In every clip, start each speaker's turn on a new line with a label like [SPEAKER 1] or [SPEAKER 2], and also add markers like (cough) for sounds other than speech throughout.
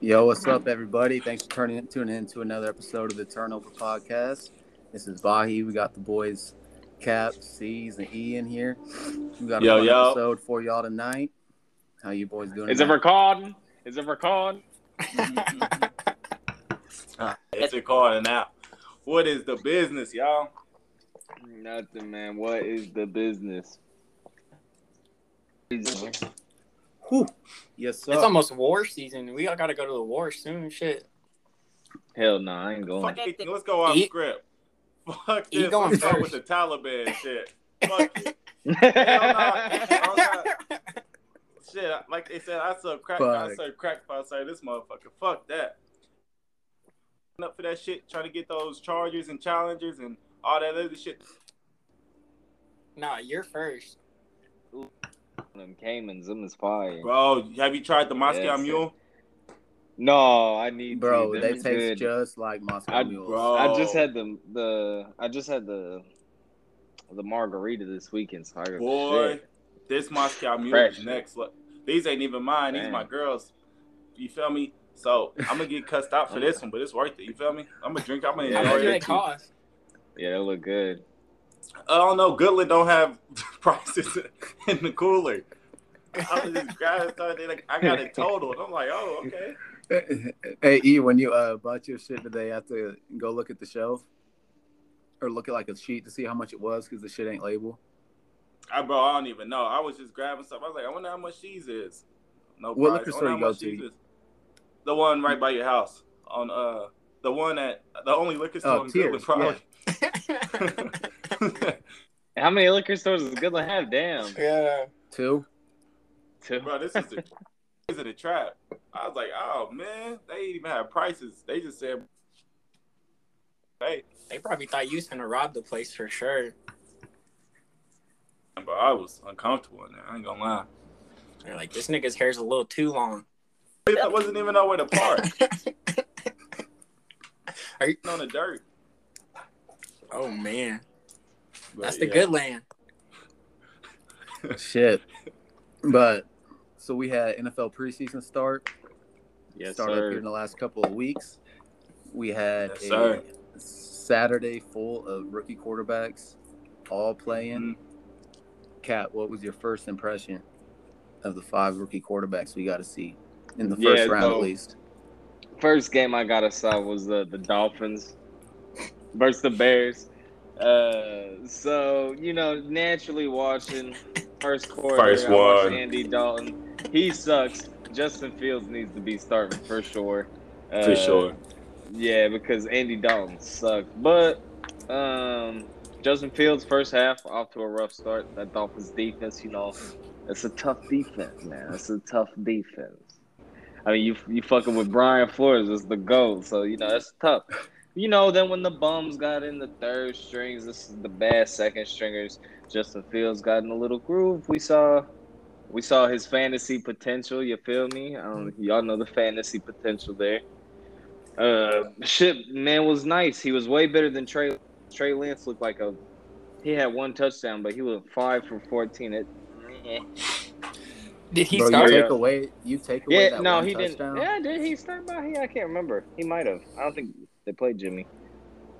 [SPEAKER 1] Yo, what's up, everybody? Thanks for turning tuning in to another episode of the Turnover Podcast. This is Vahi. We got the boys Cap, C's, and E in here. We got a
[SPEAKER 2] Yo,
[SPEAKER 1] fun
[SPEAKER 2] yo.
[SPEAKER 1] episode for y'all tonight. How you boys doing?
[SPEAKER 2] Is it
[SPEAKER 1] tonight?
[SPEAKER 2] recording? Is it recording? It's recording now. What is the business, y'all? Nothing, man. What is the business?
[SPEAKER 3] it's
[SPEAKER 1] Whew. Yes, sir.
[SPEAKER 3] almost war season. We all gotta go to the war soon. (laughs) Shit.
[SPEAKER 2] Hell no, I ain't
[SPEAKER 4] Fuck
[SPEAKER 2] going.
[SPEAKER 4] that
[SPEAKER 2] it.
[SPEAKER 4] thing.
[SPEAKER 2] Let's go off
[SPEAKER 3] Eat-
[SPEAKER 2] script. Fuck
[SPEAKER 3] Eat
[SPEAKER 2] this.
[SPEAKER 3] going
[SPEAKER 2] Let's start with
[SPEAKER 3] first.
[SPEAKER 2] the Taliban shit. Fuck it. Hell no.
[SPEAKER 3] That's
[SPEAKER 2] Shit, like they said, I serve crack. I
[SPEAKER 1] Fuck.
[SPEAKER 2] serve crack. If I serve this motherfucker, fuck that. Up for that shit, trying to get those Chargers and Challengers and all that other shit.
[SPEAKER 3] (laughs) nah, you're first.
[SPEAKER 5] (laughs) Them Caymans, them is fire.
[SPEAKER 2] Bro, have you tried the Moscow
[SPEAKER 5] Yes, sir.
[SPEAKER 2] Mule?
[SPEAKER 5] No, I need
[SPEAKER 1] bro,
[SPEAKER 5] To.
[SPEAKER 1] they
[SPEAKER 5] Them
[SPEAKER 1] taste
[SPEAKER 5] good.
[SPEAKER 1] just like Moscow
[SPEAKER 5] I-
[SPEAKER 1] mules.
[SPEAKER 2] bro.
[SPEAKER 5] I just had the the I just had the the margarita this weekend, so I got
[SPEAKER 2] Boy,
[SPEAKER 5] shit.
[SPEAKER 2] this Moscow Mule
[SPEAKER 5] Fresh.
[SPEAKER 2] is next. Look, these ain't even mine. These
[SPEAKER 5] Damn.
[SPEAKER 2] my girls. You feel me? So I'm gonna get cussed out for this one, but it's worth it. You feel me? I'm gonna drink. I'm gonna
[SPEAKER 5] Yeah,
[SPEAKER 2] enjoy
[SPEAKER 3] How much do
[SPEAKER 5] yeah,
[SPEAKER 3] they
[SPEAKER 2] it. too. I
[SPEAKER 3] cost?
[SPEAKER 5] Yeah, they look good.
[SPEAKER 2] don't know. Goodland don't have (laughs) prices in the cooler. I was just grabbing something. Like, I got it total. And I'm like, oh, okay.
[SPEAKER 1] (laughs) hey, E, when you uh, bought your shit, did they have to go look at the shelf or look at like a sheet to see how much it was because the shit ain't labeled?
[SPEAKER 2] I bro, I don't even know. I was just grabbing stuff. I was like, I wonder how much cheese is. No
[SPEAKER 1] What
[SPEAKER 2] price.
[SPEAKER 1] liquor
[SPEAKER 2] I
[SPEAKER 1] store
[SPEAKER 2] wonder
[SPEAKER 1] you
[SPEAKER 2] how
[SPEAKER 1] go
[SPEAKER 2] much
[SPEAKER 1] to?
[SPEAKER 2] these is. The one right by your house. On uh, the one at the only liquor store
[SPEAKER 1] Oh,
[SPEAKER 2] in
[SPEAKER 1] Tears,
[SPEAKER 2] Goodland, probably. (laughs)
[SPEAKER 5] How many liquor stores does Goodland have? Damn, (laughs)
[SPEAKER 3] (laughs) yeah.
[SPEAKER 1] Two?
[SPEAKER 5] two.
[SPEAKER 2] bro, this is a, this is a trap. I was like, oh man, they didn't even have prices. They just said, hey,
[SPEAKER 3] They probably thought you was gonna rob the place for sure.
[SPEAKER 2] bro, I was uncomfortable in there. I ain't gonna lie.
[SPEAKER 3] They're like, this nigga's hair's a little too long.
[SPEAKER 2] I wasn't even nowhere
[SPEAKER 1] (laughs)
[SPEAKER 2] to park
[SPEAKER 3] Are you-
[SPEAKER 2] on the dirt.
[SPEAKER 3] Oh man,
[SPEAKER 2] But,
[SPEAKER 3] that's the
[SPEAKER 2] yeah.
[SPEAKER 3] good land.
[SPEAKER 1] Shit. But so we had NFL preseason start.
[SPEAKER 5] Yes,
[SPEAKER 1] started up here
[SPEAKER 5] sir.
[SPEAKER 1] in the last couple of weeks. We had
[SPEAKER 2] Yes,
[SPEAKER 1] a
[SPEAKER 2] sir.
[SPEAKER 1] Saturday full of rookie quarterbacks all
[SPEAKER 2] Mm,
[SPEAKER 1] playing. Cat, what was your first impression of the five rookie quarterbacks we got to see in the first
[SPEAKER 5] Yeah,
[SPEAKER 1] round at
[SPEAKER 5] so-
[SPEAKER 1] least?
[SPEAKER 5] First game I got us saw was the the Dolphins versus the Bears. Uh, so you know, naturally watching first quarter,
[SPEAKER 2] First
[SPEAKER 5] I watched
[SPEAKER 2] one.
[SPEAKER 5] Andy Dalton. He sucks. Justin Fields needs to be starting for sure. Uh,
[SPEAKER 2] For sure.
[SPEAKER 5] Yeah, because Andy Dalton sucked. But um, Justin Fields first half off to a rough start. That Dolphins defense, you know, it's a tough defense, man. It's a tough defense. I mean, you you fucking with Brian Flores is the goat, so you know that's tough. You know, then when the bums got in the third strings, this is the bad second stringers. Justin Fields got in a little groove. We saw, we saw his fantasy potential. You feel me? Um, y'all know the fantasy potential there. Uh, shit, man was nice. He was way better than Trey. Trey Lance looked like a. He had one touchdown, but he was five for fourteen. It.
[SPEAKER 3] Did he
[SPEAKER 1] Bro, you
[SPEAKER 3] start?
[SPEAKER 1] take away, you take away
[SPEAKER 5] Yeah,
[SPEAKER 1] that
[SPEAKER 5] no,
[SPEAKER 1] one
[SPEAKER 5] he
[SPEAKER 1] touchdown,
[SPEAKER 5] didn't. Yeah, did he start by? He, I can't remember. He might have. I don't think they played Jimmy.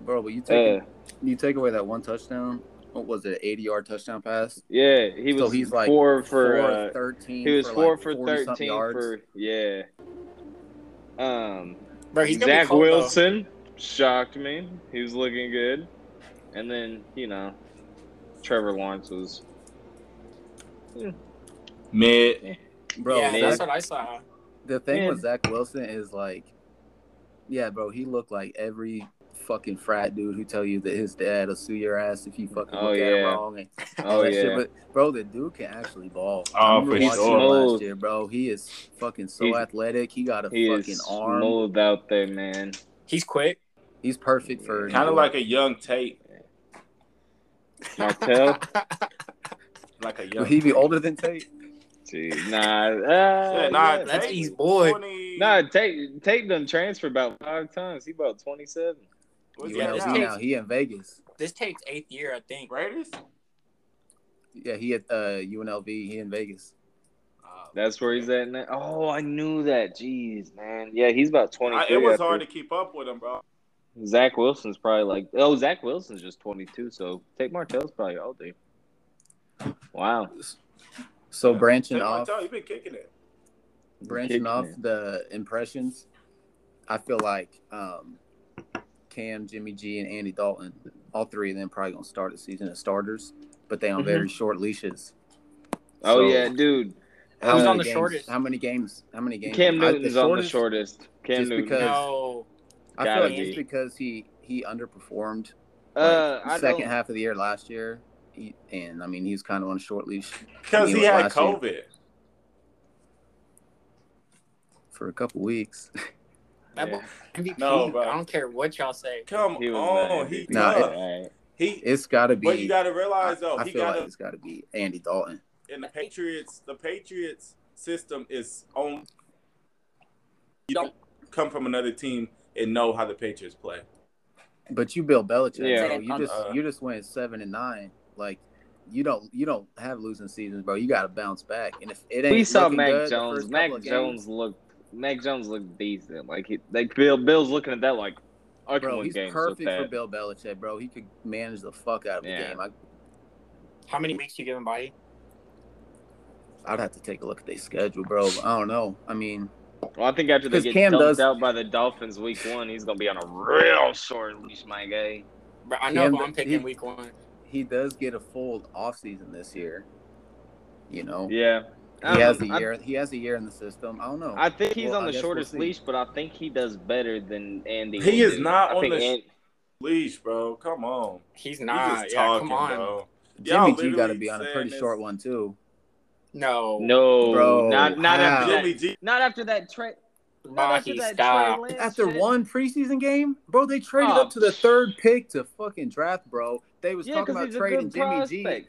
[SPEAKER 1] bro. But you take
[SPEAKER 5] Uh,
[SPEAKER 1] you take away that one touchdown. What was it? Eighty yard touchdown pass.
[SPEAKER 5] yeah, he was
[SPEAKER 1] So he's like
[SPEAKER 5] four for.
[SPEAKER 1] four
[SPEAKER 5] uh,
[SPEAKER 1] thirteen.
[SPEAKER 5] he was
[SPEAKER 1] for
[SPEAKER 5] four
[SPEAKER 1] like
[SPEAKER 5] for
[SPEAKER 1] 40 -something
[SPEAKER 5] thirteen
[SPEAKER 1] yards.
[SPEAKER 5] for yeah. Um,
[SPEAKER 3] Bro, he's gonna be
[SPEAKER 5] Zach
[SPEAKER 3] cold, though.
[SPEAKER 5] Wilson shocked me. He was looking good, and then you know, Trevor
[SPEAKER 1] (laughs)
[SPEAKER 5] Lawrence was
[SPEAKER 2] Mid.
[SPEAKER 1] bro.
[SPEAKER 3] yeah,
[SPEAKER 1] Zach
[SPEAKER 3] that's what I saw.
[SPEAKER 1] The thing
[SPEAKER 5] Yeah.
[SPEAKER 1] with Zach Wilson is like, yeah, bro, he looked like every fucking frat dude who tell you that his dad will sue your ass if you fucking
[SPEAKER 5] Oh,
[SPEAKER 1] look at it
[SPEAKER 5] yeah.
[SPEAKER 1] wrong. And all
[SPEAKER 5] Oh
[SPEAKER 1] that
[SPEAKER 5] yeah.
[SPEAKER 1] shit. But bro, the dude can actually ball.
[SPEAKER 2] Oh,
[SPEAKER 1] I remember
[SPEAKER 2] for
[SPEAKER 1] watching
[SPEAKER 2] sure.
[SPEAKER 1] him last
[SPEAKER 5] Smooth.
[SPEAKER 1] year, bro. He is fucking so
[SPEAKER 5] He's-
[SPEAKER 1] athletic. He got a
[SPEAKER 5] he
[SPEAKER 1] fucking
[SPEAKER 5] is
[SPEAKER 1] arm.
[SPEAKER 5] mold out there, man.
[SPEAKER 3] He's quick.
[SPEAKER 1] He's perfect for
[SPEAKER 2] Kind of like a young Tate.
[SPEAKER 1] (laughs)
[SPEAKER 5] Martell?
[SPEAKER 2] Like a young.
[SPEAKER 1] Would he be
[SPEAKER 2] Tate.
[SPEAKER 1] older than Tate?
[SPEAKER 5] Gee, nah, uh,
[SPEAKER 2] Yeah,
[SPEAKER 5] nah,
[SPEAKER 2] nah,
[SPEAKER 5] yeah.
[SPEAKER 3] That's
[SPEAKER 2] Tate
[SPEAKER 3] East
[SPEAKER 2] was
[SPEAKER 3] boy.
[SPEAKER 2] 20
[SPEAKER 5] nah. Tate Tate done transfer about five times. He about twenty seven.
[SPEAKER 2] Where's he
[SPEAKER 1] yeah,
[SPEAKER 2] at
[SPEAKER 1] he
[SPEAKER 2] now?
[SPEAKER 3] Tate.
[SPEAKER 1] now he in Vegas.
[SPEAKER 3] This takes eighth year, I think.
[SPEAKER 2] Raiders?
[SPEAKER 1] Yeah, he at uh, UNLV. He in Vegas.
[SPEAKER 2] Oh,
[SPEAKER 5] That's where he's at now. Oh, I knew that. Jeez, man. Yeah, he's about twenty.
[SPEAKER 2] I, it was hard to keep up with him, bro.
[SPEAKER 5] Zach Wilson's probably like, oh, Zach Wilson's just 22, so take Martell's probably all day. Wow.
[SPEAKER 1] So branching
[SPEAKER 2] Hey,
[SPEAKER 1] off,
[SPEAKER 2] Montel, you been kicking it.
[SPEAKER 1] branching
[SPEAKER 5] Kick,
[SPEAKER 1] off
[SPEAKER 5] man.
[SPEAKER 1] the impressions, I feel like um, Cam, Jimmy G, and Andy Dalton, all three of them probably gonna start the season as starters, but they on very short leashes. So,
[SPEAKER 5] Oh, yeah, dude.
[SPEAKER 1] how
[SPEAKER 5] Who's
[SPEAKER 1] many
[SPEAKER 5] on
[SPEAKER 3] the
[SPEAKER 1] games-
[SPEAKER 3] shortest?
[SPEAKER 1] How many games? How many games?
[SPEAKER 5] Cam
[SPEAKER 1] I-
[SPEAKER 5] Newton's on the shortest. Cam
[SPEAKER 1] just
[SPEAKER 5] Newton.
[SPEAKER 1] because-
[SPEAKER 3] No.
[SPEAKER 1] I
[SPEAKER 5] gotta
[SPEAKER 1] feel like
[SPEAKER 5] be.
[SPEAKER 1] just because he he underperformed
[SPEAKER 5] uh,
[SPEAKER 1] like,
[SPEAKER 5] I
[SPEAKER 1] second
[SPEAKER 5] don't,
[SPEAKER 1] half of the year last year, he, and I mean he was kind of on a short leash
[SPEAKER 2] Because
[SPEAKER 1] He
[SPEAKER 2] he
[SPEAKER 1] was
[SPEAKER 2] had
[SPEAKER 1] last year.
[SPEAKER 2] COVID.
[SPEAKER 1] for a couple weeks. (laughs)
[SPEAKER 3] That
[SPEAKER 5] Yeah.
[SPEAKER 3] boy- MVP.
[SPEAKER 2] No, bro.
[SPEAKER 3] I don't care what y'all say.
[SPEAKER 2] Come
[SPEAKER 5] He was
[SPEAKER 2] on,
[SPEAKER 5] mad.
[SPEAKER 2] he
[SPEAKER 1] Nah,
[SPEAKER 2] tough.
[SPEAKER 1] it-
[SPEAKER 5] All right.
[SPEAKER 2] he.
[SPEAKER 1] It's got to be.
[SPEAKER 2] But you got to realize though,
[SPEAKER 1] I, I
[SPEAKER 2] he
[SPEAKER 1] feel
[SPEAKER 2] got
[SPEAKER 1] like it's got to be Andy Dalton.
[SPEAKER 2] in the Patriots. The Patriots system is on. You don't come from another team and know how the Patriots play.
[SPEAKER 1] But you Bill Belichick,
[SPEAKER 5] Yeah.
[SPEAKER 1] bro. You just
[SPEAKER 2] Uh,
[SPEAKER 1] you just went seven and nine. Like you don't you don't have losing seasons, bro. You got to bounce back. And if it ain't
[SPEAKER 5] We saw
[SPEAKER 1] looking good
[SPEAKER 5] Mac
[SPEAKER 1] the
[SPEAKER 5] Jones.
[SPEAKER 1] first
[SPEAKER 5] Mac
[SPEAKER 1] couple of
[SPEAKER 5] Jones
[SPEAKER 1] games,
[SPEAKER 5] looked. Mac Jones looked decent. Like he, like Bill. Bill's looking at that like, I can
[SPEAKER 1] bro.
[SPEAKER 5] win
[SPEAKER 1] He's
[SPEAKER 5] games
[SPEAKER 1] perfect
[SPEAKER 5] with that.
[SPEAKER 1] for Bill Belichick, bro. He could manage the fuck out of the
[SPEAKER 5] Yeah.
[SPEAKER 1] game. I,
[SPEAKER 3] How many weeks you giving Body?
[SPEAKER 1] I'd have to take a look at their schedule, bro. but I don't know. I mean,
[SPEAKER 5] Well, I think after they
[SPEAKER 1] 'Cause
[SPEAKER 5] get
[SPEAKER 1] Cam
[SPEAKER 5] dumped
[SPEAKER 1] does-
[SPEAKER 5] out by the Dolphins week one, he's gonna be on a real short leash, my guy.
[SPEAKER 3] Bro, I know,
[SPEAKER 1] Cam
[SPEAKER 3] but I'm
[SPEAKER 1] Newton-
[SPEAKER 3] picking week one.
[SPEAKER 1] he does get a full offseason this year. You know,
[SPEAKER 5] Yeah,
[SPEAKER 1] he has a
[SPEAKER 5] Um, I-
[SPEAKER 1] year. he has a year in the system. I don't know.
[SPEAKER 5] I think he's
[SPEAKER 1] Well,
[SPEAKER 5] on
[SPEAKER 1] I
[SPEAKER 5] the
[SPEAKER 1] guess
[SPEAKER 5] shortest
[SPEAKER 1] we'll see.
[SPEAKER 5] leash, but I think he does better than Andy.
[SPEAKER 2] He
[SPEAKER 5] will
[SPEAKER 2] is
[SPEAKER 5] do.
[SPEAKER 2] not
[SPEAKER 5] I
[SPEAKER 2] on
[SPEAKER 5] think
[SPEAKER 2] the sh-
[SPEAKER 5] Andy-
[SPEAKER 2] Leash, bro. Come on.
[SPEAKER 3] He's
[SPEAKER 2] You
[SPEAKER 3] not.
[SPEAKER 2] just
[SPEAKER 3] yeah,
[SPEAKER 2] talking,
[SPEAKER 3] come on.
[SPEAKER 2] bro.
[SPEAKER 1] Jimmy
[SPEAKER 2] y'all
[SPEAKER 1] G got to
[SPEAKER 2] literally
[SPEAKER 1] be on a
[SPEAKER 2] saying
[SPEAKER 1] pretty
[SPEAKER 2] this-
[SPEAKER 1] short one too.
[SPEAKER 3] No.
[SPEAKER 5] no,
[SPEAKER 1] Bro,
[SPEAKER 5] not not after
[SPEAKER 1] how?
[SPEAKER 5] that.
[SPEAKER 2] Jimmy G.
[SPEAKER 5] Not after that trade. Not after
[SPEAKER 3] Body,
[SPEAKER 5] that
[SPEAKER 3] stop.
[SPEAKER 5] Trey Lance
[SPEAKER 1] After
[SPEAKER 5] shit.
[SPEAKER 1] one preseason game, bro, they traded
[SPEAKER 5] Oh,
[SPEAKER 1] up to the
[SPEAKER 5] psh.
[SPEAKER 1] third pick to fucking draft, bro. They was
[SPEAKER 5] yeah,
[SPEAKER 1] talking
[SPEAKER 5] because
[SPEAKER 1] about
[SPEAKER 5] he's a good
[SPEAKER 1] trading Jimmy G.
[SPEAKER 5] prospect.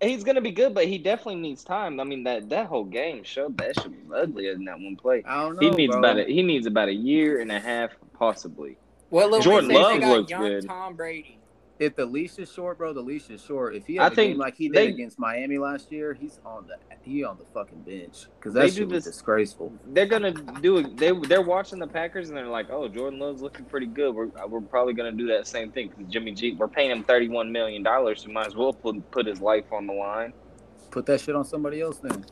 [SPEAKER 5] He's gonna be good, but he definitely needs time. I mean that that whole game showed that shit was ugly in that one play.
[SPEAKER 1] I don't know.
[SPEAKER 5] he needs
[SPEAKER 1] bro.
[SPEAKER 5] about a, he needs about a year and a half, possibly.
[SPEAKER 3] Well, look,
[SPEAKER 5] Jordan
[SPEAKER 3] they say
[SPEAKER 5] Love
[SPEAKER 3] they got
[SPEAKER 5] looked
[SPEAKER 3] young
[SPEAKER 5] good.
[SPEAKER 3] Tom
[SPEAKER 5] (laughs)
[SPEAKER 3] Brady.
[SPEAKER 1] If the leash is short, bro, the leash is short. If he
[SPEAKER 5] I
[SPEAKER 1] had a
[SPEAKER 5] think
[SPEAKER 1] game like he did
[SPEAKER 5] they-
[SPEAKER 1] against Miami last year, he's on the he on the fucking bench because
[SPEAKER 5] They
[SPEAKER 1] that
[SPEAKER 5] do
[SPEAKER 1] shit was
[SPEAKER 5] this-
[SPEAKER 1] disgraceful.
[SPEAKER 5] They're gonna do it. They they're watching the Packers and they're like, oh, Jordan Love's looking pretty good. We're we're probably gonna do that same thing because Jimmy G. We're paying him thirty one million dollars. So might as well put put his life on the line.
[SPEAKER 1] Put that shit on somebody else then.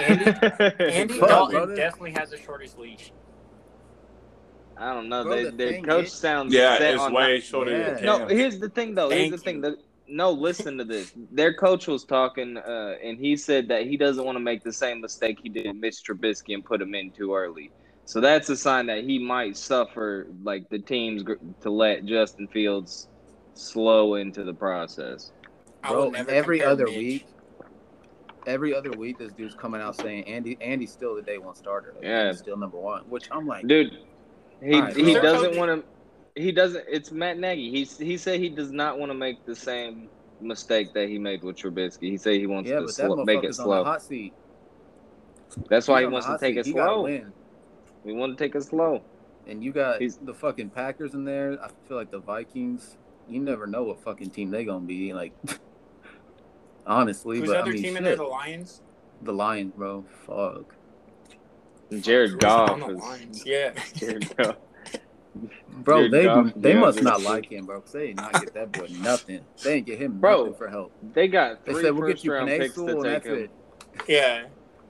[SPEAKER 3] Andy- Andy
[SPEAKER 1] Fuck,
[SPEAKER 3] Dalton
[SPEAKER 1] brother.
[SPEAKER 3] definitely has the shortest leash.
[SPEAKER 5] (laughs) I don't know.
[SPEAKER 1] Bro,
[SPEAKER 5] They,
[SPEAKER 1] the
[SPEAKER 5] their
[SPEAKER 1] thing
[SPEAKER 5] coach
[SPEAKER 1] is-
[SPEAKER 5] sounds
[SPEAKER 2] Yeah,
[SPEAKER 5] set
[SPEAKER 2] it's
[SPEAKER 5] on
[SPEAKER 2] way shorter
[SPEAKER 1] Yeah.
[SPEAKER 2] than Cam.
[SPEAKER 5] No, here's the thing though.
[SPEAKER 3] Thank
[SPEAKER 5] here's the thing.
[SPEAKER 3] you.
[SPEAKER 5] The, no, listen to this. Their coach was talking, uh, and he said that he doesn't want to make the same mistake he did with Mitch Trubisky and put him in too early. So that's a sign that he might suffer, like the teams gr- to let Justin Fields slow into the process.
[SPEAKER 3] I
[SPEAKER 1] Bro,
[SPEAKER 3] will never
[SPEAKER 1] every
[SPEAKER 3] compare
[SPEAKER 1] other
[SPEAKER 3] Mitch.
[SPEAKER 1] week, every other week, this dude's coming out saying Andy Andy's still the day one starter. Like,
[SPEAKER 5] Yeah.
[SPEAKER 1] he's still number one. Which I'm like,
[SPEAKER 5] Dude, he
[SPEAKER 1] All right,
[SPEAKER 5] he
[SPEAKER 1] bro.
[SPEAKER 5] doesn't want to. He doesn't. It's Matt Nagy. He he said he does not want to make the same mistake that he made with Trubisky. He said he wants
[SPEAKER 1] yeah,
[SPEAKER 5] to
[SPEAKER 1] but that
[SPEAKER 5] slow, make it
[SPEAKER 1] motherfucker's on the
[SPEAKER 5] slow.
[SPEAKER 1] hot seat.
[SPEAKER 5] That's why
[SPEAKER 1] He's
[SPEAKER 5] he
[SPEAKER 1] on the
[SPEAKER 5] wants to
[SPEAKER 1] hot
[SPEAKER 5] take
[SPEAKER 1] seat.
[SPEAKER 5] it
[SPEAKER 1] He gotta
[SPEAKER 5] slow.
[SPEAKER 1] win.
[SPEAKER 5] We want to take it slow.
[SPEAKER 1] And you got
[SPEAKER 5] He's-
[SPEAKER 1] the fucking Packers in there. I feel like the Vikings. You never know what fucking team they gonna be. Like, (laughs) honestly,
[SPEAKER 3] Who's
[SPEAKER 1] but
[SPEAKER 3] the
[SPEAKER 1] I
[SPEAKER 3] other
[SPEAKER 1] mean,
[SPEAKER 3] team in
[SPEAKER 1] shit,
[SPEAKER 3] there? The Lions.
[SPEAKER 1] the Lions, bro. Fuck,
[SPEAKER 5] Jared
[SPEAKER 3] Who's
[SPEAKER 5] Goff
[SPEAKER 3] on the
[SPEAKER 5] is.
[SPEAKER 3] Lions? Yeah.
[SPEAKER 5] (laughs)
[SPEAKER 3] (laughs)
[SPEAKER 5] Jared Goff.
[SPEAKER 1] bro.
[SPEAKER 5] Jared
[SPEAKER 1] they
[SPEAKER 5] Goff,
[SPEAKER 1] they
[SPEAKER 5] yeah,
[SPEAKER 1] must
[SPEAKER 5] dude.
[SPEAKER 1] not like him, bro. 'cause they did not get that boy nothing. They didn't get him
[SPEAKER 5] Bro,
[SPEAKER 1] nothing for help.
[SPEAKER 5] They got
[SPEAKER 1] They
[SPEAKER 5] three
[SPEAKER 1] said we'll get
[SPEAKER 5] first
[SPEAKER 1] you
[SPEAKER 5] round
[SPEAKER 1] Panay
[SPEAKER 5] picks to
[SPEAKER 1] Sewell, and
[SPEAKER 5] take
[SPEAKER 1] that's
[SPEAKER 5] him.
[SPEAKER 1] it.
[SPEAKER 3] Yeah.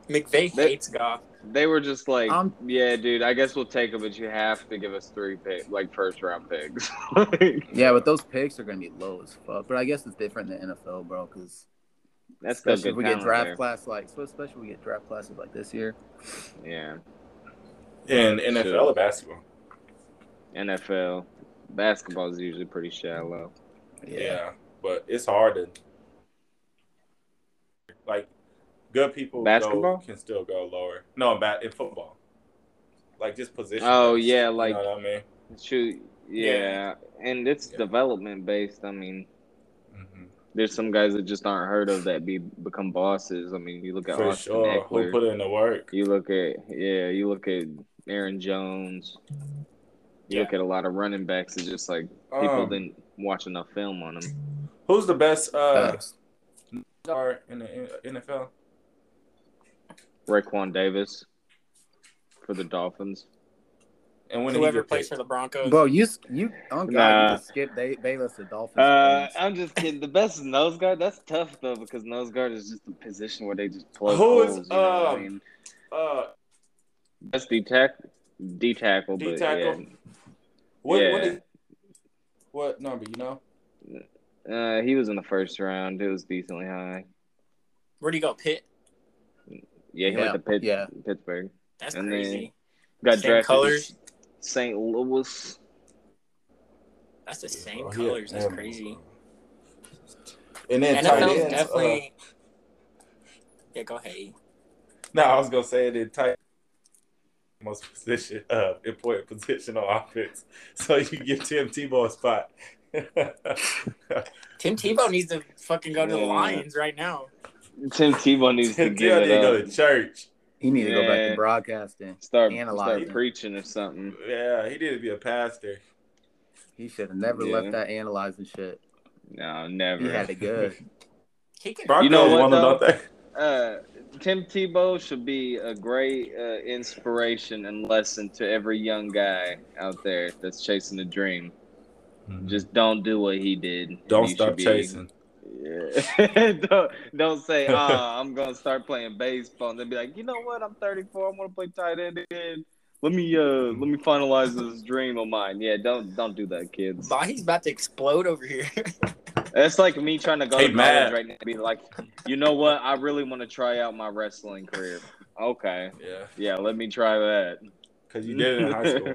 [SPEAKER 3] McVay
[SPEAKER 5] They-
[SPEAKER 3] hates Goff.
[SPEAKER 5] They were just like,
[SPEAKER 1] I'm-
[SPEAKER 5] yeah, dude. I guess we'll take him, but you have to give us three pick, like first round picks. (laughs) Like,
[SPEAKER 1] Yeah, but those picks are gonna be low as fuck. But I guess it's different in the NFL, bro. Because
[SPEAKER 5] that's still
[SPEAKER 1] especially
[SPEAKER 5] good
[SPEAKER 1] if we get
[SPEAKER 5] talent
[SPEAKER 1] draft
[SPEAKER 5] there.
[SPEAKER 1] class like, so especially if we get draft classes like this year.
[SPEAKER 5] Yeah,
[SPEAKER 2] in NFL or basketball.
[SPEAKER 5] NFL basketball is usually pretty shallow.
[SPEAKER 2] Yeah. but it's hard to like good people
[SPEAKER 5] Basketball?
[SPEAKER 2] go, can still go lower. No, bat in football, like just position.
[SPEAKER 5] Oh,
[SPEAKER 2] based,
[SPEAKER 5] yeah,
[SPEAKER 2] you
[SPEAKER 5] like-
[SPEAKER 2] know what I mean.
[SPEAKER 5] Shoot, yeah, and it's
[SPEAKER 2] Yeah.
[SPEAKER 5] development based. I mean,
[SPEAKER 2] Mhm.
[SPEAKER 5] there's some guys that just aren't heard of that be become bosses. I mean, you look at
[SPEAKER 2] For
[SPEAKER 5] Austin
[SPEAKER 2] sure,
[SPEAKER 5] Eckler.
[SPEAKER 2] who put in the work?
[SPEAKER 5] You look at yeah, you look at Aaron Jones. You look at a lot of running backs. It's just like people
[SPEAKER 2] Um,
[SPEAKER 5] didn't watch enough film on them.
[SPEAKER 2] who's the best uh,
[SPEAKER 1] Facts.
[SPEAKER 2] star in the N- NFL?
[SPEAKER 5] Raquan Davis for the Dolphins.
[SPEAKER 2] And when did he
[SPEAKER 3] Whoever
[SPEAKER 2] get
[SPEAKER 3] plays
[SPEAKER 2] picked?
[SPEAKER 3] for the Broncos.
[SPEAKER 1] Bro, you you on God,
[SPEAKER 5] Nah.
[SPEAKER 1] you just skip Bay- Bayless the Dolphins.
[SPEAKER 5] Uh,
[SPEAKER 1] games.
[SPEAKER 5] I'm just kidding. The best is nose guard. That's tough though because nose guard is just a position where they just plug
[SPEAKER 2] Who is,
[SPEAKER 5] holes, you know what I
[SPEAKER 2] um,
[SPEAKER 5] mean?
[SPEAKER 2] uh,
[SPEAKER 5] That's D tackle, D tackle, but yeah.
[SPEAKER 2] D-tackle? what, what,
[SPEAKER 5] Yeah.
[SPEAKER 2] is, what number? You know,
[SPEAKER 5] Uh, he was in the first round. It was decently high.
[SPEAKER 3] Where do you go? Pitt.
[SPEAKER 5] Yeah, he went to Pitt,
[SPEAKER 1] yeah.
[SPEAKER 5] Pittsburgh.
[SPEAKER 3] That's
[SPEAKER 5] And then-
[SPEAKER 3] crazy.
[SPEAKER 5] Got
[SPEAKER 3] Same
[SPEAKER 5] drafted.
[SPEAKER 3] colors?
[SPEAKER 5] to St. Louis.
[SPEAKER 3] That's the same
[SPEAKER 2] Oh, yeah.
[SPEAKER 3] colors. That's
[SPEAKER 2] Yeah.
[SPEAKER 3] crazy.
[SPEAKER 2] and then tight
[SPEAKER 3] NFL's
[SPEAKER 2] ends. uh,
[SPEAKER 3] definitely. Yeah, go ahead.
[SPEAKER 2] No, I was gonna say it in tight most position uh important position on offense. (laughs) So you give Tim Tebow a
[SPEAKER 5] (laughs)
[SPEAKER 2] spot.
[SPEAKER 3] Tim Tebow needs to fucking go to the
[SPEAKER 5] Yeah.
[SPEAKER 3] Lions right now.
[SPEAKER 5] Tim Tebow needs to
[SPEAKER 2] Tim Tebow
[SPEAKER 5] give
[SPEAKER 2] didn't
[SPEAKER 5] it uh,
[SPEAKER 2] go
[SPEAKER 5] up.
[SPEAKER 2] to church.
[SPEAKER 1] he need to go back
[SPEAKER 5] yeah.
[SPEAKER 1] to broadcasting.
[SPEAKER 5] Start, start
[SPEAKER 1] Analyzing.
[SPEAKER 5] preaching or something.
[SPEAKER 2] Yeah, he needed to be a pastor.
[SPEAKER 1] He should have never
[SPEAKER 5] Yeah.
[SPEAKER 1] left that analyzing shit.
[SPEAKER 5] No,
[SPEAKER 1] He
[SPEAKER 5] never.
[SPEAKER 1] had
[SPEAKER 5] (laughs)
[SPEAKER 1] it good.
[SPEAKER 3] He could.
[SPEAKER 2] Broncos
[SPEAKER 5] You know what,
[SPEAKER 2] won
[SPEAKER 5] though?
[SPEAKER 2] another.
[SPEAKER 5] Uh, Tim Tebow should be a great uh, inspiration and lesson to every young guy out there that's chasing a dream. Just don't do what he did.
[SPEAKER 2] Don't
[SPEAKER 5] You should
[SPEAKER 2] stop
[SPEAKER 5] be-
[SPEAKER 2] chasing.
[SPEAKER 5] Yeah. (laughs) don't, don't
[SPEAKER 2] (laughs)
[SPEAKER 5] say, "Oh, I'm gonna start playing baseball." And then be like, "You know what? I'm 34. I'm gonna play tight end again. Let me uh, let me finalize this dream of mine." Yeah, don't don't do that, kids.
[SPEAKER 3] Bah, he's about to explode over here. (laughs)
[SPEAKER 5] That's like me trying to go
[SPEAKER 2] Hey,
[SPEAKER 5] to college
[SPEAKER 2] Matt.
[SPEAKER 5] right now. and Be like, you know what? I really want to try out my wrestling career. Okay,
[SPEAKER 2] Yeah,
[SPEAKER 5] yeah, let me try that.
[SPEAKER 2] because you did it in high
[SPEAKER 5] (laughs)
[SPEAKER 2] school.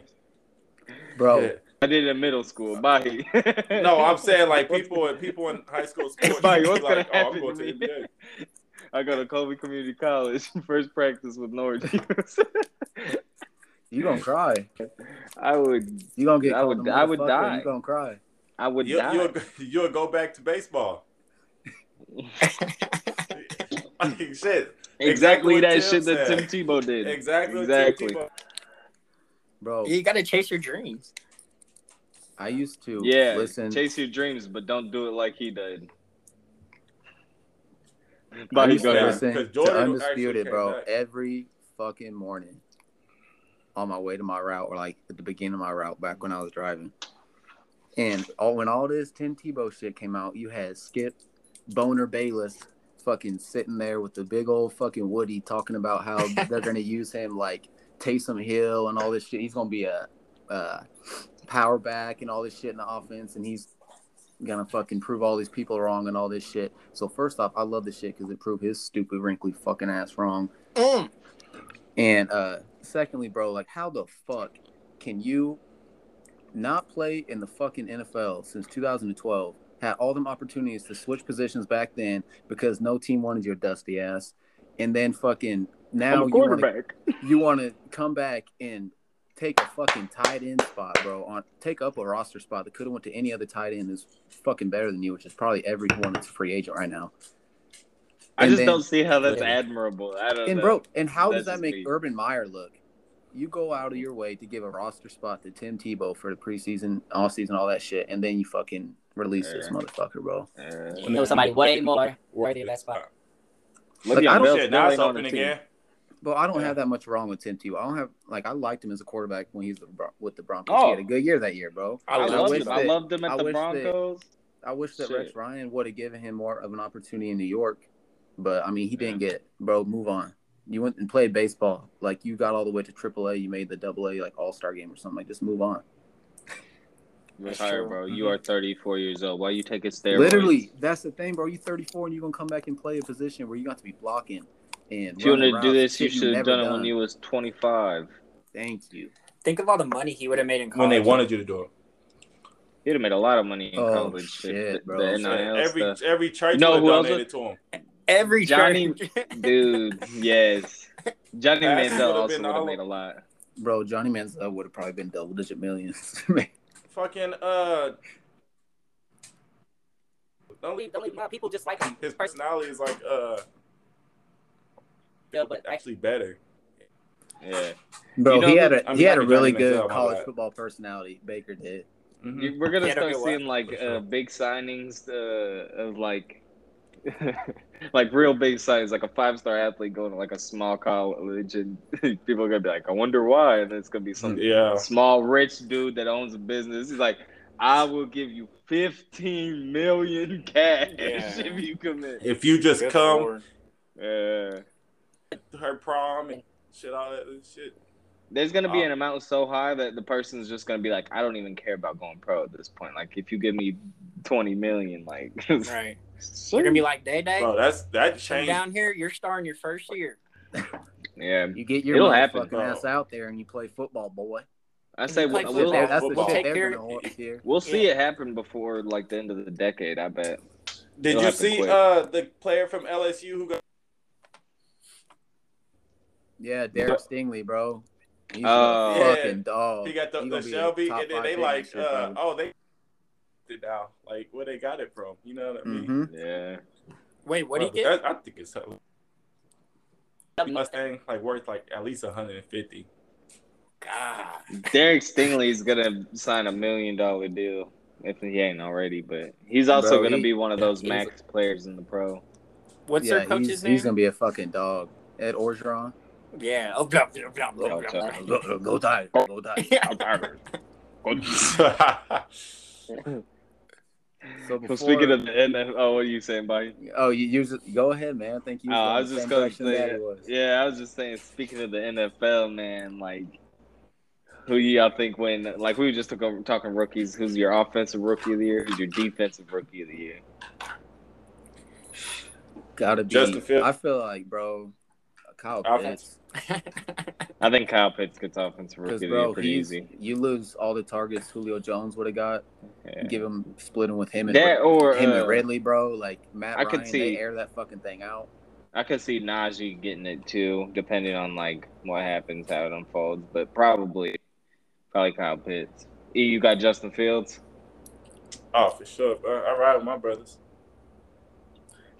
[SPEAKER 1] Bro,
[SPEAKER 2] Yeah.
[SPEAKER 5] I did it in middle school. Bye.
[SPEAKER 2] (laughs) No, I'm saying
[SPEAKER 5] (laughs)
[SPEAKER 2] like people people in high school sports
[SPEAKER 5] Mike,
[SPEAKER 2] be
[SPEAKER 5] what's gonna
[SPEAKER 2] like, oh, I'm
[SPEAKER 5] happen
[SPEAKER 2] going
[SPEAKER 5] to
[SPEAKER 2] to
[SPEAKER 5] me?"
[SPEAKER 2] NBA.
[SPEAKER 5] I go to Kobe Community College. (laughs) First practice with Norwich.
[SPEAKER 1] you gonna cry.
[SPEAKER 5] (laughs) I would,
[SPEAKER 1] You gonna get
[SPEAKER 5] I
[SPEAKER 1] called
[SPEAKER 5] would-
[SPEAKER 1] a
[SPEAKER 5] I would
[SPEAKER 1] motherfucker,
[SPEAKER 5] die.
[SPEAKER 1] You gonna cry.
[SPEAKER 5] I would
[SPEAKER 2] You'll,
[SPEAKER 5] die.
[SPEAKER 2] you'll, you'll go back to
[SPEAKER 5] (laughs)
[SPEAKER 2] baseball. (laughs) Like, shit. exactly
[SPEAKER 5] exactly
[SPEAKER 2] what
[SPEAKER 5] that
[SPEAKER 2] Tim
[SPEAKER 5] shit that
[SPEAKER 2] said.
[SPEAKER 5] Tim Tebow did.
[SPEAKER 2] Exactly. what Tim
[SPEAKER 5] Exactly.
[SPEAKER 2] Tebow-
[SPEAKER 1] Bro,
[SPEAKER 3] you got to chase your dreams.
[SPEAKER 1] I used to
[SPEAKER 5] Yeah,
[SPEAKER 1] listen
[SPEAKER 5] chase your dreams, but don't do it like he did. But
[SPEAKER 1] I
[SPEAKER 5] he
[SPEAKER 1] used to
[SPEAKER 5] go
[SPEAKER 2] Yeah.
[SPEAKER 5] ahead.
[SPEAKER 1] listen
[SPEAKER 2] 'Cause
[SPEAKER 1] to
[SPEAKER 2] Jordan actually
[SPEAKER 1] Undisputed,
[SPEAKER 2] came
[SPEAKER 1] bro,
[SPEAKER 2] back.
[SPEAKER 1] every fucking morning on my way to my route or like at the beginning of my route back when I was driving. And all when all this Tim Tebow shit came out, you had Skip Boner Bayless fucking sitting there with the big old fucking Woody talking about how they're gonna use him like Taysom Hill and all this shit. He's gonna be a uh, power back and all this shit in the offense, and he's gonna fucking prove all these people wrong and all this shit. So first off, I love this shit because it proved his stupid, wrinkly fucking ass wrong.
[SPEAKER 3] Mm.
[SPEAKER 1] And uh secondly, bro, like how the fuck can you not play in the fucking NFL since 2012? Had all them opportunities to switch positions back then because no team wanted your dusty ass, and then fucking now
[SPEAKER 5] I'm a
[SPEAKER 1] you want to
[SPEAKER 5] quarterback.
[SPEAKER 1] you want to come back and take a fucking tight end spot, bro. On take up a roster spot that could have went to any other tight end who's fucking better than you, which is probably everyone that's a free agent right now.
[SPEAKER 5] I
[SPEAKER 1] And
[SPEAKER 5] just
[SPEAKER 1] then-
[SPEAKER 5] don't see how that's
[SPEAKER 1] Yeah.
[SPEAKER 5] admirable. I don't
[SPEAKER 1] And
[SPEAKER 5] know.
[SPEAKER 1] bro, and how
[SPEAKER 5] That's
[SPEAKER 1] does that
[SPEAKER 5] just
[SPEAKER 1] make
[SPEAKER 5] me.
[SPEAKER 1] Urban Meyer look? You go out of your way to give a roster spot to Tim Tebow for the preseason, offseason, all that shit, and then you fucking release this
[SPEAKER 5] Yeah.
[SPEAKER 1] motherfucker, bro.
[SPEAKER 5] Uh,
[SPEAKER 3] Know somebody way more worthy of that spot.
[SPEAKER 1] Like, I
[SPEAKER 5] Le'Veon
[SPEAKER 1] don't-
[SPEAKER 5] Bell
[SPEAKER 2] Shit, now
[SPEAKER 5] still
[SPEAKER 2] it's
[SPEAKER 5] ain't on the
[SPEAKER 2] open
[SPEAKER 5] team.
[SPEAKER 2] again.
[SPEAKER 1] But I don't
[SPEAKER 2] Yeah.
[SPEAKER 1] have that much wrong with Tim Tebow. I don't have like I liked him as a quarterback when he was the, Bron- with the Broncos.
[SPEAKER 5] Oh.
[SPEAKER 1] He had a good year that year, bro.
[SPEAKER 5] I,
[SPEAKER 1] I
[SPEAKER 5] loved
[SPEAKER 1] wish
[SPEAKER 5] him. I
[SPEAKER 1] that-
[SPEAKER 5] loved him at
[SPEAKER 1] I
[SPEAKER 5] the
[SPEAKER 1] wish that-
[SPEAKER 5] Broncos.
[SPEAKER 1] I wish that
[SPEAKER 5] Shit.
[SPEAKER 1] Rex Ryan would have given him more of an opportunity in New York, but I mean he didn't
[SPEAKER 5] Yeah.
[SPEAKER 1] get it. Bro, move on. You went and played baseball. Like you got all the way to AAA. You made the AA like All Star game or something. Like just move on.
[SPEAKER 3] That's
[SPEAKER 5] Retire,
[SPEAKER 3] true.
[SPEAKER 5] bro.
[SPEAKER 2] Mm-hmm.
[SPEAKER 5] You are 34 years old. Why you taking steroids?
[SPEAKER 1] Literally, that's the thing, bro. You 34 and you gonna come back and play a position where you got to be blocking and
[SPEAKER 5] If you
[SPEAKER 1] running
[SPEAKER 5] want to do
[SPEAKER 1] routes,
[SPEAKER 5] this, you
[SPEAKER 1] shit
[SPEAKER 5] should have
[SPEAKER 1] never
[SPEAKER 5] done, it when you was 25.
[SPEAKER 1] Thank you.
[SPEAKER 3] Think of all the money he would have made in college.
[SPEAKER 2] When they wanted you to do it.
[SPEAKER 5] You'd have made a lot of money in
[SPEAKER 1] Oh,
[SPEAKER 5] college.
[SPEAKER 1] shit,
[SPEAKER 5] if the-
[SPEAKER 1] bro.
[SPEAKER 5] The
[SPEAKER 1] Shit,
[SPEAKER 5] NIL
[SPEAKER 2] Every (laughs)
[SPEAKER 5] stuff.
[SPEAKER 2] every church
[SPEAKER 5] You know
[SPEAKER 2] would
[SPEAKER 5] who
[SPEAKER 2] have
[SPEAKER 5] else
[SPEAKER 2] donated to him.
[SPEAKER 3] every
[SPEAKER 5] Johnny-
[SPEAKER 3] church. (laughs)
[SPEAKER 5] Dude, yes. Johnny
[SPEAKER 2] Passes
[SPEAKER 5] Manziel
[SPEAKER 2] would've
[SPEAKER 5] also
[SPEAKER 2] been
[SPEAKER 5] would have
[SPEAKER 2] all-
[SPEAKER 5] made a lot.
[SPEAKER 1] Bro, Johnny Manziel would have probably been double digit millions. (laughs)
[SPEAKER 2] Fucking uh, don't
[SPEAKER 3] Don't leave my people just like him.
[SPEAKER 2] (laughs) his personality is like uh,
[SPEAKER 3] Yeah, but I-
[SPEAKER 2] actually better.
[SPEAKER 5] Yeah.
[SPEAKER 1] bro,
[SPEAKER 5] You know
[SPEAKER 1] he had
[SPEAKER 2] who-
[SPEAKER 1] a
[SPEAKER 2] I mean,
[SPEAKER 1] he had a
[SPEAKER 2] not Johnny
[SPEAKER 1] really
[SPEAKER 2] Manziel,
[SPEAKER 1] good
[SPEAKER 2] my
[SPEAKER 1] college
[SPEAKER 2] bad.
[SPEAKER 1] football personality. Baker did.
[SPEAKER 5] You- We're gonna
[SPEAKER 3] (laughs) Yeah,
[SPEAKER 5] start
[SPEAKER 3] that'd be a lot,
[SPEAKER 5] seeing like
[SPEAKER 2] for
[SPEAKER 5] uh,
[SPEAKER 2] sure.
[SPEAKER 5] big signings uh, of like (laughs) like real big size, like a five star athlete going to like a small college, and (laughs) people are gonna be like, "I wonder why," and it's gonna be some
[SPEAKER 2] Mm-hmm. Yeah.
[SPEAKER 5] small rich dude that owns a business. He's like, "I will give you fifteen million (laughs) cash
[SPEAKER 4] Yeah.
[SPEAKER 5] if you commit." Uh,
[SPEAKER 2] If you just
[SPEAKER 4] Good
[SPEAKER 2] come
[SPEAKER 4] lord.
[SPEAKER 5] Yeah.
[SPEAKER 2] to her prom and shit, all that other shit.
[SPEAKER 5] There's gonna be
[SPEAKER 2] Oh.
[SPEAKER 5] an amount so high that the person's just gonna be like, "I don't even care about going pro at this point." Like, if you give me twenty million, like, (laughs)
[SPEAKER 4] Right.
[SPEAKER 3] They're gonna be like, Day Day,
[SPEAKER 2] Bro, that's that
[SPEAKER 3] come
[SPEAKER 2] changed.
[SPEAKER 3] down here. You're starting your first year.
[SPEAKER 5] yeah,
[SPEAKER 1] You get your
[SPEAKER 5] It'll happen,
[SPEAKER 1] fucking
[SPEAKER 2] bro.
[SPEAKER 1] ass out there and you play football, boy.
[SPEAKER 5] I say
[SPEAKER 3] You play
[SPEAKER 5] we'll,
[SPEAKER 1] That's
[SPEAKER 5] we'll,
[SPEAKER 1] the- that's
[SPEAKER 5] we'll-
[SPEAKER 1] the shit
[SPEAKER 3] Take
[SPEAKER 1] they're
[SPEAKER 3] care.
[SPEAKER 1] gonna want to hear.
[SPEAKER 5] we'll see it happen before like the end of the decade. I bet.
[SPEAKER 2] Did
[SPEAKER 5] It'll
[SPEAKER 2] you
[SPEAKER 5] happen
[SPEAKER 2] see
[SPEAKER 5] quick.
[SPEAKER 2] uh the player from LSU who got
[SPEAKER 1] (laughs) Yeah, Derek Stingley, bro. He's
[SPEAKER 5] Oh.
[SPEAKER 1] a fucking dog.
[SPEAKER 2] he got the,
[SPEAKER 1] He
[SPEAKER 2] the
[SPEAKER 1] gonna be
[SPEAKER 2] Shelby
[SPEAKER 1] top
[SPEAKER 2] and then
[SPEAKER 1] five
[SPEAKER 2] they
[SPEAKER 1] pick
[SPEAKER 2] like
[SPEAKER 1] next year,
[SPEAKER 2] uh
[SPEAKER 1] probably.
[SPEAKER 2] oh they it now like where they got it from you know what I mean?
[SPEAKER 1] Mhm.
[SPEAKER 5] Yeah.
[SPEAKER 3] Wait, what do you
[SPEAKER 2] Bro,
[SPEAKER 3] get?
[SPEAKER 2] that- I think it's something. Mustang like worth like at least 150.
[SPEAKER 3] God.
[SPEAKER 5] Derek Stingley's gonna sign a million dollar deal if he ain't already, but he's also
[SPEAKER 1] Bro,
[SPEAKER 5] gonna
[SPEAKER 1] he-
[SPEAKER 5] be one of those
[SPEAKER 3] he's-
[SPEAKER 5] max players in the pro.
[SPEAKER 3] What's
[SPEAKER 1] yeah,
[SPEAKER 3] their coach's
[SPEAKER 1] he's,
[SPEAKER 3] name?
[SPEAKER 1] he's gonna be a fucking dog. Ed Orgeron.
[SPEAKER 3] Yeah. Oh, blah, blah, blah, blah,
[SPEAKER 5] Oh,
[SPEAKER 3] blah,
[SPEAKER 5] tough.
[SPEAKER 3] blah.
[SPEAKER 1] Go, go die. Go die.
[SPEAKER 3] Yeah.
[SPEAKER 1] So
[SPEAKER 5] Well,
[SPEAKER 1] before,
[SPEAKER 5] (laughs) speaking of the NFL, what are you saying, buddy?
[SPEAKER 1] (laughs) oh, you, you just- go ahead, man. I think you.
[SPEAKER 5] Oh, I
[SPEAKER 1] was
[SPEAKER 5] was
[SPEAKER 1] on the
[SPEAKER 5] just
[SPEAKER 1] same
[SPEAKER 5] gonna
[SPEAKER 1] question
[SPEAKER 5] say,
[SPEAKER 1] Daddy was.
[SPEAKER 5] yeah, I was just saying. Speaking of the NFL, man, like who y'all think when? Like we were just talking, talking rookies. Who's your offensive rookie of the year? Who's your defensive rookie of the year?
[SPEAKER 1] Gotta be.
[SPEAKER 2] Justin Fields.
[SPEAKER 1] I feel like, bro, Kyle
[SPEAKER 2] Offense.
[SPEAKER 1] Pitts.
[SPEAKER 5] I think Kyle Pitts gets offensive
[SPEAKER 1] Because,
[SPEAKER 5] rookie of the year
[SPEAKER 1] bro,
[SPEAKER 5] pretty
[SPEAKER 1] he's,
[SPEAKER 5] easy.
[SPEAKER 1] you lose all the targets Julio Jones would have got.
[SPEAKER 5] Yeah.
[SPEAKER 1] Give him, split him with him and,
[SPEAKER 5] That or
[SPEAKER 1] him
[SPEAKER 5] uh,
[SPEAKER 1] and Ridley, bro. Like, Matt
[SPEAKER 5] I
[SPEAKER 1] Ryan,
[SPEAKER 5] could see-
[SPEAKER 1] they air that fucking thing out.
[SPEAKER 5] I could see Najee getting it too, depending on like what happens, how it unfolds. But probably, probably Kyle Pitts. E, you got Justin Fields.
[SPEAKER 2] oh, for sure, bro. I ride with my brothers.
[SPEAKER 3] (laughs)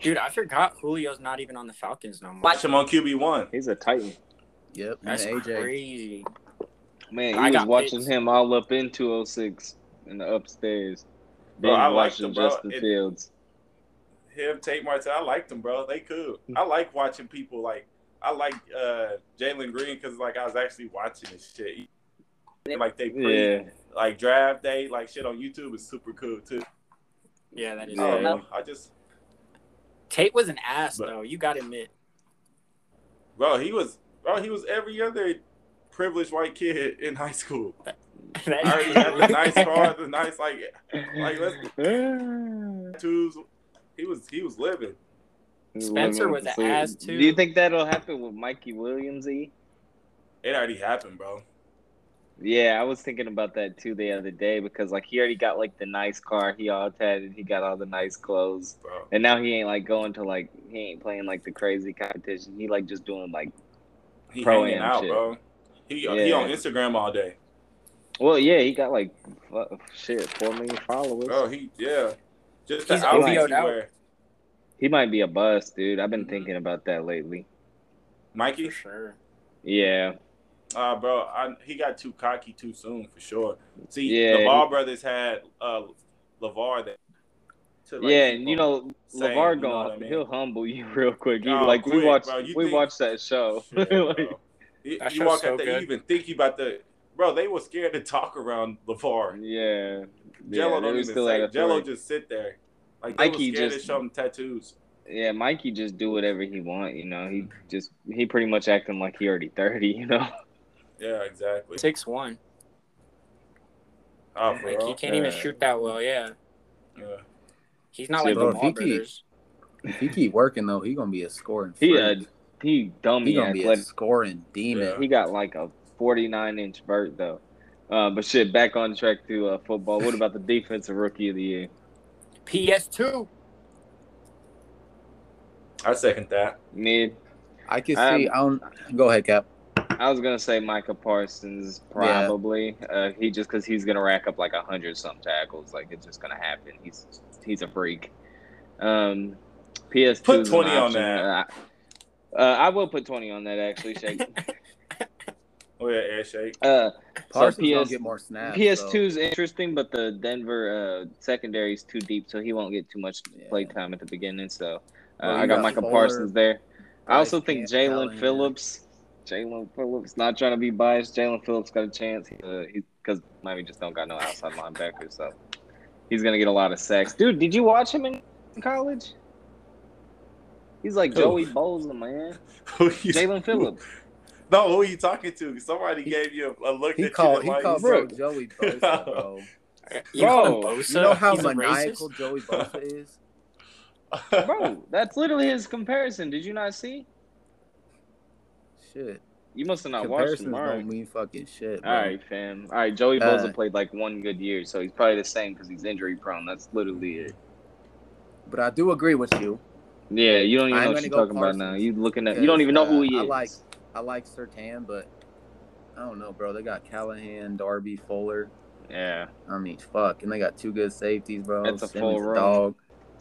[SPEAKER 3] Dude, I forgot Julio's not even on the Falcons no more.
[SPEAKER 2] Watch him on QB one.
[SPEAKER 5] He's a Titan.
[SPEAKER 1] Yep.
[SPEAKER 3] That's
[SPEAKER 1] and AJ.
[SPEAKER 3] crazy.
[SPEAKER 5] Man,
[SPEAKER 3] I
[SPEAKER 5] I was
[SPEAKER 3] got
[SPEAKER 5] watching
[SPEAKER 3] Pitts.
[SPEAKER 5] him all up in 206 in the upstairs.
[SPEAKER 2] Bro,
[SPEAKER 5] Then
[SPEAKER 2] I liked
[SPEAKER 5] watching
[SPEAKER 2] him, bro.
[SPEAKER 5] Justin
[SPEAKER 2] It-
[SPEAKER 5] Fields.
[SPEAKER 2] Him, Tate Martin. I liked them, bro. They cool. I like watching people like. I like uh, Jalen Green because like I was actually watching this shit. Like they pre
[SPEAKER 5] Yeah,
[SPEAKER 2] like draft day like shit on YouTube is super cool too.
[SPEAKER 3] Yeah, that is.
[SPEAKER 2] I, don't
[SPEAKER 5] Yeah.
[SPEAKER 2] know. Oh, I just
[SPEAKER 3] Tate was an ass
[SPEAKER 2] But-
[SPEAKER 3] though. You got to admit. (laughs)
[SPEAKER 2] bro he was bro he was every other privileged white kid in high
[SPEAKER 5] (laughs)
[SPEAKER 2] school.
[SPEAKER 3] That-
[SPEAKER 2] I already had the nice car, the nice like Like,
[SPEAKER 5] (laughs)
[SPEAKER 2] tattoos. He was he was living.
[SPEAKER 3] Spencer was an
[SPEAKER 5] So,
[SPEAKER 3] ass,
[SPEAKER 5] Do you
[SPEAKER 3] too.
[SPEAKER 5] think that'll happen with Mikey Williams? E?
[SPEAKER 2] It already happened, bro.
[SPEAKER 5] Yeah, I was thinking about that too the other day because like he already got like the nice car, he all tatted, he got all the nice clothes.
[SPEAKER 2] Bro,
[SPEAKER 5] And now he ain't like going to like he ain't playing like the crazy competition. He like just doing like
[SPEAKER 2] he
[SPEAKER 5] Pro
[SPEAKER 2] hanging
[SPEAKER 5] am
[SPEAKER 2] out,
[SPEAKER 5] shit.
[SPEAKER 2] bro. He he
[SPEAKER 5] Yeah.
[SPEAKER 2] on Instagram all day.
[SPEAKER 5] well yeah he got like fu- shit four million followers.
[SPEAKER 2] Bro, he yeah. Just
[SPEAKER 3] He's
[SPEAKER 2] the outfits
[SPEAKER 3] OVO'd
[SPEAKER 2] he
[SPEAKER 3] out.
[SPEAKER 2] wear.
[SPEAKER 5] He might be a bust, dude. I've been
[SPEAKER 2] Mhm.
[SPEAKER 5] thinking about that lately.
[SPEAKER 2] Mikey,
[SPEAKER 3] For sure.
[SPEAKER 5] Yeah,
[SPEAKER 2] uh, bro, I, he got too cocky too soon for sure. See,
[SPEAKER 5] Yeah.
[SPEAKER 2] the Ball brothers had uh, Lavar that. to, like,
[SPEAKER 5] yeah,
[SPEAKER 2] keep
[SPEAKER 5] and you
[SPEAKER 2] on
[SPEAKER 5] know
[SPEAKER 2] saying,
[SPEAKER 5] Levar
[SPEAKER 2] you know
[SPEAKER 5] going,
[SPEAKER 2] what I mean?
[SPEAKER 5] he'll humble you (laughs) real quick. You
[SPEAKER 2] Oh,
[SPEAKER 5] like we
[SPEAKER 2] quick,
[SPEAKER 5] watched
[SPEAKER 2] bro. You
[SPEAKER 5] we
[SPEAKER 2] think-
[SPEAKER 5] watched that (laughs) show.
[SPEAKER 2] Shit, bro.
[SPEAKER 5] Like,
[SPEAKER 2] you,
[SPEAKER 3] That
[SPEAKER 2] you
[SPEAKER 3] show's
[SPEAKER 2] walk
[SPEAKER 3] so
[SPEAKER 2] out there,
[SPEAKER 3] good.
[SPEAKER 2] you even think you about the bro. They were scared to talk around Lavar.
[SPEAKER 5] yeah,
[SPEAKER 2] Jello
[SPEAKER 5] yeah, they
[SPEAKER 2] don't
[SPEAKER 5] were
[SPEAKER 2] even
[SPEAKER 5] still at
[SPEAKER 2] say.
[SPEAKER 5] a
[SPEAKER 2] Jello
[SPEAKER 5] three.
[SPEAKER 2] just sit there. Like they
[SPEAKER 5] Mikey
[SPEAKER 2] were scared
[SPEAKER 5] just-
[SPEAKER 2] to show him tattoos.
[SPEAKER 5] Yeah, Mikey just do whatever he want. You know, he just he pretty much acting like he already thirty. (laughs) You know,
[SPEAKER 2] Yeah, exactly.
[SPEAKER 3] Six one.
[SPEAKER 2] Oh,
[SPEAKER 3] Like he can't
[SPEAKER 5] Yeah.
[SPEAKER 3] even shoot that well. Yeah.
[SPEAKER 2] Yeah.
[SPEAKER 3] He's not
[SPEAKER 5] See,
[SPEAKER 3] like
[SPEAKER 5] bro,
[SPEAKER 3] the Ball
[SPEAKER 1] if he keep-
[SPEAKER 3] brothers.
[SPEAKER 1] If he keep working, though, he going to be a scoring
[SPEAKER 5] he
[SPEAKER 1] freak.
[SPEAKER 5] a he
[SPEAKER 1] He
[SPEAKER 5] dummy
[SPEAKER 1] going to be a
[SPEAKER 5] athletic.
[SPEAKER 1] scoring demon.
[SPEAKER 2] Yeah.
[SPEAKER 5] He got like a forty nine inch vert though. Uh, but shit, back on track to uh, football. What about the defensive rookie of the year?
[SPEAKER 3] PS two.
[SPEAKER 2] I second that.
[SPEAKER 5] Mid.
[SPEAKER 1] I can
[SPEAKER 5] I'm-
[SPEAKER 1] see. I don't. Go ahead, Cap.
[SPEAKER 5] I was gonna say Micah Parsons probably. Uh, he just because he's gonna rack up like a hundred some tackles. Like it's just gonna happen. He's he's a freak. Um, PS
[SPEAKER 2] Put 20 on that.
[SPEAKER 1] (laughs)
[SPEAKER 5] Uh, I will put twenty on that actually, Shake.
[SPEAKER 2] Oh yeah, air shake.
[SPEAKER 5] uh,
[SPEAKER 1] Parsons gonna
[SPEAKER 5] PS
[SPEAKER 1] get more snaps.
[SPEAKER 5] PS2
[SPEAKER 1] so-
[SPEAKER 5] is interesting, but the Denver uh, secondary is too deep, so he won't get too much
[SPEAKER 1] Yeah.
[SPEAKER 5] play time at the beginning. So uh,
[SPEAKER 1] Well,
[SPEAKER 5] I
[SPEAKER 1] you
[SPEAKER 5] got,
[SPEAKER 1] got
[SPEAKER 5] Michael
[SPEAKER 1] Fuller,
[SPEAKER 5] Parsons there. I
[SPEAKER 1] Bryce
[SPEAKER 5] also think
[SPEAKER 1] Camp,
[SPEAKER 5] Jalen
[SPEAKER 1] Callahan.
[SPEAKER 5] Phillips. Jalen Phillips, not trying to be biased. Jalen Phillips got a chance because uh, he- 'cause Miami just don't got no outside linebackers, so he's gonna get a lot of sacks. Dude, did you watch him in college? He's like
[SPEAKER 2] Who?
[SPEAKER 5] Joey Bosa,
[SPEAKER 2] (laughs)
[SPEAKER 5] man.
[SPEAKER 2] (laughs) Who you-
[SPEAKER 5] Jalen Phillips.
[SPEAKER 2] No, who are you talking to? Somebody gave you a, a look
[SPEAKER 1] He
[SPEAKER 2] that
[SPEAKER 1] called
[SPEAKER 2] you
[SPEAKER 1] he
[SPEAKER 2] didn't
[SPEAKER 1] called
[SPEAKER 2] like.
[SPEAKER 1] bro,
[SPEAKER 5] Bro.
[SPEAKER 1] Joey
[SPEAKER 5] (laughs)
[SPEAKER 1] Bosa, bro.
[SPEAKER 3] You call him
[SPEAKER 5] Bro,
[SPEAKER 3] Bosa?
[SPEAKER 1] You know how
[SPEAKER 3] He's a
[SPEAKER 1] maniacal
[SPEAKER 3] racist?
[SPEAKER 1] Joey Bosa is?
[SPEAKER 5] Bro, that's literally his comparison. Did you not see?
[SPEAKER 1] Shit.
[SPEAKER 5] You must have not watched
[SPEAKER 1] Comparisons
[SPEAKER 5] him. Mark.
[SPEAKER 1] don't mean fucking shit. Bro.
[SPEAKER 5] All right, fam. All right, Joey
[SPEAKER 1] Uh,
[SPEAKER 5] Bosa played like one good year, so he's probably the same because he's injury prone. That's literally it.
[SPEAKER 1] But I do agree with you.
[SPEAKER 5] Yeah, you don't even
[SPEAKER 1] I'm
[SPEAKER 5] know what
[SPEAKER 1] gonna
[SPEAKER 5] you're
[SPEAKER 1] go
[SPEAKER 5] talking
[SPEAKER 1] Parsons,
[SPEAKER 5] about now. You looking at you don't even know
[SPEAKER 1] because, uh,
[SPEAKER 5] who he is.
[SPEAKER 1] I like- I like Sertan, but I don't know, bro. They got Callahan, Darby, Fuller.
[SPEAKER 5] yeah,
[SPEAKER 1] I mean, fuck, and they got two good safeties, bro.
[SPEAKER 5] That's a full
[SPEAKER 1] Simmons,
[SPEAKER 5] room.
[SPEAKER 1] dog.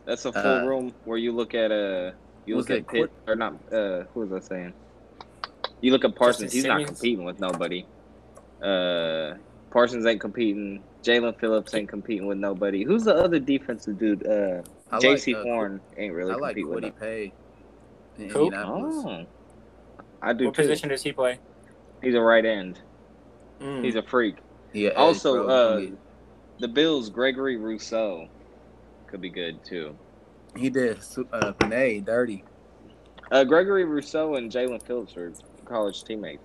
[SPEAKER 5] that's a full
[SPEAKER 1] Uh,
[SPEAKER 5] room where you look at uh you
[SPEAKER 1] was
[SPEAKER 5] look at
[SPEAKER 1] it
[SPEAKER 5] Pitt or not uh who was I saying? You look at Parsons.
[SPEAKER 3] Justin
[SPEAKER 5] He's not
[SPEAKER 3] Simmons?
[SPEAKER 5] competing with nobody. Uh, Parsons ain't competing. Jalen Phillips ain't competing with nobody. Who's the other defensive dude? Uh,
[SPEAKER 1] I
[SPEAKER 5] J.C.
[SPEAKER 1] like, uh,
[SPEAKER 5] Horn ain't really
[SPEAKER 1] I like
[SPEAKER 5] competing with.
[SPEAKER 1] Quiddy
[SPEAKER 5] no-
[SPEAKER 1] Pay in
[SPEAKER 3] Who?
[SPEAKER 1] Indianapolis.
[SPEAKER 5] Oh, I do
[SPEAKER 3] What
[SPEAKER 5] too.
[SPEAKER 3] position does he play?
[SPEAKER 5] He's a right end.
[SPEAKER 3] Mm.
[SPEAKER 5] He's a freak.
[SPEAKER 1] Yeah. Edge,
[SPEAKER 5] Also,
[SPEAKER 1] bro.
[SPEAKER 5] uh,
[SPEAKER 1] He-
[SPEAKER 5] the Bills, Gregory Rousseau could be good too.
[SPEAKER 1] he did su- uh, Panay dirty.
[SPEAKER 5] Uh, Gregory Rousseau and Jalen Phillips are college teammates.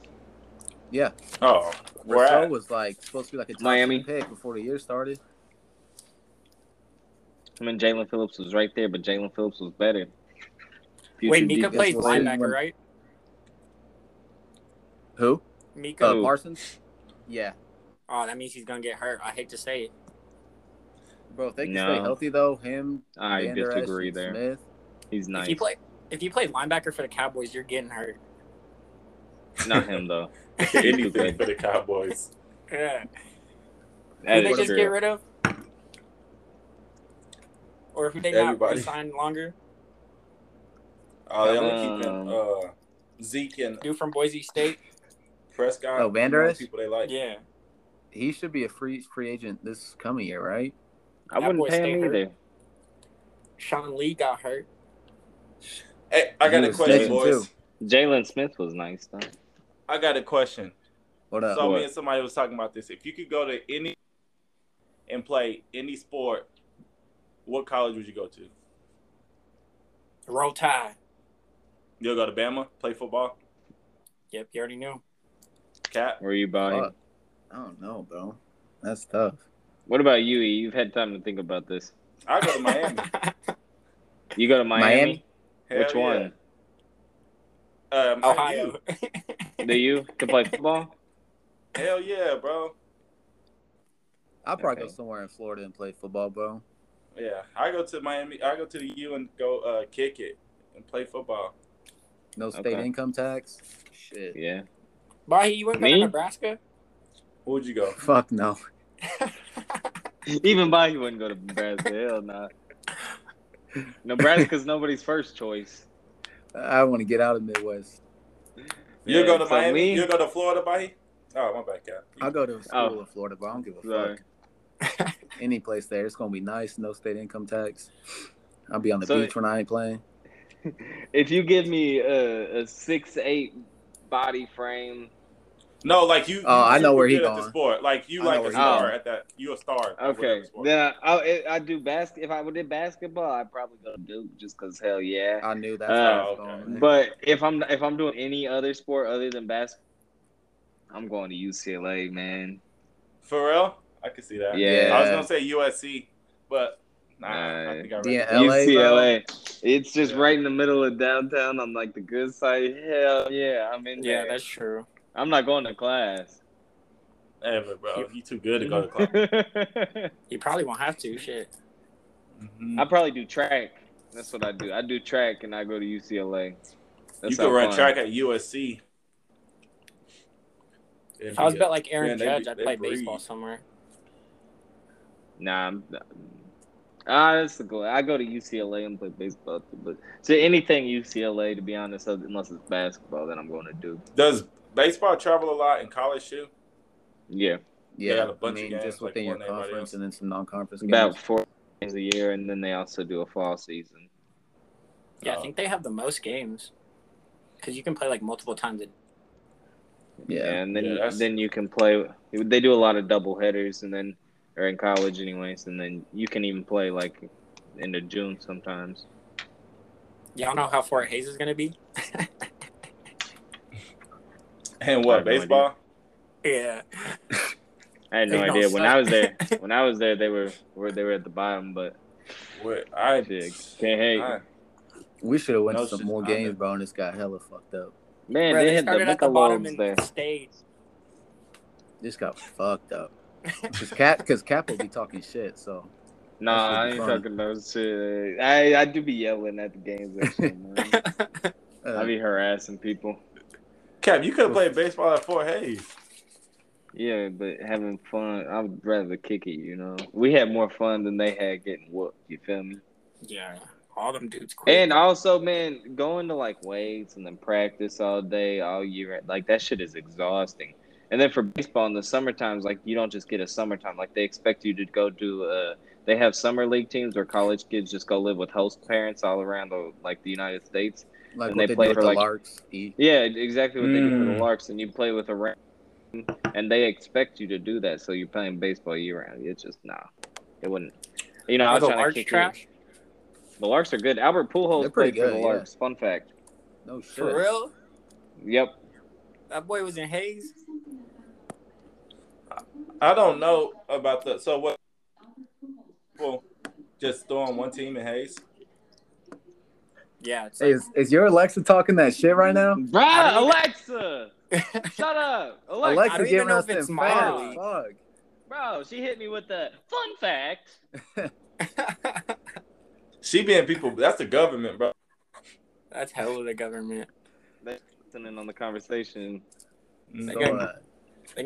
[SPEAKER 1] Yeah,
[SPEAKER 2] (laughs) oh, where
[SPEAKER 1] Rousseau
[SPEAKER 2] at?
[SPEAKER 1] was like supposed to be like a top
[SPEAKER 5] Miami.
[SPEAKER 1] ten pick before the year started.
[SPEAKER 5] I mean, Jalen Phillips was right there, but Jalen Phillips was better.
[SPEAKER 3] Wait, Mika
[SPEAKER 1] defense
[SPEAKER 3] plays
[SPEAKER 1] will see
[SPEAKER 3] linebacker,
[SPEAKER 1] when-
[SPEAKER 3] right?
[SPEAKER 1] Who?
[SPEAKER 3] Mika.
[SPEAKER 1] Uh,
[SPEAKER 5] Who?
[SPEAKER 1] Parsons. Yeah,
[SPEAKER 3] oh, that means he's gonna get hurt. I hate to say it.
[SPEAKER 1] bro. If they can
[SPEAKER 5] No.
[SPEAKER 1] stay healthy though, him.
[SPEAKER 5] I
[SPEAKER 1] Van Der Esch,
[SPEAKER 5] disagree
[SPEAKER 1] and
[SPEAKER 5] there.
[SPEAKER 1] Smith.
[SPEAKER 5] He's
[SPEAKER 3] If
[SPEAKER 5] nice.
[SPEAKER 3] you play, if you play linebacker for the Cowboys, you're getting hurt.
[SPEAKER 5] Not him though.
[SPEAKER 3] (laughs)
[SPEAKER 2] Anything for the Cowboys.
[SPEAKER 3] Yeah.
[SPEAKER 5] That
[SPEAKER 3] who they
[SPEAKER 5] is
[SPEAKER 3] just
[SPEAKER 5] true.
[SPEAKER 3] get rid of? Or who they
[SPEAKER 2] Everybody.
[SPEAKER 3] not signed longer?
[SPEAKER 2] Oh, they only
[SPEAKER 5] Um,
[SPEAKER 2] keeping uh, Zeke and
[SPEAKER 3] Dude from Boise State?
[SPEAKER 2] Prescott.
[SPEAKER 1] Oh, Van Der Esch?
[SPEAKER 2] People they like.
[SPEAKER 3] Yeah.
[SPEAKER 1] He should be a free free agent this coming year, right?
[SPEAKER 5] I
[SPEAKER 3] That
[SPEAKER 5] wouldn't
[SPEAKER 3] boy
[SPEAKER 5] pay
[SPEAKER 3] stay
[SPEAKER 5] him
[SPEAKER 3] hurt.
[SPEAKER 5] either.
[SPEAKER 3] Sean Lee got hurt.
[SPEAKER 2] Hey, I got
[SPEAKER 1] He
[SPEAKER 2] a
[SPEAKER 1] was
[SPEAKER 2] question,
[SPEAKER 1] taken,
[SPEAKER 2] boys.
[SPEAKER 1] too.
[SPEAKER 5] Jalen Smith was nice though.
[SPEAKER 2] I got a question.
[SPEAKER 1] What up?
[SPEAKER 2] so
[SPEAKER 5] What?
[SPEAKER 2] me and somebody was talking about this. If you could go to any and play any sport, what college would you go to?
[SPEAKER 3] Roll tie.
[SPEAKER 2] You'll go to Bama, play football,
[SPEAKER 3] Yep, you already knew.
[SPEAKER 2] cap.
[SPEAKER 5] Were you buying?
[SPEAKER 3] Uh,
[SPEAKER 1] Fuck. I don't know, bro. That's tough.
[SPEAKER 5] What about you? E? You've had time to think about this.
[SPEAKER 2] I go
[SPEAKER 1] (laughs)
[SPEAKER 2] to
[SPEAKER 5] (laughs)
[SPEAKER 2] Miami.
[SPEAKER 5] You go to Miami.
[SPEAKER 1] Miami?
[SPEAKER 2] Hell
[SPEAKER 5] Which
[SPEAKER 2] yeah.
[SPEAKER 5] one?
[SPEAKER 2] Um,
[SPEAKER 3] (laughs) Ohio.
[SPEAKER 5] Do
[SPEAKER 3] (laughs)
[SPEAKER 5] you to play football?
[SPEAKER 2] Hell yeah, bro.
[SPEAKER 1] I'll probably
[SPEAKER 5] Okay.
[SPEAKER 1] go somewhere in Florida and play football, bro.
[SPEAKER 2] Yeah, I go to Miami. I go to the U and go uh, kick it and play football.
[SPEAKER 1] No state
[SPEAKER 5] Okay.
[SPEAKER 1] income tax. Shit.
[SPEAKER 5] Yeah.
[SPEAKER 3] Bahi, you wouldn't go to
[SPEAKER 5] Me?
[SPEAKER 3] Nebraska?
[SPEAKER 2] Who would you go?
[SPEAKER 1] Fuck no.
[SPEAKER 5] Even by he wouldn't go to Nebraska. Hell
[SPEAKER 3] (laughs)
[SPEAKER 5] nah. Nebraska's nobody's first choice.
[SPEAKER 1] I want to get out of Midwest.
[SPEAKER 2] You'll go
[SPEAKER 5] Yeah,
[SPEAKER 2] to
[SPEAKER 5] so
[SPEAKER 2] Miami.
[SPEAKER 5] me-
[SPEAKER 2] You'll go to Florida, buddy. Oh, my bad, cap.
[SPEAKER 1] I'll go to a school
[SPEAKER 5] Oh.
[SPEAKER 1] in Florida, but I don't give a
[SPEAKER 5] Sorry.
[SPEAKER 1] fuck. (laughs) Any place there, it's gonna be nice. No state income tax. I'll be on the
[SPEAKER 5] So-
[SPEAKER 1] beach when I ain't playing.
[SPEAKER 5] If you give me a, a six eight body frame,
[SPEAKER 2] No, like you.
[SPEAKER 1] Oh,
[SPEAKER 2] you
[SPEAKER 1] I know
[SPEAKER 2] super
[SPEAKER 1] where he
[SPEAKER 2] good at the
[SPEAKER 1] going.
[SPEAKER 2] sport. Like you,
[SPEAKER 1] I know
[SPEAKER 2] like
[SPEAKER 1] where
[SPEAKER 2] a
[SPEAKER 1] he
[SPEAKER 2] star
[SPEAKER 5] going.
[SPEAKER 2] at that. You a star. at
[SPEAKER 5] okay.
[SPEAKER 2] whatever sport.
[SPEAKER 5] Then I, I I do bas. If I did basketball, I'd probably go to Duke just cause hell yeah.
[SPEAKER 1] I knew that's
[SPEAKER 5] Uh,
[SPEAKER 1] where I was
[SPEAKER 2] okay.
[SPEAKER 1] going.
[SPEAKER 5] But if I'm if I'm doing any other sport other than basketball, I'm going to UCLA, man.
[SPEAKER 2] For real, I can see that.
[SPEAKER 5] Yeah.
[SPEAKER 2] I was gonna say USC, but nah, I
[SPEAKER 5] Nah.
[SPEAKER 2] think I read
[SPEAKER 1] Yeah.
[SPEAKER 2] that.
[SPEAKER 1] LA,
[SPEAKER 5] UCLA. It's just
[SPEAKER 2] Yeah.
[SPEAKER 5] right in the middle of downtown. I'm like the good side. Hell yeah, I'm in
[SPEAKER 3] yeah,
[SPEAKER 5] there.
[SPEAKER 3] that's true.
[SPEAKER 5] I'm not going to class.
[SPEAKER 2] Hey, but bro, you too good to
[SPEAKER 5] (laughs)
[SPEAKER 2] go to class.
[SPEAKER 5] I
[SPEAKER 3] You probably won't have to. Shit.
[SPEAKER 2] Mhm.
[SPEAKER 5] probably do track. That's what I do. I do track and I go to UCLA. That's
[SPEAKER 2] You could
[SPEAKER 5] how
[SPEAKER 2] run
[SPEAKER 5] fun.
[SPEAKER 2] track at USC. It'd
[SPEAKER 3] If I was
[SPEAKER 2] be
[SPEAKER 3] bet like Aaron
[SPEAKER 2] Man, they
[SPEAKER 3] Judge,
[SPEAKER 2] be-
[SPEAKER 3] I'd
[SPEAKER 2] they
[SPEAKER 3] play
[SPEAKER 2] breed.
[SPEAKER 3] baseball somewhere.
[SPEAKER 5] Nah, I'm, ah, that's the goal. I go to UCLA and play baseball, too, but to anything UCLA, to be honest, other- unless it's basketball, then I'm going to do.
[SPEAKER 2] a- Does baseball travel a lot in college too?
[SPEAKER 5] Yeah,
[SPEAKER 2] They
[SPEAKER 1] Yeah,
[SPEAKER 2] got a
[SPEAKER 1] I
[SPEAKER 2] bunch of
[SPEAKER 1] mean,
[SPEAKER 2] games,
[SPEAKER 1] just
[SPEAKER 2] like,
[SPEAKER 1] within
[SPEAKER 2] more
[SPEAKER 1] your
[SPEAKER 2] than everybody
[SPEAKER 1] conference
[SPEAKER 2] else.
[SPEAKER 1] and then some non-conference games.
[SPEAKER 5] about four games a year, and then they also do a fall season.
[SPEAKER 3] Yeah,
[SPEAKER 2] Oh.
[SPEAKER 3] I think they have the most games because you can play like multiple times.
[SPEAKER 1] yeah,
[SPEAKER 5] and then
[SPEAKER 2] Yeah, that's-
[SPEAKER 5] then you can play. They do a lot of double headers, and then or in college, anyways, and then you can even play like into June sometimes.
[SPEAKER 3] Y'all know how far Hayes is gonna be?
[SPEAKER 2] And
[SPEAKER 5] I
[SPEAKER 2] what
[SPEAKER 5] have no idea.
[SPEAKER 2] baseball?
[SPEAKER 3] Yeah,
[SPEAKER 5] I had no
[SPEAKER 3] They don't
[SPEAKER 5] idea when
[SPEAKER 3] suck.
[SPEAKER 5] I was
[SPEAKER 3] (laughs)
[SPEAKER 5] there. When I was there, they were were they were at the bottom, but
[SPEAKER 2] What I
[SPEAKER 5] Shit, can't hate.
[SPEAKER 2] I-
[SPEAKER 1] we should have went
[SPEAKER 2] No,
[SPEAKER 1] to
[SPEAKER 2] it's
[SPEAKER 1] some
[SPEAKER 2] just
[SPEAKER 1] more
[SPEAKER 2] not
[SPEAKER 1] games,
[SPEAKER 2] that.
[SPEAKER 1] bro, and this got hella fucked up.
[SPEAKER 5] man,
[SPEAKER 3] Bro,
[SPEAKER 5] they had the
[SPEAKER 3] started at the bottom
[SPEAKER 5] Michelob
[SPEAKER 3] and
[SPEAKER 5] there.
[SPEAKER 3] stayed.
[SPEAKER 1] This got fucked up. Cause Cap, cause Cap will be talking shit. So
[SPEAKER 5] Nah, I
[SPEAKER 1] That
[SPEAKER 5] ain't
[SPEAKER 1] shit be
[SPEAKER 5] talking no shit. I I do be yelling at the games. and shit, man.
[SPEAKER 3] (laughs)
[SPEAKER 1] uh,
[SPEAKER 5] I be harassing people.
[SPEAKER 2] Cap, you could have played baseball at Fort Hayes.
[SPEAKER 5] Yeah, but having fun, I would rather kick it. You know, we had more fun than they had getting whooped. You feel me?
[SPEAKER 3] yeah, all them dudes quit.
[SPEAKER 5] And also, man, going to like weights and then practice all day, all year, like that shit is exhausting. And then for baseball in the summertimes, like you don't just get a summertime. Like they expect you to go do. Uh, they have summer league teams where college kids just go live with host parents all around the like the United States.
[SPEAKER 1] like
[SPEAKER 5] and
[SPEAKER 1] what
[SPEAKER 5] they
[SPEAKER 1] they,
[SPEAKER 5] play
[SPEAKER 1] do with
[SPEAKER 5] for,
[SPEAKER 1] the
[SPEAKER 5] like-
[SPEAKER 1] Larks. E.
[SPEAKER 5] Yeah, exactly what they do for the
[SPEAKER 2] Mm.
[SPEAKER 5] Larks, and you play with a round, and they expect you to do that. So you're playing baseball year round. It's just nah, it wouldn't. You know, I
[SPEAKER 3] Are
[SPEAKER 5] was
[SPEAKER 3] the
[SPEAKER 5] trying
[SPEAKER 3] Larks
[SPEAKER 5] to kick
[SPEAKER 3] trash?
[SPEAKER 5] trash. The Larks are good. Albert
[SPEAKER 1] They're
[SPEAKER 5] Pujols
[SPEAKER 1] pretty
[SPEAKER 5] played for the
[SPEAKER 1] good, yeah.
[SPEAKER 5] Larks. Fun fact.
[SPEAKER 1] No shit.
[SPEAKER 3] for real.
[SPEAKER 5] Yep.
[SPEAKER 3] That boy was in Hayes.
[SPEAKER 2] I don't know about the so what people just throwing one team in Hayes.
[SPEAKER 3] Yeah, it's like,
[SPEAKER 1] Is is your Alexa talking that shit right now?
[SPEAKER 5] Bruh,
[SPEAKER 3] I mean-
[SPEAKER 5] Alexa, shut up, Alexa.
[SPEAKER 3] I
[SPEAKER 1] Alexa
[SPEAKER 3] don't
[SPEAKER 1] giving
[SPEAKER 3] even know
[SPEAKER 1] us
[SPEAKER 3] if it's
[SPEAKER 1] them facts.
[SPEAKER 5] mine.
[SPEAKER 1] Fuck.
[SPEAKER 5] Bro, she hit me with the fun fact.
[SPEAKER 2] She being people that's the government, bro.
[SPEAKER 3] (laughs) that's hell of the government.
[SPEAKER 5] Listening on the conversation.
[SPEAKER 1] So,
[SPEAKER 3] got-
[SPEAKER 1] uh,
[SPEAKER 3] They're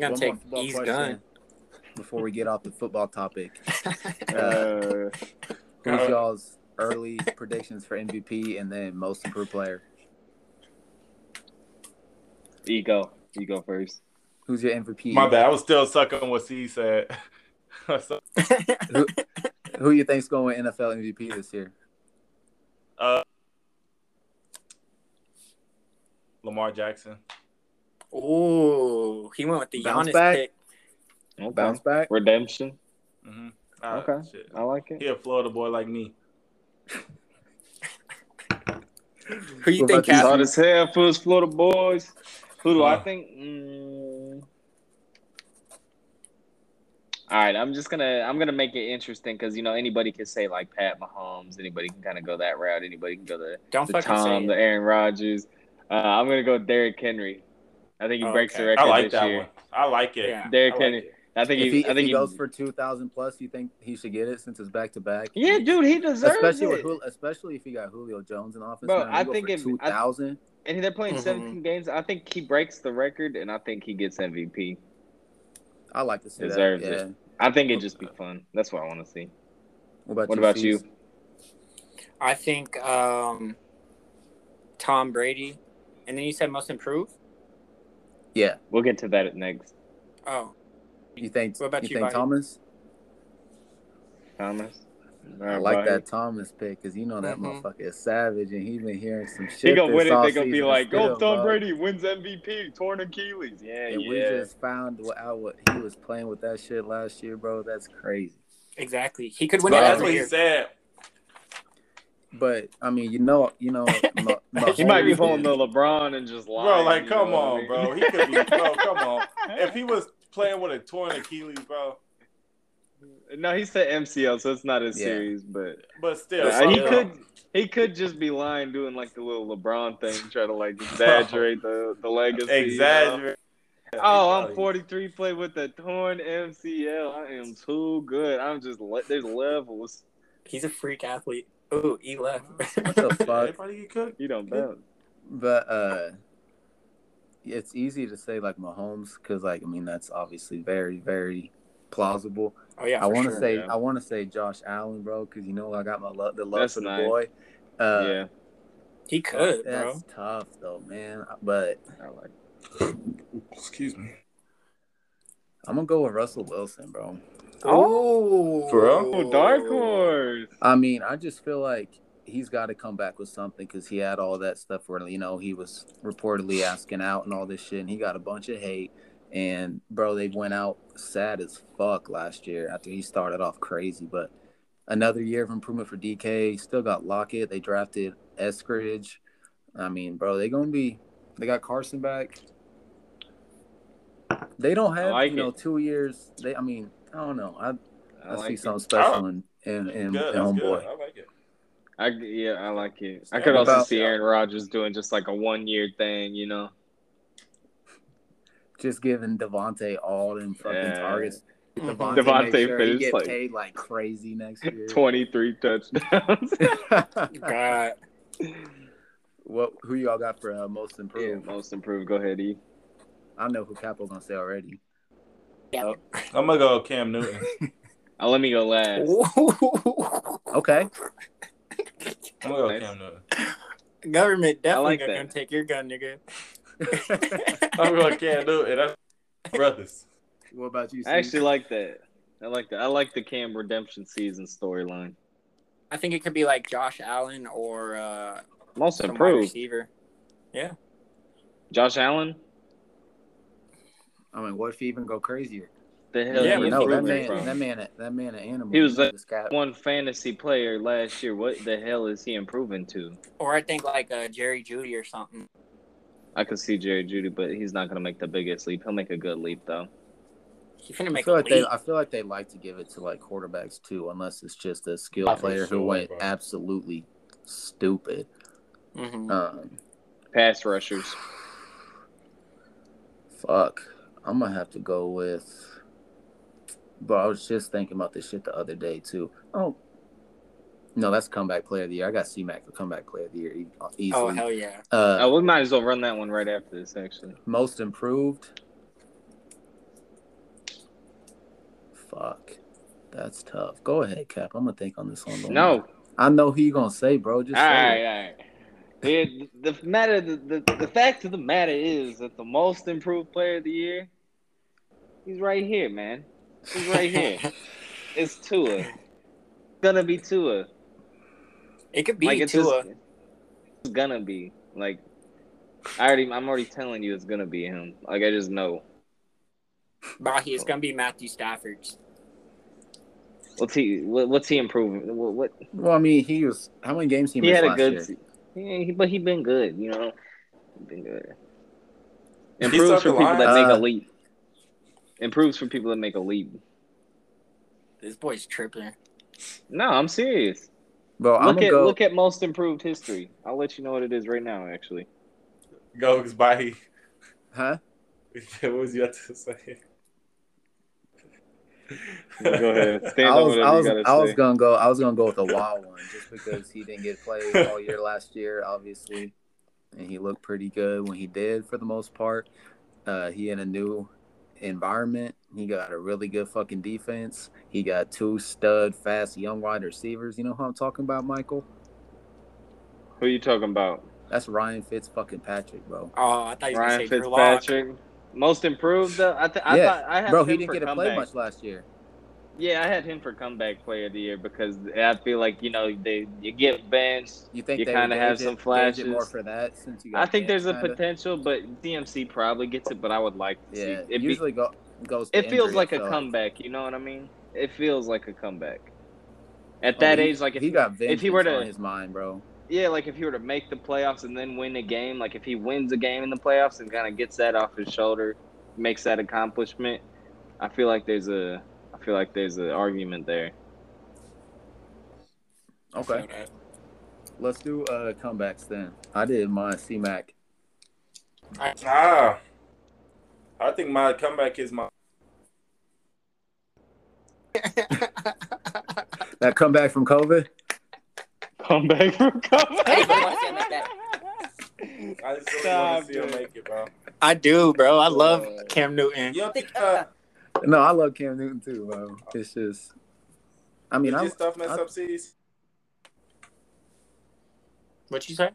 [SPEAKER 1] one
[SPEAKER 3] gonna
[SPEAKER 1] more
[SPEAKER 3] take
[SPEAKER 1] football
[SPEAKER 3] E's
[SPEAKER 1] question
[SPEAKER 3] gun.
[SPEAKER 1] Before we get off the football topic,
[SPEAKER 3] (laughs)
[SPEAKER 5] Uh,
[SPEAKER 1] who's
[SPEAKER 2] Uh,
[SPEAKER 1] y'all's early predictions for MVP and then most improved player?
[SPEAKER 5] ego, ego first.
[SPEAKER 1] Who's your MVP?
[SPEAKER 2] My bad. I was still sucking what C said. (laughs) So,
[SPEAKER 1] Who you think's going to win NFL MVP this year?
[SPEAKER 2] Lamar Jackson.
[SPEAKER 3] Ooh, he went with the
[SPEAKER 1] Bounce
[SPEAKER 3] Giannis
[SPEAKER 1] back?
[SPEAKER 3] pick.
[SPEAKER 5] Okay.
[SPEAKER 1] Bounce back.
[SPEAKER 5] Redemption.
[SPEAKER 2] Mm-hmm. Ah,
[SPEAKER 5] Okay.
[SPEAKER 2] Shit.
[SPEAKER 5] I like it.
[SPEAKER 2] He a Florida boy like me.
[SPEAKER 3] Who you
[SPEAKER 1] What
[SPEAKER 3] think?
[SPEAKER 1] about you,
[SPEAKER 5] It's
[SPEAKER 3] Cap?
[SPEAKER 5] hot as hell. Fools, Florida boys. Who do I
[SPEAKER 2] Huh.
[SPEAKER 5] think? Mm. All right, I'm just gonna I'm gonna make it interesting because you know anybody can say like Pat Mahomes, anybody can kind of go that route, anybody can go the
[SPEAKER 3] Don't
[SPEAKER 5] the
[SPEAKER 3] fucking
[SPEAKER 5] Tom, the
[SPEAKER 3] say it.
[SPEAKER 5] Aaron Rodgers. Uh, I'm gonna go Derrick Henry. I think he
[SPEAKER 3] Oh,
[SPEAKER 5] breaks
[SPEAKER 3] okay.
[SPEAKER 5] the record
[SPEAKER 2] I like
[SPEAKER 5] this
[SPEAKER 2] that
[SPEAKER 5] year.
[SPEAKER 2] one. I like it.
[SPEAKER 3] Yeah.
[SPEAKER 5] Derrick
[SPEAKER 2] I like
[SPEAKER 5] Henry.
[SPEAKER 2] it.
[SPEAKER 5] I think
[SPEAKER 1] If he,
[SPEAKER 5] he. I
[SPEAKER 1] if
[SPEAKER 5] think
[SPEAKER 1] he goes for two thousand plus, you think he should get it since it's back to back?
[SPEAKER 5] Yeah, dude, he deserves
[SPEAKER 1] Especially with
[SPEAKER 5] it.
[SPEAKER 1] Jul- especially if you got Julio Jones in office.
[SPEAKER 5] Bro,
[SPEAKER 1] now,
[SPEAKER 5] I
[SPEAKER 1] you go
[SPEAKER 5] think
[SPEAKER 1] for
[SPEAKER 5] if- I-
[SPEAKER 1] 2000.
[SPEAKER 5] and they're playing
[SPEAKER 2] Mm-hmm.
[SPEAKER 3] Mhm.
[SPEAKER 5] 17 games. I think he breaks the record, and I think he gets MVP.
[SPEAKER 1] I, like to see
[SPEAKER 5] Deserves
[SPEAKER 1] that. Yeah.
[SPEAKER 5] it. I think it'd just be fun. That's what I want to see.
[SPEAKER 1] What about
[SPEAKER 5] What
[SPEAKER 1] you?
[SPEAKER 5] about
[SPEAKER 1] Cease?
[SPEAKER 5] you?
[SPEAKER 3] I think um, Tom Brady, and then you said most improved.
[SPEAKER 1] Yeah.
[SPEAKER 5] We'll get to that next,
[SPEAKER 3] Oh,
[SPEAKER 1] You think?
[SPEAKER 3] What about
[SPEAKER 1] you,
[SPEAKER 3] you,
[SPEAKER 1] think
[SPEAKER 3] Bobby?
[SPEAKER 1] Thomas?
[SPEAKER 5] Thomas. All
[SPEAKER 1] I
[SPEAKER 5] right,
[SPEAKER 1] like
[SPEAKER 5] bye.
[SPEAKER 1] that Thomas pick because you know that
[SPEAKER 3] Mhm.
[SPEAKER 1] motherfucker is savage and he been hearing some shit.
[SPEAKER 5] He gonna
[SPEAKER 1] this
[SPEAKER 5] win it. They gonna
[SPEAKER 1] offseason
[SPEAKER 5] be like, "Oh,
[SPEAKER 1] still,
[SPEAKER 5] Tom
[SPEAKER 1] bro."
[SPEAKER 5] Brady wins MVP, torn Achilles." Yeah,
[SPEAKER 1] And
[SPEAKER 5] yeah.
[SPEAKER 1] we just found what- out what he was playing with that shit last year, bro. That's crazy.
[SPEAKER 3] exactly. He could win
[SPEAKER 1] Bro,
[SPEAKER 3] it
[SPEAKER 2] That's
[SPEAKER 3] every
[SPEAKER 2] what he
[SPEAKER 3] year.
[SPEAKER 2] said.
[SPEAKER 1] But I mean, you know, you
[SPEAKER 5] (laughs)
[SPEAKER 1] know, Ma-
[SPEAKER 5] he might be
[SPEAKER 1] (laughs) Mahomes
[SPEAKER 5] pulling
[SPEAKER 1] is-
[SPEAKER 5] the LeBron and just lying.
[SPEAKER 2] Bro, like
[SPEAKER 5] you know
[SPEAKER 2] come
[SPEAKER 5] what I
[SPEAKER 2] on,
[SPEAKER 5] mean? (laughs)
[SPEAKER 2] bro. He could be bro, come on. If he was playing with a torn Achilles, bro.
[SPEAKER 5] No, he said MCL, so it's not as
[SPEAKER 1] Yeah.
[SPEAKER 5] serious, but
[SPEAKER 2] But still,
[SPEAKER 5] uh, he
[SPEAKER 2] bro.
[SPEAKER 5] could he could just be lying, doing like the little LeBron thing, trying
[SPEAKER 1] (laughs)
[SPEAKER 5] to like exaggerate the the legacy. you know?
[SPEAKER 2] exaggerate.
[SPEAKER 5] Oh, I'm 43, play with the torn MCL. I am too good. I'm just le- there's levels.
[SPEAKER 3] He's a freak athlete. Ooh, he left. (laughs)
[SPEAKER 1] What the
[SPEAKER 5] (laughs)
[SPEAKER 1] fuck?
[SPEAKER 2] Everybody get cooked.
[SPEAKER 5] You
[SPEAKER 1] Uh,
[SPEAKER 5] don't bounce.
[SPEAKER 1] But uh it's easy to say like Mahomes because like I mean that's obviously very very plausible.
[SPEAKER 3] oh yeah,
[SPEAKER 1] I
[SPEAKER 3] for
[SPEAKER 1] want to
[SPEAKER 3] sure.
[SPEAKER 1] say
[SPEAKER 5] yeah.
[SPEAKER 1] I want to say Josh Allen, bro, because you know I got my love the love
[SPEAKER 5] That's
[SPEAKER 1] for the
[SPEAKER 5] nice.
[SPEAKER 1] boy. Uh,
[SPEAKER 5] yeah,
[SPEAKER 3] he could,
[SPEAKER 1] that's
[SPEAKER 3] bro.
[SPEAKER 1] tough though, man. But
[SPEAKER 5] I like.
[SPEAKER 2] Excuse me.
[SPEAKER 1] I'm gonna go with Russell Wilson, bro.
[SPEAKER 3] Oh,
[SPEAKER 2] Bro,
[SPEAKER 5] dark horse.
[SPEAKER 1] I mean, I just feel like he's got to come back with something because he had all that stuff where you know he was reportedly asking out and all this shit, and he got a bunch of hate. And bro, they went out sad as fuck last year after he started off crazy, but another year of improvement for DK. Still got Lockett. They drafted Eskridge. I mean, bro, they gonna be. They got Carson back. They don't have
[SPEAKER 5] like
[SPEAKER 1] you know
[SPEAKER 5] it.
[SPEAKER 1] two years. They, I mean, I don't know. I I,
[SPEAKER 5] I
[SPEAKER 1] see
[SPEAKER 5] like
[SPEAKER 1] something
[SPEAKER 5] it.
[SPEAKER 1] special in in, in,
[SPEAKER 2] Good,
[SPEAKER 1] in
[SPEAKER 2] that's
[SPEAKER 1] homeboy.
[SPEAKER 2] good. I like it.
[SPEAKER 5] I, yeah, I like it. I
[SPEAKER 2] Yeah,
[SPEAKER 5] could
[SPEAKER 1] what
[SPEAKER 5] also
[SPEAKER 1] about-
[SPEAKER 5] see Aaron Rodgers doing just like a one year thing, you know?
[SPEAKER 1] Just giving Devontae all them fucking
[SPEAKER 5] Yeah.
[SPEAKER 1] targets.
[SPEAKER 3] Mhm.
[SPEAKER 1] Devontae,
[SPEAKER 5] Devontae
[SPEAKER 1] make sure he
[SPEAKER 5] finished,
[SPEAKER 1] get
[SPEAKER 5] like,
[SPEAKER 1] paid like crazy
[SPEAKER 5] (laughs)
[SPEAKER 1] next year.
[SPEAKER 5] 23 touchdowns.
[SPEAKER 3] God.
[SPEAKER 1] (laughs) what? Who y'all got for uh, most
[SPEAKER 5] Yeah,
[SPEAKER 1] improved?
[SPEAKER 5] (laughs) most improved. Go ahead, E.
[SPEAKER 1] I know who Capo's gonna say already.
[SPEAKER 2] I'm gonna go Cam Newton.
[SPEAKER 5] Uh, let me go last. (laughs)
[SPEAKER 1] Okay,
[SPEAKER 2] I'm gonna go
[SPEAKER 5] Nice.
[SPEAKER 2] Cam Newton.
[SPEAKER 3] (laughs) Government definitely
[SPEAKER 5] like
[SPEAKER 3] gonna
[SPEAKER 5] that.
[SPEAKER 3] take your gun, nigga.
[SPEAKER 2] I'm gonna go Cam Newton. That's
[SPEAKER 5] (laughs)
[SPEAKER 2] brothers.
[SPEAKER 1] what about you?
[SPEAKER 5] I actually
[SPEAKER 1] Steve?
[SPEAKER 5] like that. I like that. I like the Cam redemption season storyline.
[SPEAKER 3] I think it could be like Josh Allen or uh,
[SPEAKER 5] Most
[SPEAKER 3] some wide
[SPEAKER 5] improved.
[SPEAKER 3] receiver.
[SPEAKER 5] Josh Allen?
[SPEAKER 1] I mean, what if he even go crazier?
[SPEAKER 5] The hell
[SPEAKER 3] Yeah,
[SPEAKER 5] he
[SPEAKER 3] but
[SPEAKER 1] no, that
[SPEAKER 5] improving
[SPEAKER 1] man,
[SPEAKER 5] from?
[SPEAKER 1] that man, that man, an animal.
[SPEAKER 5] He was
[SPEAKER 1] You know,
[SPEAKER 5] a-
[SPEAKER 1] this guy-
[SPEAKER 5] One fantasy player last year. What the hell is he improving to?
[SPEAKER 3] Or I think like uh, Jerry Judy or something.
[SPEAKER 5] I could see Jerry Judy, but he's not gonna make the biggest leap. He'll make a good leap though.
[SPEAKER 3] He's gonna
[SPEAKER 1] I
[SPEAKER 3] make
[SPEAKER 1] feel
[SPEAKER 3] a
[SPEAKER 1] like they,
[SPEAKER 3] leap.
[SPEAKER 1] I feel like they like to give it to like quarterbacks too, unless it's just a skilled
[SPEAKER 2] I think
[SPEAKER 1] player
[SPEAKER 2] so,
[SPEAKER 1] who went
[SPEAKER 2] bro.
[SPEAKER 1] absolutely stupid.
[SPEAKER 3] Mhm.
[SPEAKER 1] Um,
[SPEAKER 5] Pass rushers.
[SPEAKER 1] fuck, I'm gonna have to go with. But I was just thinking about this shit the other day too. Oh, no, that's comeback player of the year. I got C Mac for comeback player of the year e-
[SPEAKER 3] Oh
[SPEAKER 1] easily.
[SPEAKER 3] hell yeah!
[SPEAKER 1] uh,
[SPEAKER 5] Oh, we might as well run that one right after this. Actually,
[SPEAKER 1] most improved. Fuck, that's tough. Go ahead, Cap. I'm gonna think on this one. don't worry.
[SPEAKER 5] no.
[SPEAKER 1] I know who you gonna say, bro. Just
[SPEAKER 5] All
[SPEAKER 1] say it.
[SPEAKER 5] right, all right. The, the matter, the, the, the fact of the matter is that the most improved player of the year, he's right here, man. He's right
[SPEAKER 3] (laughs)
[SPEAKER 5] here. it's Tua. Gonna be Tua.
[SPEAKER 3] It could be
[SPEAKER 5] like
[SPEAKER 3] Tua.
[SPEAKER 5] it's just- it's gonna be like. I already, I'm already telling you, it's gonna be him. Like I just know.
[SPEAKER 3] Bahi, it's gonna be Matthew Stafford's.
[SPEAKER 5] What's he? What, what's he improving? What? what
[SPEAKER 1] Well, I mean, he was how many games he,
[SPEAKER 5] he
[SPEAKER 1] missed
[SPEAKER 5] had a
[SPEAKER 1] last
[SPEAKER 5] good,
[SPEAKER 1] year?
[SPEAKER 5] se- yeah, he, but he been good, you know. He Been good.
[SPEAKER 2] He's
[SPEAKER 5] Improves for
[SPEAKER 2] talking
[SPEAKER 5] people that
[SPEAKER 1] lies.
[SPEAKER 5] make
[SPEAKER 1] Uh,
[SPEAKER 5] a leap. Improves for people that make a leap.
[SPEAKER 3] This boy's tripping.
[SPEAKER 5] No, I'm serious.
[SPEAKER 1] Bro, I'm
[SPEAKER 5] look
[SPEAKER 1] gonna
[SPEAKER 5] at
[SPEAKER 1] go.
[SPEAKER 5] look at most improved history. I'll let you know what it is right now. Actually,
[SPEAKER 2] Goes by. (laughs)
[SPEAKER 1] huh?
[SPEAKER 2] what was you about to say?
[SPEAKER 5] go
[SPEAKER 1] (laughs)
[SPEAKER 5] ahead. Stand
[SPEAKER 1] I
[SPEAKER 5] on
[SPEAKER 1] was,
[SPEAKER 5] whatever
[SPEAKER 1] I was,
[SPEAKER 5] you gotta
[SPEAKER 1] I was
[SPEAKER 5] say.
[SPEAKER 1] gonna go. I was gonna go with a wild one just because he didn't get played all year last year, obviously, and he looked pretty good when he did for the most part. Uh, he in a new environment. He got a really good fucking defense. He got two stud, fast, young wide receivers. You know who I'm talking about, Michael?
[SPEAKER 5] Who you talking about?
[SPEAKER 1] That's Ryan Fitz fucking Patrick, bro.
[SPEAKER 3] Oh, I thought you were gonna say
[SPEAKER 5] Ryan
[SPEAKER 3] Drew Lock. (laughs)
[SPEAKER 5] Fitzpatrick. Most improved. Though? I, th- I
[SPEAKER 1] Yeah.
[SPEAKER 5] thought I had
[SPEAKER 1] Bro,
[SPEAKER 5] him
[SPEAKER 1] he didn't
[SPEAKER 5] for
[SPEAKER 1] get to
[SPEAKER 5] comeback.
[SPEAKER 1] play much last year.
[SPEAKER 5] Yeah, I had him for comeback player of the year because I feel like you know they you get benched.
[SPEAKER 1] You think
[SPEAKER 5] You
[SPEAKER 1] they
[SPEAKER 5] kinda
[SPEAKER 1] would
[SPEAKER 5] have
[SPEAKER 1] gauge it-
[SPEAKER 5] some
[SPEAKER 1] gauge it more
[SPEAKER 5] flashes.
[SPEAKER 1] for that since you. Got
[SPEAKER 5] I think there's a
[SPEAKER 1] potential.
[SPEAKER 5] potential, but DMC probably gets it. But I would like to
[SPEAKER 1] Yeah,
[SPEAKER 5] see it. Be,
[SPEAKER 1] usually go, goes. to
[SPEAKER 5] it feels
[SPEAKER 1] injury,
[SPEAKER 5] like
[SPEAKER 1] so-
[SPEAKER 5] a comeback. You know what I mean? It feels like a comeback. At
[SPEAKER 1] Oh,
[SPEAKER 5] that
[SPEAKER 1] he-
[SPEAKER 5] age, like if
[SPEAKER 1] he
[SPEAKER 5] you-
[SPEAKER 1] got
[SPEAKER 5] if
[SPEAKER 1] vengeance
[SPEAKER 5] he were to-
[SPEAKER 1] on his mind, bro.
[SPEAKER 5] yeah, like if he were to make the playoffs and then win a game, like if he wins a game in the playoffs and kind of gets that off his shoulder, makes that accomplishment, I feel like there's a, I feel like there's an argument there.
[SPEAKER 1] Okay, let's do uh comebacks then. I did my C Mac.
[SPEAKER 2] Ah, I think my comeback is my.
[SPEAKER 1] That comeback from COVID.
[SPEAKER 5] Come back from
[SPEAKER 3] comeback.
[SPEAKER 2] I just really
[SPEAKER 5] Stop,
[SPEAKER 2] want to see him
[SPEAKER 5] dude.
[SPEAKER 2] make it, bro.
[SPEAKER 3] I do, bro. I love
[SPEAKER 5] Uh,
[SPEAKER 3] Cam Newton.
[SPEAKER 2] You don't think uh,
[SPEAKER 1] No, I love Cam Newton too, bro. It's just, I mean,
[SPEAKER 2] did
[SPEAKER 1] I
[SPEAKER 2] your stuff mess
[SPEAKER 1] I-
[SPEAKER 2] up cities?
[SPEAKER 3] What you say?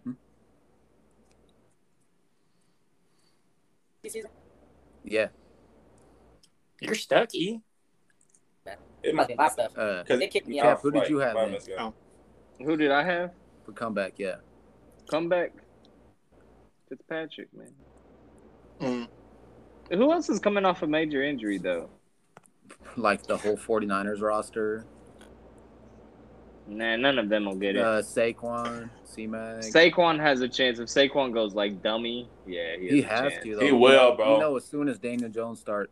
[SPEAKER 1] yeah.
[SPEAKER 3] You're stuck, E.
[SPEAKER 2] It
[SPEAKER 4] Must
[SPEAKER 2] might
[SPEAKER 4] be my stuff.
[SPEAKER 1] Uh,
[SPEAKER 2] because
[SPEAKER 4] They kicked me
[SPEAKER 1] Yeah,
[SPEAKER 4] off.
[SPEAKER 1] who did you have, man?
[SPEAKER 5] Who did I have?
[SPEAKER 1] for comeback, yeah. (laughs)
[SPEAKER 5] Comeback. Fitzpatrick, man. Who else is coming off a major injury though?
[SPEAKER 1] Like the whole 49ers roster.
[SPEAKER 5] Nah, none of them will get it.
[SPEAKER 1] Uh, Saquon, C Mac.
[SPEAKER 5] Saquon has a chance. If Saquon goes like dummy, yeah, he has,
[SPEAKER 1] He
[SPEAKER 5] a
[SPEAKER 1] has
[SPEAKER 5] chance.
[SPEAKER 1] to, though.
[SPEAKER 2] He will,
[SPEAKER 1] Oh. You
[SPEAKER 2] bro.
[SPEAKER 1] know, as soon as Daniel Jones start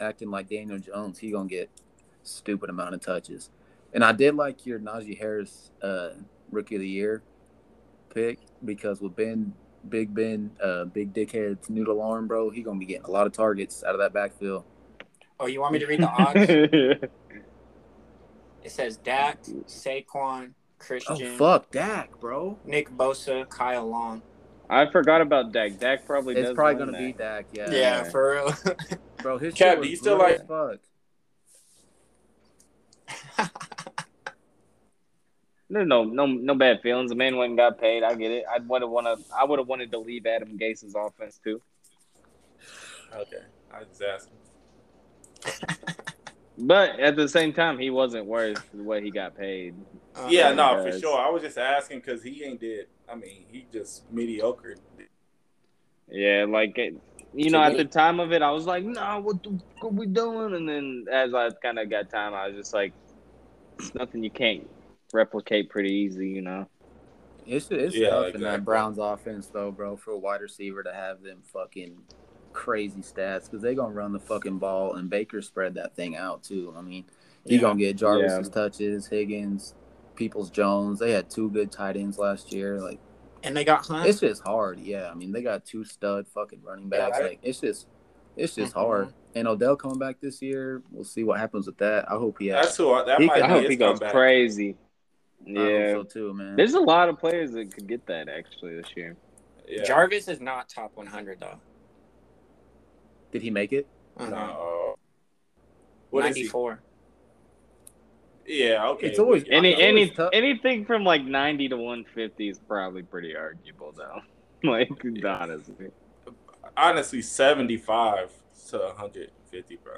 [SPEAKER 1] acting like Daniel Jones, he gonna get stupid amount of touches. And I did like your Najee Harris uh, rookie of the year pick because with Ben, Big Ben, uh, Big Dickhead's noodle arm, bro, he gonna be getting a lot of targets out of that backfield.
[SPEAKER 3] Oh, you want me to read the odds?
[SPEAKER 2] (laughs)
[SPEAKER 3] it says Dak, Saquon,
[SPEAKER 1] Oh
[SPEAKER 3] Christian,
[SPEAKER 1] fuck, Dak, bro.
[SPEAKER 3] Nick Bosa, Kyle Long.
[SPEAKER 5] (laughs) I forgot about Dak. Dak probably
[SPEAKER 1] It's
[SPEAKER 5] does
[SPEAKER 1] probably
[SPEAKER 5] win
[SPEAKER 1] gonna be
[SPEAKER 5] that.
[SPEAKER 1] Dak, yeah.
[SPEAKER 3] Yeah, for real.
[SPEAKER 1] bro. His
[SPEAKER 2] Cap,
[SPEAKER 1] shit
[SPEAKER 2] do
[SPEAKER 1] was
[SPEAKER 2] you still
[SPEAKER 1] brutal
[SPEAKER 2] like-
[SPEAKER 1] as fuck.
[SPEAKER 5] No, no, no, no bad feelings. The man went and got paid. I get it. I would have wanna. I would have wanted to leave Adam Gase's offense too.
[SPEAKER 2] Okay, I just asked.
[SPEAKER 5] But at the same time, he wasn't worth what he got paid.
[SPEAKER 3] Uh,
[SPEAKER 2] (laughs) Yeah,
[SPEAKER 5] he
[SPEAKER 2] no, for
[SPEAKER 5] does.
[SPEAKER 2] sure. I was just asking because he ain't did. I mean, he just mediocre.
[SPEAKER 5] Yeah, like it, you
[SPEAKER 3] To
[SPEAKER 5] know, at
[SPEAKER 3] me-
[SPEAKER 5] the time of it, I was like, "Nah, what the fuck are we doing?" And then as I kind of got time, I was just like, "It's nothing you can't replicate pretty easy," you know.
[SPEAKER 1] It's it's
[SPEAKER 2] Yeah,
[SPEAKER 1] tough in
[SPEAKER 2] exactly.
[SPEAKER 1] that Browns offense though, bro, for a wide receiver to have them fucking crazy stats because they gonna run the fucking ball and Baker spread that thing out too. I mean, you
[SPEAKER 3] Yeah.
[SPEAKER 1] gonna get Jarvis's touches, Higgins, Peoples Jones. They had two good tight ends last year. Like
[SPEAKER 3] and they got Hunt.
[SPEAKER 1] it's just hard. Yeah, I mean they got two stud fucking running backs.
[SPEAKER 2] Yeah, I- Mm-hmm.
[SPEAKER 1] like it's just it's just
[SPEAKER 3] Mhm.
[SPEAKER 1] hard. And Odell coming back this year, we'll see what happens with that. I hope he has.
[SPEAKER 2] That's who. I, that
[SPEAKER 1] He
[SPEAKER 2] might
[SPEAKER 1] could-
[SPEAKER 2] be
[SPEAKER 5] I hope
[SPEAKER 2] his
[SPEAKER 5] he goes
[SPEAKER 2] comeback.
[SPEAKER 5] crazy.
[SPEAKER 1] I hope
[SPEAKER 5] Yeah,
[SPEAKER 1] so too, man.
[SPEAKER 5] there's a lot of players that could get that actually this year.
[SPEAKER 2] Yeah.
[SPEAKER 3] Jarvis is not top 100 though.
[SPEAKER 1] Did he make it?
[SPEAKER 3] Uh-uh.
[SPEAKER 2] No. uh, What is he?
[SPEAKER 3] 94.
[SPEAKER 2] Yeah. Okay.
[SPEAKER 1] It's always-
[SPEAKER 2] Yeah, I
[SPEAKER 5] Any
[SPEAKER 2] know.
[SPEAKER 1] it
[SPEAKER 5] any
[SPEAKER 1] was tough.
[SPEAKER 5] anything from like ninety to one fifty is probably pretty arguable though. (laughs) like honestly,
[SPEAKER 2] honestly seventy five to one hundred fifty, bro.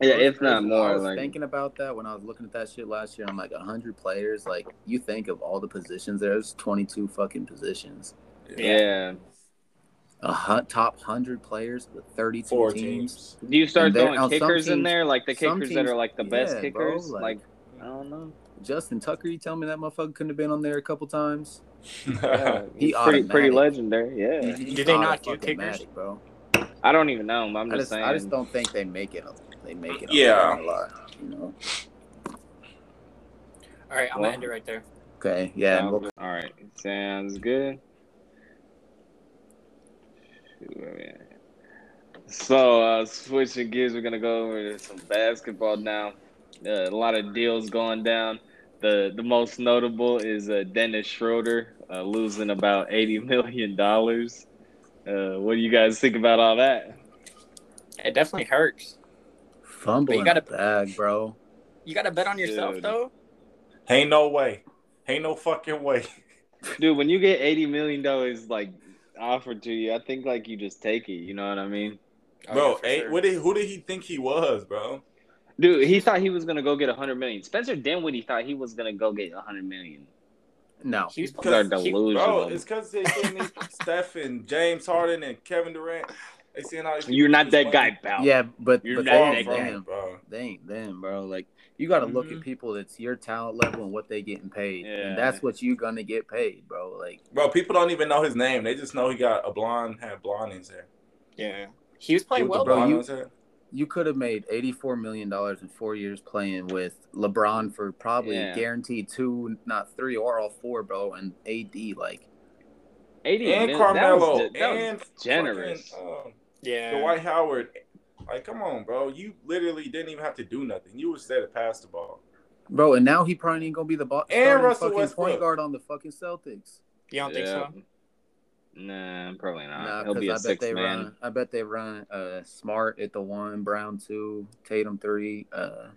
[SPEAKER 5] yeah,
[SPEAKER 1] It was
[SPEAKER 5] if not
[SPEAKER 1] crazy. I
[SPEAKER 5] more.
[SPEAKER 1] was
[SPEAKER 5] Like
[SPEAKER 1] thinking about that when I was looking at that shit last year. I'm like, hundred players. Like, you think of all the positions. There's 22 fucking positions.
[SPEAKER 5] yeah,
[SPEAKER 1] A hu- top hundred players with 32
[SPEAKER 2] Four
[SPEAKER 1] teams.
[SPEAKER 2] teams.
[SPEAKER 5] do you start
[SPEAKER 1] And there-
[SPEAKER 5] throwing
[SPEAKER 1] on some
[SPEAKER 5] kickers in
[SPEAKER 1] teams-
[SPEAKER 5] there? Like the
[SPEAKER 1] some
[SPEAKER 5] kickers that
[SPEAKER 1] teams-
[SPEAKER 5] are like the best
[SPEAKER 1] yeah, bro,
[SPEAKER 5] kickers?
[SPEAKER 1] like-
[SPEAKER 5] like I don't
[SPEAKER 1] (laughs)
[SPEAKER 5] know.
[SPEAKER 1] Justin Tucker, you tell me that motherfucker couldn't have been on there a couple times.
[SPEAKER 2] (laughs)
[SPEAKER 5] Yeah,
[SPEAKER 1] He
[SPEAKER 5] he's pretty pretty
[SPEAKER 1] automatic.
[SPEAKER 5] legendary. Yeah,
[SPEAKER 1] He's
[SPEAKER 3] Do they not do
[SPEAKER 1] automatic,
[SPEAKER 3] kickers?
[SPEAKER 1] bro?
[SPEAKER 5] I don't even know him. I'm
[SPEAKER 1] I
[SPEAKER 5] just
[SPEAKER 1] just,
[SPEAKER 5] saying.
[SPEAKER 1] I just don't think they make it. They make it. on
[SPEAKER 2] Yeah.
[SPEAKER 1] there a lot, you know.
[SPEAKER 3] All right, I'm
[SPEAKER 5] Well.
[SPEAKER 3] gonna end it right there.
[SPEAKER 1] Okay. Yeah. and
[SPEAKER 5] Sounds-
[SPEAKER 1] we'll-
[SPEAKER 5] all right, sounds good. Shoot, where we at? So uh, switching gears, we're gonna go over to some basketball now. Uh, a lot of deals going down. The the most notable is uh, Dennis Schroeder uh, losing about eighty (laughs) million dollars. Uh, what do you guys think about all that?
[SPEAKER 3] It definitely hurts.
[SPEAKER 1] Fumble
[SPEAKER 3] But you
[SPEAKER 1] in
[SPEAKER 3] gotta-
[SPEAKER 1] a bag, bro.
[SPEAKER 3] You got to bet on yourself
[SPEAKER 5] Dude.
[SPEAKER 3] though.
[SPEAKER 2] Ain't no way. Ain't no fucking way.
[SPEAKER 5] Oh, Dude, when you get eighty million dollars like offered to you, I think like you just take it. You know what I mean?
[SPEAKER 2] Bro,
[SPEAKER 3] Oh, yeah, for
[SPEAKER 2] hey,
[SPEAKER 3] sure.
[SPEAKER 2] what did, who did he think he was, bro?
[SPEAKER 5] Dude, he thought he was gonna go get a hundred million. Spencer Dinwiddie thought he was gonna go get a hundred million.
[SPEAKER 1] No.
[SPEAKER 3] He was
[SPEAKER 5] These are
[SPEAKER 2] Because
[SPEAKER 3] he-
[SPEAKER 5] delusional.
[SPEAKER 2] Bro, it's because they
[SPEAKER 5] (laughs)
[SPEAKER 2] seen these Steph and James Harden and Kevin Durant. They seeing all these
[SPEAKER 5] You're
[SPEAKER 2] people
[SPEAKER 5] not
[SPEAKER 2] just
[SPEAKER 5] that
[SPEAKER 2] money.
[SPEAKER 5] guy, pal.
[SPEAKER 1] Yeah, but,
[SPEAKER 5] You're
[SPEAKER 1] but
[SPEAKER 5] not
[SPEAKER 1] they
[SPEAKER 2] Far
[SPEAKER 5] that
[SPEAKER 1] ain't
[SPEAKER 2] from
[SPEAKER 5] guy.
[SPEAKER 1] them.
[SPEAKER 2] it, bro.
[SPEAKER 1] They ain't them, bro. Like you got to look
[SPEAKER 2] Mhm.
[SPEAKER 1] at people that's your talent level and what they getting paid,
[SPEAKER 5] Yeah.
[SPEAKER 1] and that's what you gonna get paid, bro. Like
[SPEAKER 2] Bro, people don't even know his name. They just know he got a blonde, had blonde in his hair.
[SPEAKER 3] yeah, he was
[SPEAKER 2] He
[SPEAKER 3] playing
[SPEAKER 2] was the
[SPEAKER 3] well.
[SPEAKER 1] bro,
[SPEAKER 2] blonde
[SPEAKER 1] you-
[SPEAKER 2] in his hair.
[SPEAKER 1] you could have made eighty four million dollars in four years playing with LeBron for probably
[SPEAKER 5] Yeah.
[SPEAKER 1] guaranteed two, not three or all four, bro. And AD, like
[SPEAKER 5] 80
[SPEAKER 2] And
[SPEAKER 5] million,
[SPEAKER 2] Carmelo.
[SPEAKER 5] That was, ge- that was
[SPEAKER 2] and
[SPEAKER 5] generous.
[SPEAKER 2] fucking, um,
[SPEAKER 3] yeah,
[SPEAKER 2] Dwight Howard, like, come on, bro. You literally didn't even have to do nothing. You was there to pass the ball.
[SPEAKER 1] bro. And now he probably ain't gonna be the ball
[SPEAKER 2] And
[SPEAKER 1] starting
[SPEAKER 2] Russell
[SPEAKER 1] fucking
[SPEAKER 2] Westbrook.
[SPEAKER 1] point guard on the fucking Celtics.
[SPEAKER 3] you don't think
[SPEAKER 5] Yeah.
[SPEAKER 3] so?
[SPEAKER 5] Nah, probably not.
[SPEAKER 1] Nah,
[SPEAKER 5] He'll be a
[SPEAKER 1] because I bet
[SPEAKER 5] six
[SPEAKER 1] they
[SPEAKER 5] man.
[SPEAKER 1] run. I bet they run uh, Smart at the one, Brown two, Tatum three. Uh,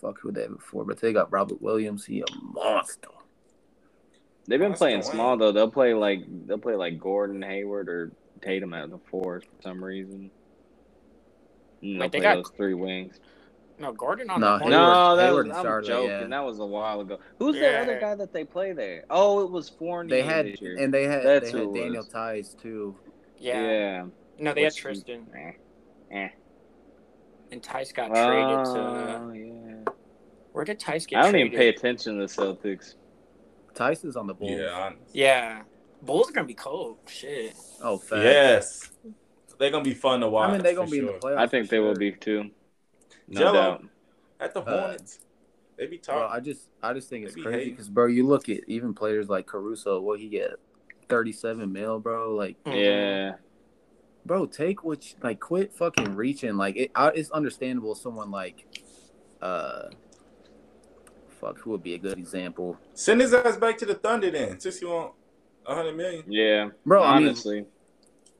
[SPEAKER 1] fuck who they had before, but they got Robert Williams. He a monster.
[SPEAKER 5] They've been
[SPEAKER 2] That's
[SPEAKER 5] playing
[SPEAKER 2] the way.
[SPEAKER 5] small though. They'll play like they'll play like Gordon Hayward or Tatum at the four for some reason. No,
[SPEAKER 3] Wait, they
[SPEAKER 5] Mm, play
[SPEAKER 3] got-
[SPEAKER 5] those three wings.
[SPEAKER 3] No, Gordon on
[SPEAKER 1] No,
[SPEAKER 3] the
[SPEAKER 1] Hayward-
[SPEAKER 3] corner.
[SPEAKER 5] no, that
[SPEAKER 1] Hayward
[SPEAKER 5] was
[SPEAKER 1] and
[SPEAKER 5] I'm
[SPEAKER 1] Charlotte,
[SPEAKER 5] joking.
[SPEAKER 1] yeah.
[SPEAKER 5] That was a while ago. Who's
[SPEAKER 3] Yeah.
[SPEAKER 5] that other guy that they play there? Oh, it was Fournier.
[SPEAKER 1] They had
[SPEAKER 5] this year.
[SPEAKER 1] and they had
[SPEAKER 5] That's
[SPEAKER 1] they
[SPEAKER 5] who
[SPEAKER 1] had
[SPEAKER 5] it was.
[SPEAKER 1] Daniel Tice too.
[SPEAKER 3] Yeah. No, they had
[SPEAKER 5] What's he-
[SPEAKER 3] Tristan.
[SPEAKER 5] Eh.
[SPEAKER 3] And Tice got traded to.
[SPEAKER 5] Oh, yeah.
[SPEAKER 3] Where did Tice get
[SPEAKER 5] Uh, I don't
[SPEAKER 3] traded?
[SPEAKER 5] even pay attention to the Celtics.
[SPEAKER 1] Tice is on the Bulls.
[SPEAKER 2] Yeah, honest.
[SPEAKER 3] Yeah. Bulls are going to be cold. Shit.
[SPEAKER 1] Oh, facts.
[SPEAKER 2] Yes. They're gonna be fun to watch.
[SPEAKER 1] I mean, they're gonna
[SPEAKER 2] for
[SPEAKER 1] be
[SPEAKER 2] sure.
[SPEAKER 1] in the playoffs.
[SPEAKER 5] I think
[SPEAKER 1] for
[SPEAKER 5] they will
[SPEAKER 1] sure.
[SPEAKER 5] be too. No
[SPEAKER 2] Jello.
[SPEAKER 5] doubt.
[SPEAKER 2] at the
[SPEAKER 1] Uh,
[SPEAKER 2] Hornets. they be
[SPEAKER 1] Well,
[SPEAKER 2] talking.
[SPEAKER 1] I just, I just think it's
[SPEAKER 2] They be
[SPEAKER 1] crazy
[SPEAKER 2] hating.
[SPEAKER 1] because, bro, you look at even players like Caruso. What he get? Thirty-seven mil, bro. Like,
[SPEAKER 5] Yeah.
[SPEAKER 1] bro, take what, you, like, quit fucking reaching. Like, it, I, it's understandable. Someone like, uh, fuck, who would be a good example,
[SPEAKER 2] Send his ass back to the Thunder then, since he want a hundred million.
[SPEAKER 5] Yeah.
[SPEAKER 1] bro?
[SPEAKER 5] Honestly.
[SPEAKER 1] I mean,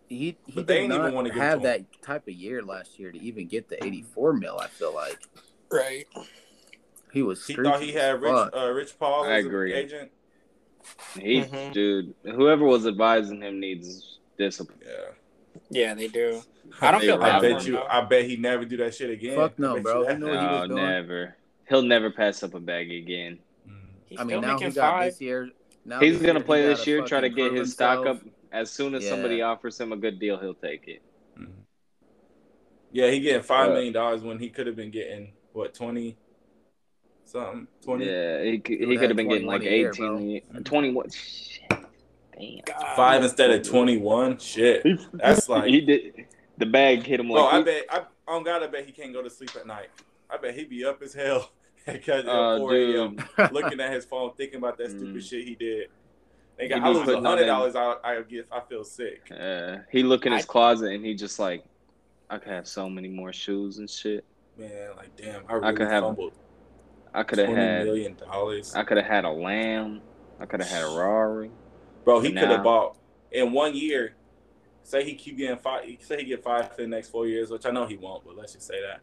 [SPEAKER 1] he he
[SPEAKER 2] But they
[SPEAKER 1] did
[SPEAKER 2] ain't even
[SPEAKER 1] not
[SPEAKER 2] wanna give it
[SPEAKER 1] have
[SPEAKER 2] to
[SPEAKER 1] that type of year last year to even get the eighty-four mil. I feel like
[SPEAKER 3] Mm-hmm. Right.
[SPEAKER 1] he was.
[SPEAKER 2] He thought he
[SPEAKER 1] streaky as
[SPEAKER 2] had Rich
[SPEAKER 1] fuck.
[SPEAKER 2] uh, Rich Paul
[SPEAKER 5] I
[SPEAKER 2] as an
[SPEAKER 5] agree.
[SPEAKER 2] agent.
[SPEAKER 5] He,
[SPEAKER 1] mm-hmm.
[SPEAKER 3] Mhm.
[SPEAKER 5] dude, whoever was advising him needs discipline.
[SPEAKER 2] Yeah.
[SPEAKER 3] Yeah, they do. I don't
[SPEAKER 5] They
[SPEAKER 3] feel
[SPEAKER 5] were
[SPEAKER 3] bad
[SPEAKER 2] I bet
[SPEAKER 5] out
[SPEAKER 3] for
[SPEAKER 5] there.
[SPEAKER 3] him,
[SPEAKER 2] you.
[SPEAKER 3] though.
[SPEAKER 2] I bet he never do that shit again.
[SPEAKER 1] Fuck no,
[SPEAKER 2] I bet
[SPEAKER 1] bro.
[SPEAKER 2] you
[SPEAKER 1] He
[SPEAKER 2] that.
[SPEAKER 1] knew what he
[SPEAKER 5] No,
[SPEAKER 1] was doing.
[SPEAKER 5] Oh, never. He'll never pass up a bag again.
[SPEAKER 2] Mm.
[SPEAKER 3] He's
[SPEAKER 1] I mean,
[SPEAKER 3] still
[SPEAKER 1] now he
[SPEAKER 3] making
[SPEAKER 1] got
[SPEAKER 3] five.
[SPEAKER 1] this year. Now
[SPEAKER 5] He's
[SPEAKER 1] this
[SPEAKER 5] gonna
[SPEAKER 1] year, he
[SPEAKER 5] play
[SPEAKER 1] gotta
[SPEAKER 5] this year, try to
[SPEAKER 1] fucking
[SPEAKER 5] get
[SPEAKER 1] prove
[SPEAKER 5] his stock
[SPEAKER 1] himself.
[SPEAKER 5] up. As soon as
[SPEAKER 1] Yeah.
[SPEAKER 5] somebody offers him a good deal, he'll take it.
[SPEAKER 2] Mm-hmm. Yeah, he getting five
[SPEAKER 5] Uh,
[SPEAKER 2] million dollars when he could have been getting what twenty, something twenty five
[SPEAKER 5] Yeah, he, c- he
[SPEAKER 1] Dude
[SPEAKER 5] could
[SPEAKER 1] had
[SPEAKER 5] have been getting like
[SPEAKER 1] 21 a year,
[SPEAKER 5] 18,
[SPEAKER 2] bro.
[SPEAKER 5] 21. Shit. Damn.
[SPEAKER 3] God.
[SPEAKER 2] instead of twenty one. Shit, that's like.
[SPEAKER 5] he did. The bag hit him like.
[SPEAKER 2] oh, I bet. I on God, I bet he can't go to sleep at night. I bet he be up as hell (laughs) at
[SPEAKER 5] Uh,
[SPEAKER 2] 4 a.m.
[SPEAKER 5] dude,
[SPEAKER 2] looking at his phone, thinking about that stupid
[SPEAKER 5] Mm.
[SPEAKER 2] shit he did. They
[SPEAKER 5] He
[SPEAKER 2] got, I
[SPEAKER 5] be
[SPEAKER 2] lose
[SPEAKER 5] putting on
[SPEAKER 2] hundred dollars. I, I get. I feel sick.
[SPEAKER 5] uh, he look in his
[SPEAKER 3] I-
[SPEAKER 5] closet and he just like, I could have so many more shoes and shit.
[SPEAKER 2] Man, like damn, I really
[SPEAKER 5] could have
[SPEAKER 2] fumbled
[SPEAKER 5] I could have
[SPEAKER 2] twenty
[SPEAKER 5] had.
[SPEAKER 2] million dollars.
[SPEAKER 5] I could have had a lamb. I could have had a Rari.
[SPEAKER 2] Bro, he
[SPEAKER 5] Now-
[SPEAKER 2] could have bought in one year. Say he keep getting five. Say he get five for the next four years, which I know he won't. But let's just say that,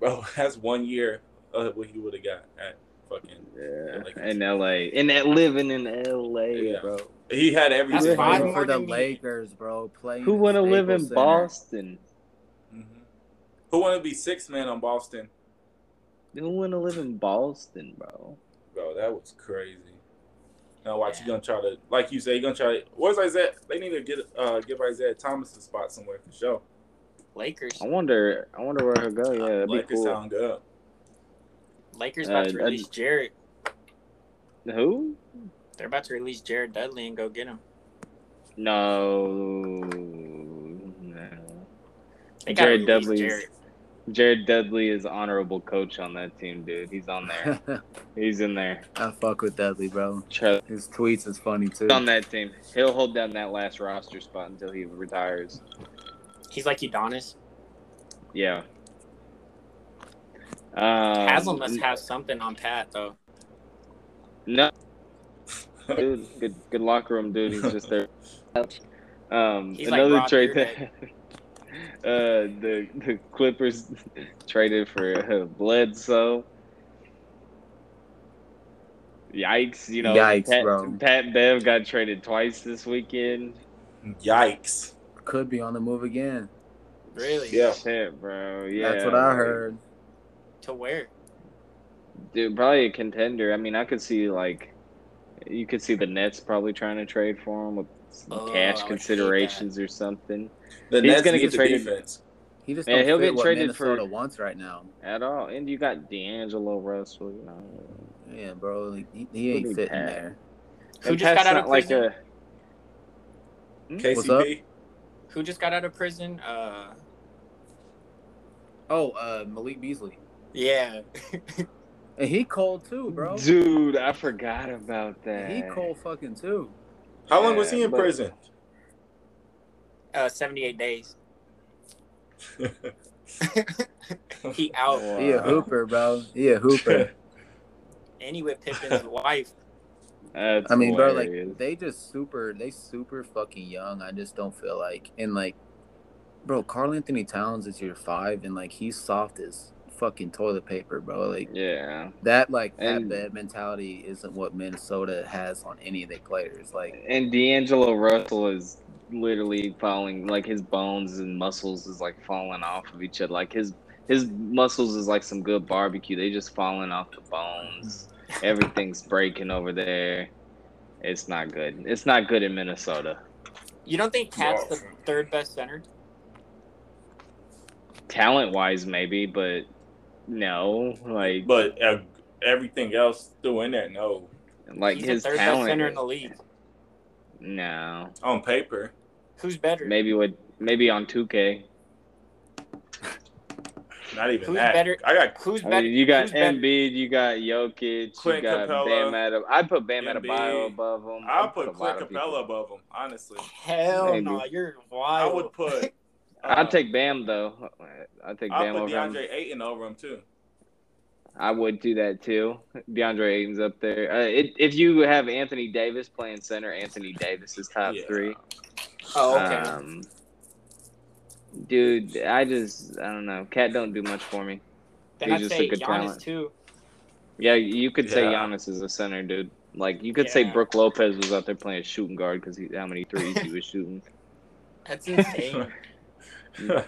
[SPEAKER 2] bro, (laughs) that's one year of what he would have got at fucking.
[SPEAKER 5] Yeah,
[SPEAKER 2] Like-
[SPEAKER 5] in L.A. and that living in L.A.
[SPEAKER 2] Yeah.
[SPEAKER 5] bro.
[SPEAKER 2] He had everything.
[SPEAKER 3] That's
[SPEAKER 1] Good
[SPEAKER 3] five
[SPEAKER 1] hit
[SPEAKER 3] more
[SPEAKER 1] for the
[SPEAKER 3] than me.
[SPEAKER 1] Lakers, bro. Playing
[SPEAKER 5] Who
[SPEAKER 1] at
[SPEAKER 5] want to live in
[SPEAKER 1] Staples Center.
[SPEAKER 5] Boston?
[SPEAKER 2] Mhm. Who want to be six man on Boston?
[SPEAKER 5] Who want to live in Boston, bro?
[SPEAKER 2] Bro, that was crazy. Now watch, you gonna try to, like you say, you gonna try to. Where's Isaiah? They need to get uh give Isaiah Thomas a spot somewhere for sure.
[SPEAKER 3] Lakers.
[SPEAKER 5] I wonder. I wonder where he'll go. Yeah, that'd be
[SPEAKER 2] like it
[SPEAKER 5] cool.
[SPEAKER 2] sound good.
[SPEAKER 3] Lakers about
[SPEAKER 5] Uh,
[SPEAKER 3] to release
[SPEAKER 5] I-
[SPEAKER 3] Jared.
[SPEAKER 5] Who?
[SPEAKER 3] They're about to release Jared Dudley and go get him.
[SPEAKER 5] No. no.
[SPEAKER 3] They gotta
[SPEAKER 5] Jared
[SPEAKER 3] release
[SPEAKER 5] Dudley's-
[SPEAKER 3] Jared.
[SPEAKER 5] Jared Dudley is honorable coach on that team, dude. He's on there. He's in there.
[SPEAKER 1] (laughs) I fuck with Dudley, bro.
[SPEAKER 5] Trust
[SPEAKER 1] His tweets is funny too.
[SPEAKER 5] on that team. He'll hold down that last roster spot until he retires.
[SPEAKER 3] He's like Udonis.
[SPEAKER 5] Yeah. Um,
[SPEAKER 3] Haslam must have something on Pat though.
[SPEAKER 5] No, dude, good good locker room, dude. He's just there. Um,
[SPEAKER 3] He's like
[SPEAKER 5] another
[SPEAKER 3] Rob
[SPEAKER 5] trade that (laughs) uh, the the Clippers (laughs) traded for uh, Bledsoe. Yikes! You know,
[SPEAKER 1] Yikes,
[SPEAKER 5] Pat,
[SPEAKER 1] bro.
[SPEAKER 5] Pat Bev got traded twice this weekend.
[SPEAKER 2] Yikes.
[SPEAKER 1] Could be on the move again.
[SPEAKER 3] Really?
[SPEAKER 2] Yeah.
[SPEAKER 5] Shit, bro. Yeah,
[SPEAKER 1] That's what I
[SPEAKER 5] like,
[SPEAKER 1] heard.
[SPEAKER 3] To where?
[SPEAKER 5] Dude, probably a contender. I mean, I could see like you could see the Nets probably trying to trade for him with some
[SPEAKER 3] Oh, I would
[SPEAKER 5] cash
[SPEAKER 3] hate
[SPEAKER 5] considerations or something.
[SPEAKER 2] The
[SPEAKER 5] He's
[SPEAKER 2] Nets
[SPEAKER 5] gonna
[SPEAKER 2] need
[SPEAKER 5] get
[SPEAKER 2] the
[SPEAKER 5] traded.
[SPEAKER 2] defense.
[SPEAKER 1] He just
[SPEAKER 5] Man,
[SPEAKER 1] don't
[SPEAKER 5] he'll
[SPEAKER 1] fit
[SPEAKER 5] get
[SPEAKER 1] what
[SPEAKER 5] traded for-
[SPEAKER 1] Minnesota wants right now.
[SPEAKER 5] At all. And you got D'Angelo Russell, you know.
[SPEAKER 1] Yeah, bro. Like, he, he
[SPEAKER 5] Who
[SPEAKER 1] ain't
[SPEAKER 5] did
[SPEAKER 1] fitting
[SPEAKER 5] Pat?
[SPEAKER 1] there.
[SPEAKER 3] Who
[SPEAKER 5] And
[SPEAKER 3] just got
[SPEAKER 5] Pat's
[SPEAKER 3] out of
[SPEAKER 5] not like
[SPEAKER 3] prison?
[SPEAKER 5] a
[SPEAKER 1] What's up?
[SPEAKER 2] KCP.
[SPEAKER 3] Who just got out of prison? Uh,
[SPEAKER 1] Oh, uh, Malik Beasley,
[SPEAKER 3] yeah.
[SPEAKER 1] and he cold too, bro.
[SPEAKER 5] dude. I forgot about that.
[SPEAKER 1] He cold fucking too.
[SPEAKER 2] How long was he
[SPEAKER 5] Yeah,
[SPEAKER 2] in
[SPEAKER 5] but-
[SPEAKER 2] prison?
[SPEAKER 3] Uh, seventy-eight days. (laughs) He out.
[SPEAKER 5] Wow.
[SPEAKER 1] He a hooper, bro. He a hooper.
[SPEAKER 3] And he with Pippen's wife.
[SPEAKER 5] (laughs) That's
[SPEAKER 1] I mean, bro,
[SPEAKER 5] hilarious.
[SPEAKER 1] like they just super, they super fucking young. I just don't feel like, and like, bro, Carl Anthony Towns is your five, and like he's soft as fucking toilet paper, bro. Like
[SPEAKER 5] yeah.
[SPEAKER 1] that, like
[SPEAKER 5] And-
[SPEAKER 1] that bad mentality isn't what Minnesota has on any of their players. Like,
[SPEAKER 5] And D'Angelo Russell is literally falling like his bones and muscles is like falling off of each other. Like his his muscles is like some good barbecue. They just falling off the bones. Everything's breaking over there. It's not good. It's not good in Minnesota.
[SPEAKER 3] You don't think Cat's the third best center?
[SPEAKER 5] Talent wise, maybe, but no. Like
[SPEAKER 2] But uh, everything else threw in there, no.
[SPEAKER 5] like
[SPEAKER 3] He's
[SPEAKER 5] his
[SPEAKER 3] the third best center
[SPEAKER 5] talent.
[SPEAKER 3] in
[SPEAKER 5] (laughs)
[SPEAKER 3] the league.
[SPEAKER 5] No,
[SPEAKER 2] On paper,
[SPEAKER 3] Who's better?
[SPEAKER 5] maybe with maybe on two K.
[SPEAKER 2] not even
[SPEAKER 3] Who's
[SPEAKER 2] that.
[SPEAKER 3] better-
[SPEAKER 2] I got
[SPEAKER 3] Who's
[SPEAKER 5] I
[SPEAKER 3] better?
[SPEAKER 5] mean, you got
[SPEAKER 3] who's better?
[SPEAKER 5] Embiid, you got Jokic,
[SPEAKER 2] Clint
[SPEAKER 5] you got
[SPEAKER 2] Capella,
[SPEAKER 5] Bam Adebayo. I put Bam
[SPEAKER 2] Embiid.
[SPEAKER 5] Adebayo above him.
[SPEAKER 2] I'll
[SPEAKER 5] I'd
[SPEAKER 2] put
[SPEAKER 5] a
[SPEAKER 2] Clint
[SPEAKER 5] lot of people.
[SPEAKER 2] Capella above him, honestly.
[SPEAKER 3] Hell
[SPEAKER 5] Maybe.
[SPEAKER 3] no, you're
[SPEAKER 2] I
[SPEAKER 3] wild.
[SPEAKER 2] would put.
[SPEAKER 5] I'd take Bam though. I'd take
[SPEAKER 2] uh, I'll
[SPEAKER 5] Bam
[SPEAKER 2] put
[SPEAKER 5] over him.
[SPEAKER 2] DeAndre Ayton over him too.
[SPEAKER 5] I would do that too. DeAndre Ayton's up there. Uh, it, if you have Anthony Davis playing center, Anthony Davis is top
[SPEAKER 2] Yeah.
[SPEAKER 5] three.
[SPEAKER 3] Oh, okay.
[SPEAKER 5] Um, dude, I just I don't know. Cat don't do much for me.
[SPEAKER 3] then
[SPEAKER 5] he's
[SPEAKER 3] I'd
[SPEAKER 5] just a
[SPEAKER 3] say
[SPEAKER 5] good
[SPEAKER 3] Giannis
[SPEAKER 5] talent.
[SPEAKER 3] too.
[SPEAKER 5] Yeah, you could say
[SPEAKER 2] Yeah.
[SPEAKER 5] Giannis is a center, dude. Like you could say
[SPEAKER 3] Yeah.
[SPEAKER 5] Brooke Lopez was out there playing shooting guard because how many threes he was shooting.
[SPEAKER 2] (laughs)
[SPEAKER 3] That's insane.
[SPEAKER 2] you
[SPEAKER 1] So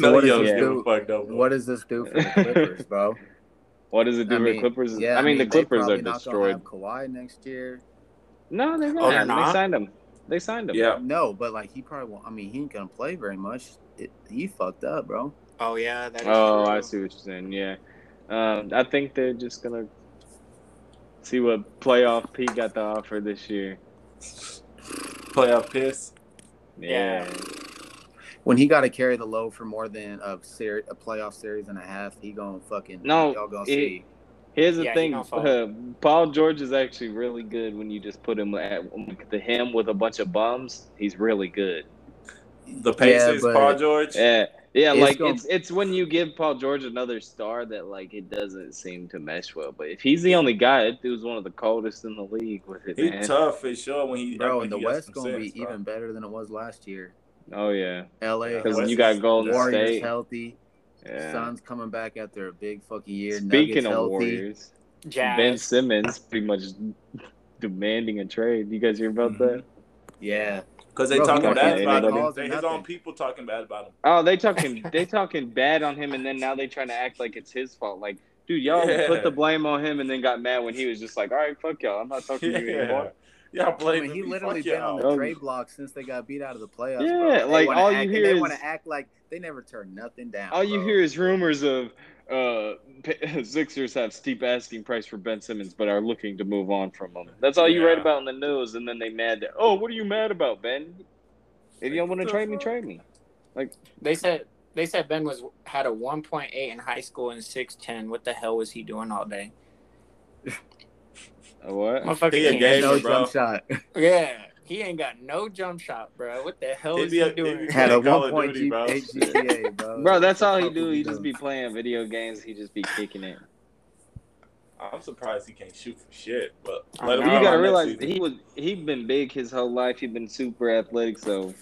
[SPEAKER 2] know
[SPEAKER 1] what does
[SPEAKER 2] you don't
[SPEAKER 5] this
[SPEAKER 2] give a
[SPEAKER 1] do-
[SPEAKER 2] fuck though. boy.
[SPEAKER 1] What does this do for
[SPEAKER 5] (laughs)
[SPEAKER 1] the Clippers, bro?
[SPEAKER 5] What does it do
[SPEAKER 1] I
[SPEAKER 5] to
[SPEAKER 1] mean,
[SPEAKER 5] the Clippers?
[SPEAKER 1] Yeah,
[SPEAKER 5] I, mean, the
[SPEAKER 1] they
[SPEAKER 5] Clippers
[SPEAKER 1] probably
[SPEAKER 5] are
[SPEAKER 1] not gonna
[SPEAKER 5] destroyed.
[SPEAKER 1] Have Kawhi next year.
[SPEAKER 5] No, they're not.
[SPEAKER 3] Oh, they're
[SPEAKER 5] They
[SPEAKER 3] not?
[SPEAKER 5] signed him. They signed him.
[SPEAKER 2] Yeah,
[SPEAKER 1] No, but like he probably won't. I mean, he ain't gonna play very much. It, he fucked up, bro.
[SPEAKER 3] oh yeah, that is
[SPEAKER 5] Oh,
[SPEAKER 3] true.
[SPEAKER 5] I see what you're saying. Yeah, um, I think they're just gonna see what playoff P got to offer this year.
[SPEAKER 2] playoff piss.
[SPEAKER 5] Yeah,
[SPEAKER 1] When he got to carry the load for more than a ser- a playoff series and a half, he gonna fucking
[SPEAKER 5] No,
[SPEAKER 1] Y'all gonna
[SPEAKER 5] it-
[SPEAKER 1] see.
[SPEAKER 5] here's the
[SPEAKER 3] Yeah, he
[SPEAKER 5] thing: (laughs)
[SPEAKER 3] gonna fall.
[SPEAKER 5] uh, Paul George is actually really good when you just put him at the him with a bunch of bums. He's really good.
[SPEAKER 2] The Pacers,
[SPEAKER 1] but-
[SPEAKER 2] Paul George.
[SPEAKER 5] Yeah, yeah.
[SPEAKER 1] It's
[SPEAKER 5] like
[SPEAKER 1] gonna-
[SPEAKER 5] it's it's when you give Paul George another star that like it doesn't seem to mesh well. But if he's the only guy, that dude's one of the coldest in the league with it,
[SPEAKER 2] He
[SPEAKER 5] man.
[SPEAKER 2] tough for sure when he
[SPEAKER 1] Bro,
[SPEAKER 2] when
[SPEAKER 1] and the
[SPEAKER 2] he got
[SPEAKER 1] West
[SPEAKER 2] some
[SPEAKER 1] gonna
[SPEAKER 2] sense,
[SPEAKER 1] be
[SPEAKER 2] bro.
[SPEAKER 1] even better than it was last year.
[SPEAKER 5] Oh yeah,
[SPEAKER 1] L.A.
[SPEAKER 2] Yeah,
[SPEAKER 5] because
[SPEAKER 2] West
[SPEAKER 1] healthy,
[SPEAKER 5] you got
[SPEAKER 2] is-
[SPEAKER 5] Golden
[SPEAKER 1] Warriors
[SPEAKER 5] State.
[SPEAKER 1] healthy.
[SPEAKER 5] Yeah.
[SPEAKER 1] Suns coming back after a big fucking year.
[SPEAKER 5] Speaking
[SPEAKER 1] Nuggets
[SPEAKER 5] of
[SPEAKER 1] healthy.
[SPEAKER 5] Warriors,
[SPEAKER 3] Jazz.
[SPEAKER 5] Ben Simmons pretty much demanding a trade. You guys hear about
[SPEAKER 2] Mhm.
[SPEAKER 5] that?
[SPEAKER 1] Yeah,
[SPEAKER 2] Because they
[SPEAKER 1] Bro,
[SPEAKER 2] talking
[SPEAKER 5] he
[SPEAKER 2] bad
[SPEAKER 5] fucking
[SPEAKER 2] about
[SPEAKER 5] ended
[SPEAKER 1] up
[SPEAKER 2] him.
[SPEAKER 1] in-
[SPEAKER 2] They- His own people talking bad about him.
[SPEAKER 5] Oh, they talking they talking bad on him, and then now they trying to act like it's his fault. Like, dude, y'all
[SPEAKER 2] Yeah.
[SPEAKER 5] put the blame on him, and then got mad when he was just like, "All right, fuck y'all, I'm not talking to (laughs)
[SPEAKER 2] (laughs)
[SPEAKER 5] you
[SPEAKER 2] Yeah,
[SPEAKER 5] anymore."
[SPEAKER 2] y'all
[SPEAKER 1] I
[SPEAKER 2] blame
[SPEAKER 1] mean, he
[SPEAKER 2] him.
[SPEAKER 1] literally
[SPEAKER 2] Fuck
[SPEAKER 1] been on
[SPEAKER 2] y'all.
[SPEAKER 1] the
[SPEAKER 5] y'all.
[SPEAKER 1] trade block since they got beat out of the playoffs.
[SPEAKER 5] Yeah,
[SPEAKER 1] bro. They
[SPEAKER 5] like,
[SPEAKER 1] wanna
[SPEAKER 5] all you
[SPEAKER 1] act, and
[SPEAKER 5] hear
[SPEAKER 1] they
[SPEAKER 5] is-
[SPEAKER 1] want to act like they never turn nothing down.
[SPEAKER 5] All you
[SPEAKER 1] bro.
[SPEAKER 5] hear is rumors of uh P- (laughs) Sixers have steep asking price for Ben Simmons, but are looking to move on from him. That's all you
[SPEAKER 2] Yeah.
[SPEAKER 5] read about in the news, and then they mad. That, oh, what are you mad about, Ben? If you don't want to
[SPEAKER 2] The
[SPEAKER 5] trade me,
[SPEAKER 2] fuck?
[SPEAKER 5] trade me.
[SPEAKER 3] They said they said Ben was had a 1.8 in high school and 6'10. What the hell was he doing all day?
[SPEAKER 5] Uh, What?
[SPEAKER 3] Motherfucker
[SPEAKER 2] He a
[SPEAKER 3] can't-
[SPEAKER 2] gamer,
[SPEAKER 1] no
[SPEAKER 2] bro.
[SPEAKER 1] jump shot.
[SPEAKER 2] (laughs)
[SPEAKER 3] Yeah, he ain't got no jump shot, bro. What the hell
[SPEAKER 2] He
[SPEAKER 3] is
[SPEAKER 2] be
[SPEAKER 3] he
[SPEAKER 2] a- he
[SPEAKER 3] doing?
[SPEAKER 2] be-
[SPEAKER 1] Had a
[SPEAKER 2] Call
[SPEAKER 1] one
[SPEAKER 2] of
[SPEAKER 1] point
[SPEAKER 2] Duty, bro. (laughs)
[SPEAKER 1] GPA, bro.
[SPEAKER 5] Bro, that's all
[SPEAKER 1] What
[SPEAKER 5] he
[SPEAKER 1] the fuck
[SPEAKER 5] do.
[SPEAKER 1] was
[SPEAKER 5] He just be
[SPEAKER 1] doing?
[SPEAKER 5] playing video games. He just be kicking it.
[SPEAKER 2] I'm surprised he can't shoot for shit. But
[SPEAKER 3] I
[SPEAKER 2] let him
[SPEAKER 5] But you
[SPEAKER 3] know.
[SPEAKER 2] try
[SPEAKER 5] gotta
[SPEAKER 2] next
[SPEAKER 5] realize
[SPEAKER 2] season.
[SPEAKER 5] he was he been big his whole life. he been super athletic, so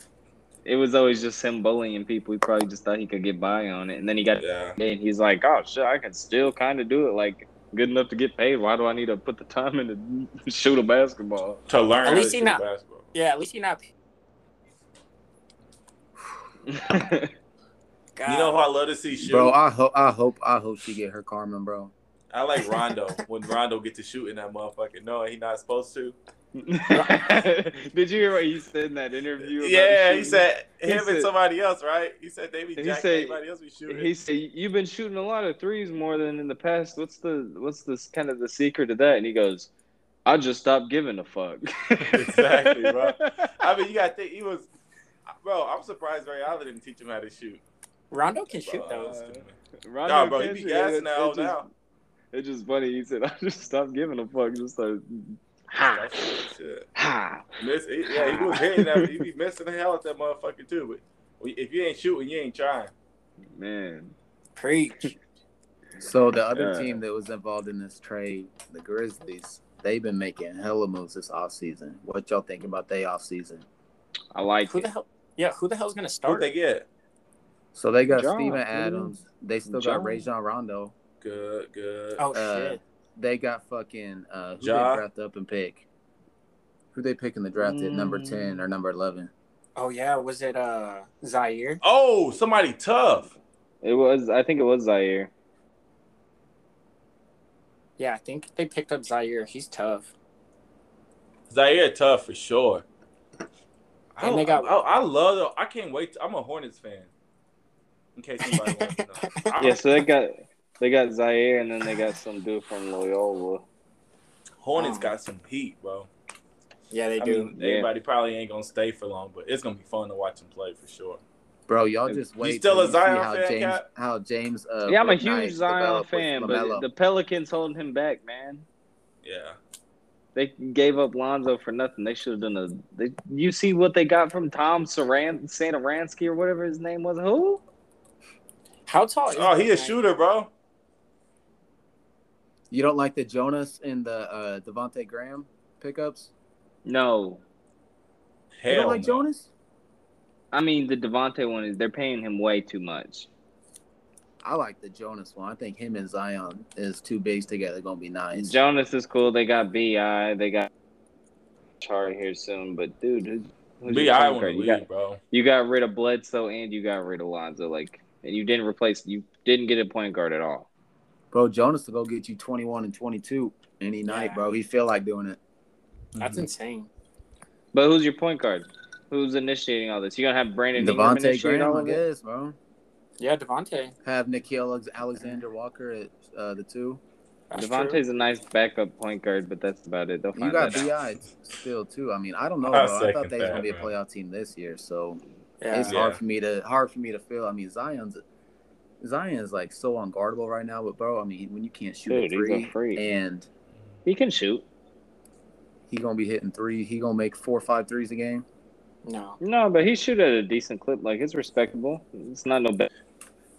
[SPEAKER 5] it was always just him bullying people. He probably just thought he could get by on it, and then he got
[SPEAKER 2] Yeah.
[SPEAKER 5] and he's like, "Oh shit, I can still kind of do it. Like good enough to get paid. Why do I need to put the time in to (laughs) shoot a basketball?" (laughs)
[SPEAKER 2] To learn
[SPEAKER 3] At
[SPEAKER 2] how to
[SPEAKER 3] least he
[SPEAKER 2] shoot
[SPEAKER 3] not-
[SPEAKER 2] basketball.
[SPEAKER 3] Yeah, at least he not. God.
[SPEAKER 2] You know who I love to see shoot?
[SPEAKER 1] Bro, I hope, I hope, I hope she get her Carmen, bro.
[SPEAKER 2] I like Rondo when Rondo get to shooting that motherfucker. No, he not supposed to.
[SPEAKER 5] Did you hear what he said in that interview? about
[SPEAKER 2] Yeah, he
[SPEAKER 5] shooting?
[SPEAKER 2] said
[SPEAKER 5] He
[SPEAKER 2] him and
[SPEAKER 5] said-
[SPEAKER 2] somebody else, right? He said they be
[SPEAKER 5] He
[SPEAKER 2] jacking
[SPEAKER 5] said-
[SPEAKER 2] everybody else be shooting.
[SPEAKER 5] He said, "You've been shooting a lot of threes more than in the past. What's the what's this kind of the secret to that?" And he goes, "I just stopped giving a fuck."
[SPEAKER 2] Exactly,
[SPEAKER 5] (laughs)
[SPEAKER 2] bro. I mean, you gotta think he was, bro. I'm surprised Ray Allen didn't teach him how to shoot.
[SPEAKER 3] Rondo can shoot
[SPEAKER 2] Bro,
[SPEAKER 3] those.
[SPEAKER 2] I'm just kidding.
[SPEAKER 5] Rondo
[SPEAKER 2] Nah, bro, he be
[SPEAKER 5] Kendrick,
[SPEAKER 2] gassing
[SPEAKER 5] it-
[SPEAKER 2] that
[SPEAKER 5] it
[SPEAKER 2] hoe
[SPEAKER 5] just-
[SPEAKER 2] now.
[SPEAKER 5] It's just funny. He said, "I just stopped giving a fuck." Just like, ha,
[SPEAKER 2] That's shit.
[SPEAKER 5] ha.
[SPEAKER 2] Miss, he- yeah, he was hitting that. He be missing the hell out that motherfucker too. But if you ain't shooting, you ain't trying.
[SPEAKER 5] Man,
[SPEAKER 2] (laughs)
[SPEAKER 3] Preach.
[SPEAKER 1] So the other
[SPEAKER 5] Yeah.
[SPEAKER 1] team that was involved in this trade, the Grizzlies, they've been making hella moves this offseason. What y'all think about they offseason?
[SPEAKER 5] I like
[SPEAKER 3] Who
[SPEAKER 5] it.
[SPEAKER 3] the hell? Yeah, who the hell's gonna
[SPEAKER 2] What
[SPEAKER 3] start?
[SPEAKER 2] they get?
[SPEAKER 1] So they got
[SPEAKER 5] John,
[SPEAKER 1] Steven
[SPEAKER 5] dude.
[SPEAKER 1] Adams. They still
[SPEAKER 5] John.
[SPEAKER 1] got Rajon Rondo.
[SPEAKER 2] Good, good.
[SPEAKER 3] oh
[SPEAKER 1] Uh,
[SPEAKER 3] shit!
[SPEAKER 1] They got fucking uh who
[SPEAKER 2] Ja.
[SPEAKER 1] they draft up and pick. Who they pick in the draft at number
[SPEAKER 5] Mm.
[SPEAKER 1] ten or number eleven?
[SPEAKER 3] Oh yeah, was it uh Zaire?
[SPEAKER 2] Oh, somebody tough.
[SPEAKER 5] It was. I think it was Zaire.
[SPEAKER 3] Yeah, I think they picked up Zaire. He's tough.
[SPEAKER 2] Zaire tough for sure. I,
[SPEAKER 3] And they got-
[SPEAKER 2] I, I love. The, I can't wait. to- I'm a Hornets fan. In case anybody wants to
[SPEAKER 5] (laughs)
[SPEAKER 2] know. I-
[SPEAKER 5] Yeah, so they got they got Zaire, and then they got some dude from Loyola.
[SPEAKER 2] Hornets got some heat, bro.
[SPEAKER 3] Yeah, they
[SPEAKER 2] I
[SPEAKER 3] do.
[SPEAKER 2] mean,
[SPEAKER 5] Yeah.
[SPEAKER 2] everybody probably ain't gonna stay for long, but it's gonna be fun to watch them play for sure.
[SPEAKER 1] Bro, y'all
[SPEAKER 5] You
[SPEAKER 1] just wait.
[SPEAKER 2] still
[SPEAKER 1] till
[SPEAKER 2] a
[SPEAKER 1] you see
[SPEAKER 2] Zion
[SPEAKER 1] how
[SPEAKER 2] fan,
[SPEAKER 1] James,
[SPEAKER 2] Cat?
[SPEAKER 1] How James? Uh,
[SPEAKER 5] Yeah, I'm a
[SPEAKER 1] Book Knight
[SPEAKER 5] huge Zion
[SPEAKER 1] developed with
[SPEAKER 5] fan,
[SPEAKER 1] LaMelo.
[SPEAKER 5] but the Pelicans holding him back, man.
[SPEAKER 2] Yeah,
[SPEAKER 5] They gave up Lonzo for nothing. They should have done a. They, you see what they got from Tom Saran, Santoransky or whatever his name was. Who?
[SPEAKER 3] How tall? Is
[SPEAKER 2] Oh, he a
[SPEAKER 3] Book Knight?
[SPEAKER 2] shooter, bro.
[SPEAKER 1] you don't like the Jonas and the uh, Devonte Graham pickups? you
[SPEAKER 5] No,
[SPEAKER 2] Hell,
[SPEAKER 1] don't like
[SPEAKER 2] no.
[SPEAKER 1] Jonas?
[SPEAKER 5] I mean the Devonte one is they're paying him way too much.
[SPEAKER 1] I like the Jonas one. I think him and Zion is two bigs together. Gonna be nice.
[SPEAKER 5] Jonas is cool. They got Bi. They got Chari here soon, but dude, who's, who's
[SPEAKER 2] Bi
[SPEAKER 5] your point
[SPEAKER 2] want to
[SPEAKER 5] guard? You
[SPEAKER 2] leave,
[SPEAKER 5] got
[SPEAKER 2] bro.
[SPEAKER 5] you got rid of Bledsoe and you got rid of Lonzo. Like, and you didn't replace. You didn't get a point guard at all.
[SPEAKER 1] Bro, Jonas will go get you 21 and 22 any night,
[SPEAKER 3] Yeah.
[SPEAKER 1] bro. He feel like doing it.
[SPEAKER 2] Mm-hmm.
[SPEAKER 3] That's insane.
[SPEAKER 5] But who's your point guard? Who's initiating all this? You gonna have Brandon Ingram
[SPEAKER 1] Devonte
[SPEAKER 5] initiate
[SPEAKER 1] Graham,
[SPEAKER 5] all
[SPEAKER 1] I
[SPEAKER 5] of it?
[SPEAKER 1] guess, bro.
[SPEAKER 3] Yeah, Devontae.
[SPEAKER 1] Have Nikhil Alexander Walker at uh, the two.
[SPEAKER 3] That's true.
[SPEAKER 5] Devontae's a nice backup point guard, but that's about it. They'll
[SPEAKER 1] You
[SPEAKER 5] find
[SPEAKER 1] got
[SPEAKER 5] that out.
[SPEAKER 1] Bi still too. I mean, I don't know. Bro.
[SPEAKER 2] I
[SPEAKER 1] I thought
[SPEAKER 2] second
[SPEAKER 1] they was gonna
[SPEAKER 2] that,
[SPEAKER 1] be a
[SPEAKER 2] bro.
[SPEAKER 1] playoff team this year, so
[SPEAKER 3] Yeah.
[SPEAKER 1] it's
[SPEAKER 2] Yeah.
[SPEAKER 1] hard for me to hard for me to feel. I mean, Zion's Zion is like so unguardable right now, but bro, I mean, when you can't shoot
[SPEAKER 5] Dude,
[SPEAKER 1] a
[SPEAKER 5] he's a
[SPEAKER 1] three,
[SPEAKER 5] freak.
[SPEAKER 1] and
[SPEAKER 5] He can shoot.
[SPEAKER 1] he gonna be hitting three, he gonna make four or five threes a game.
[SPEAKER 3] No.
[SPEAKER 5] No, but he shoot at a decent clip. Like it's respectable. It's not no bad.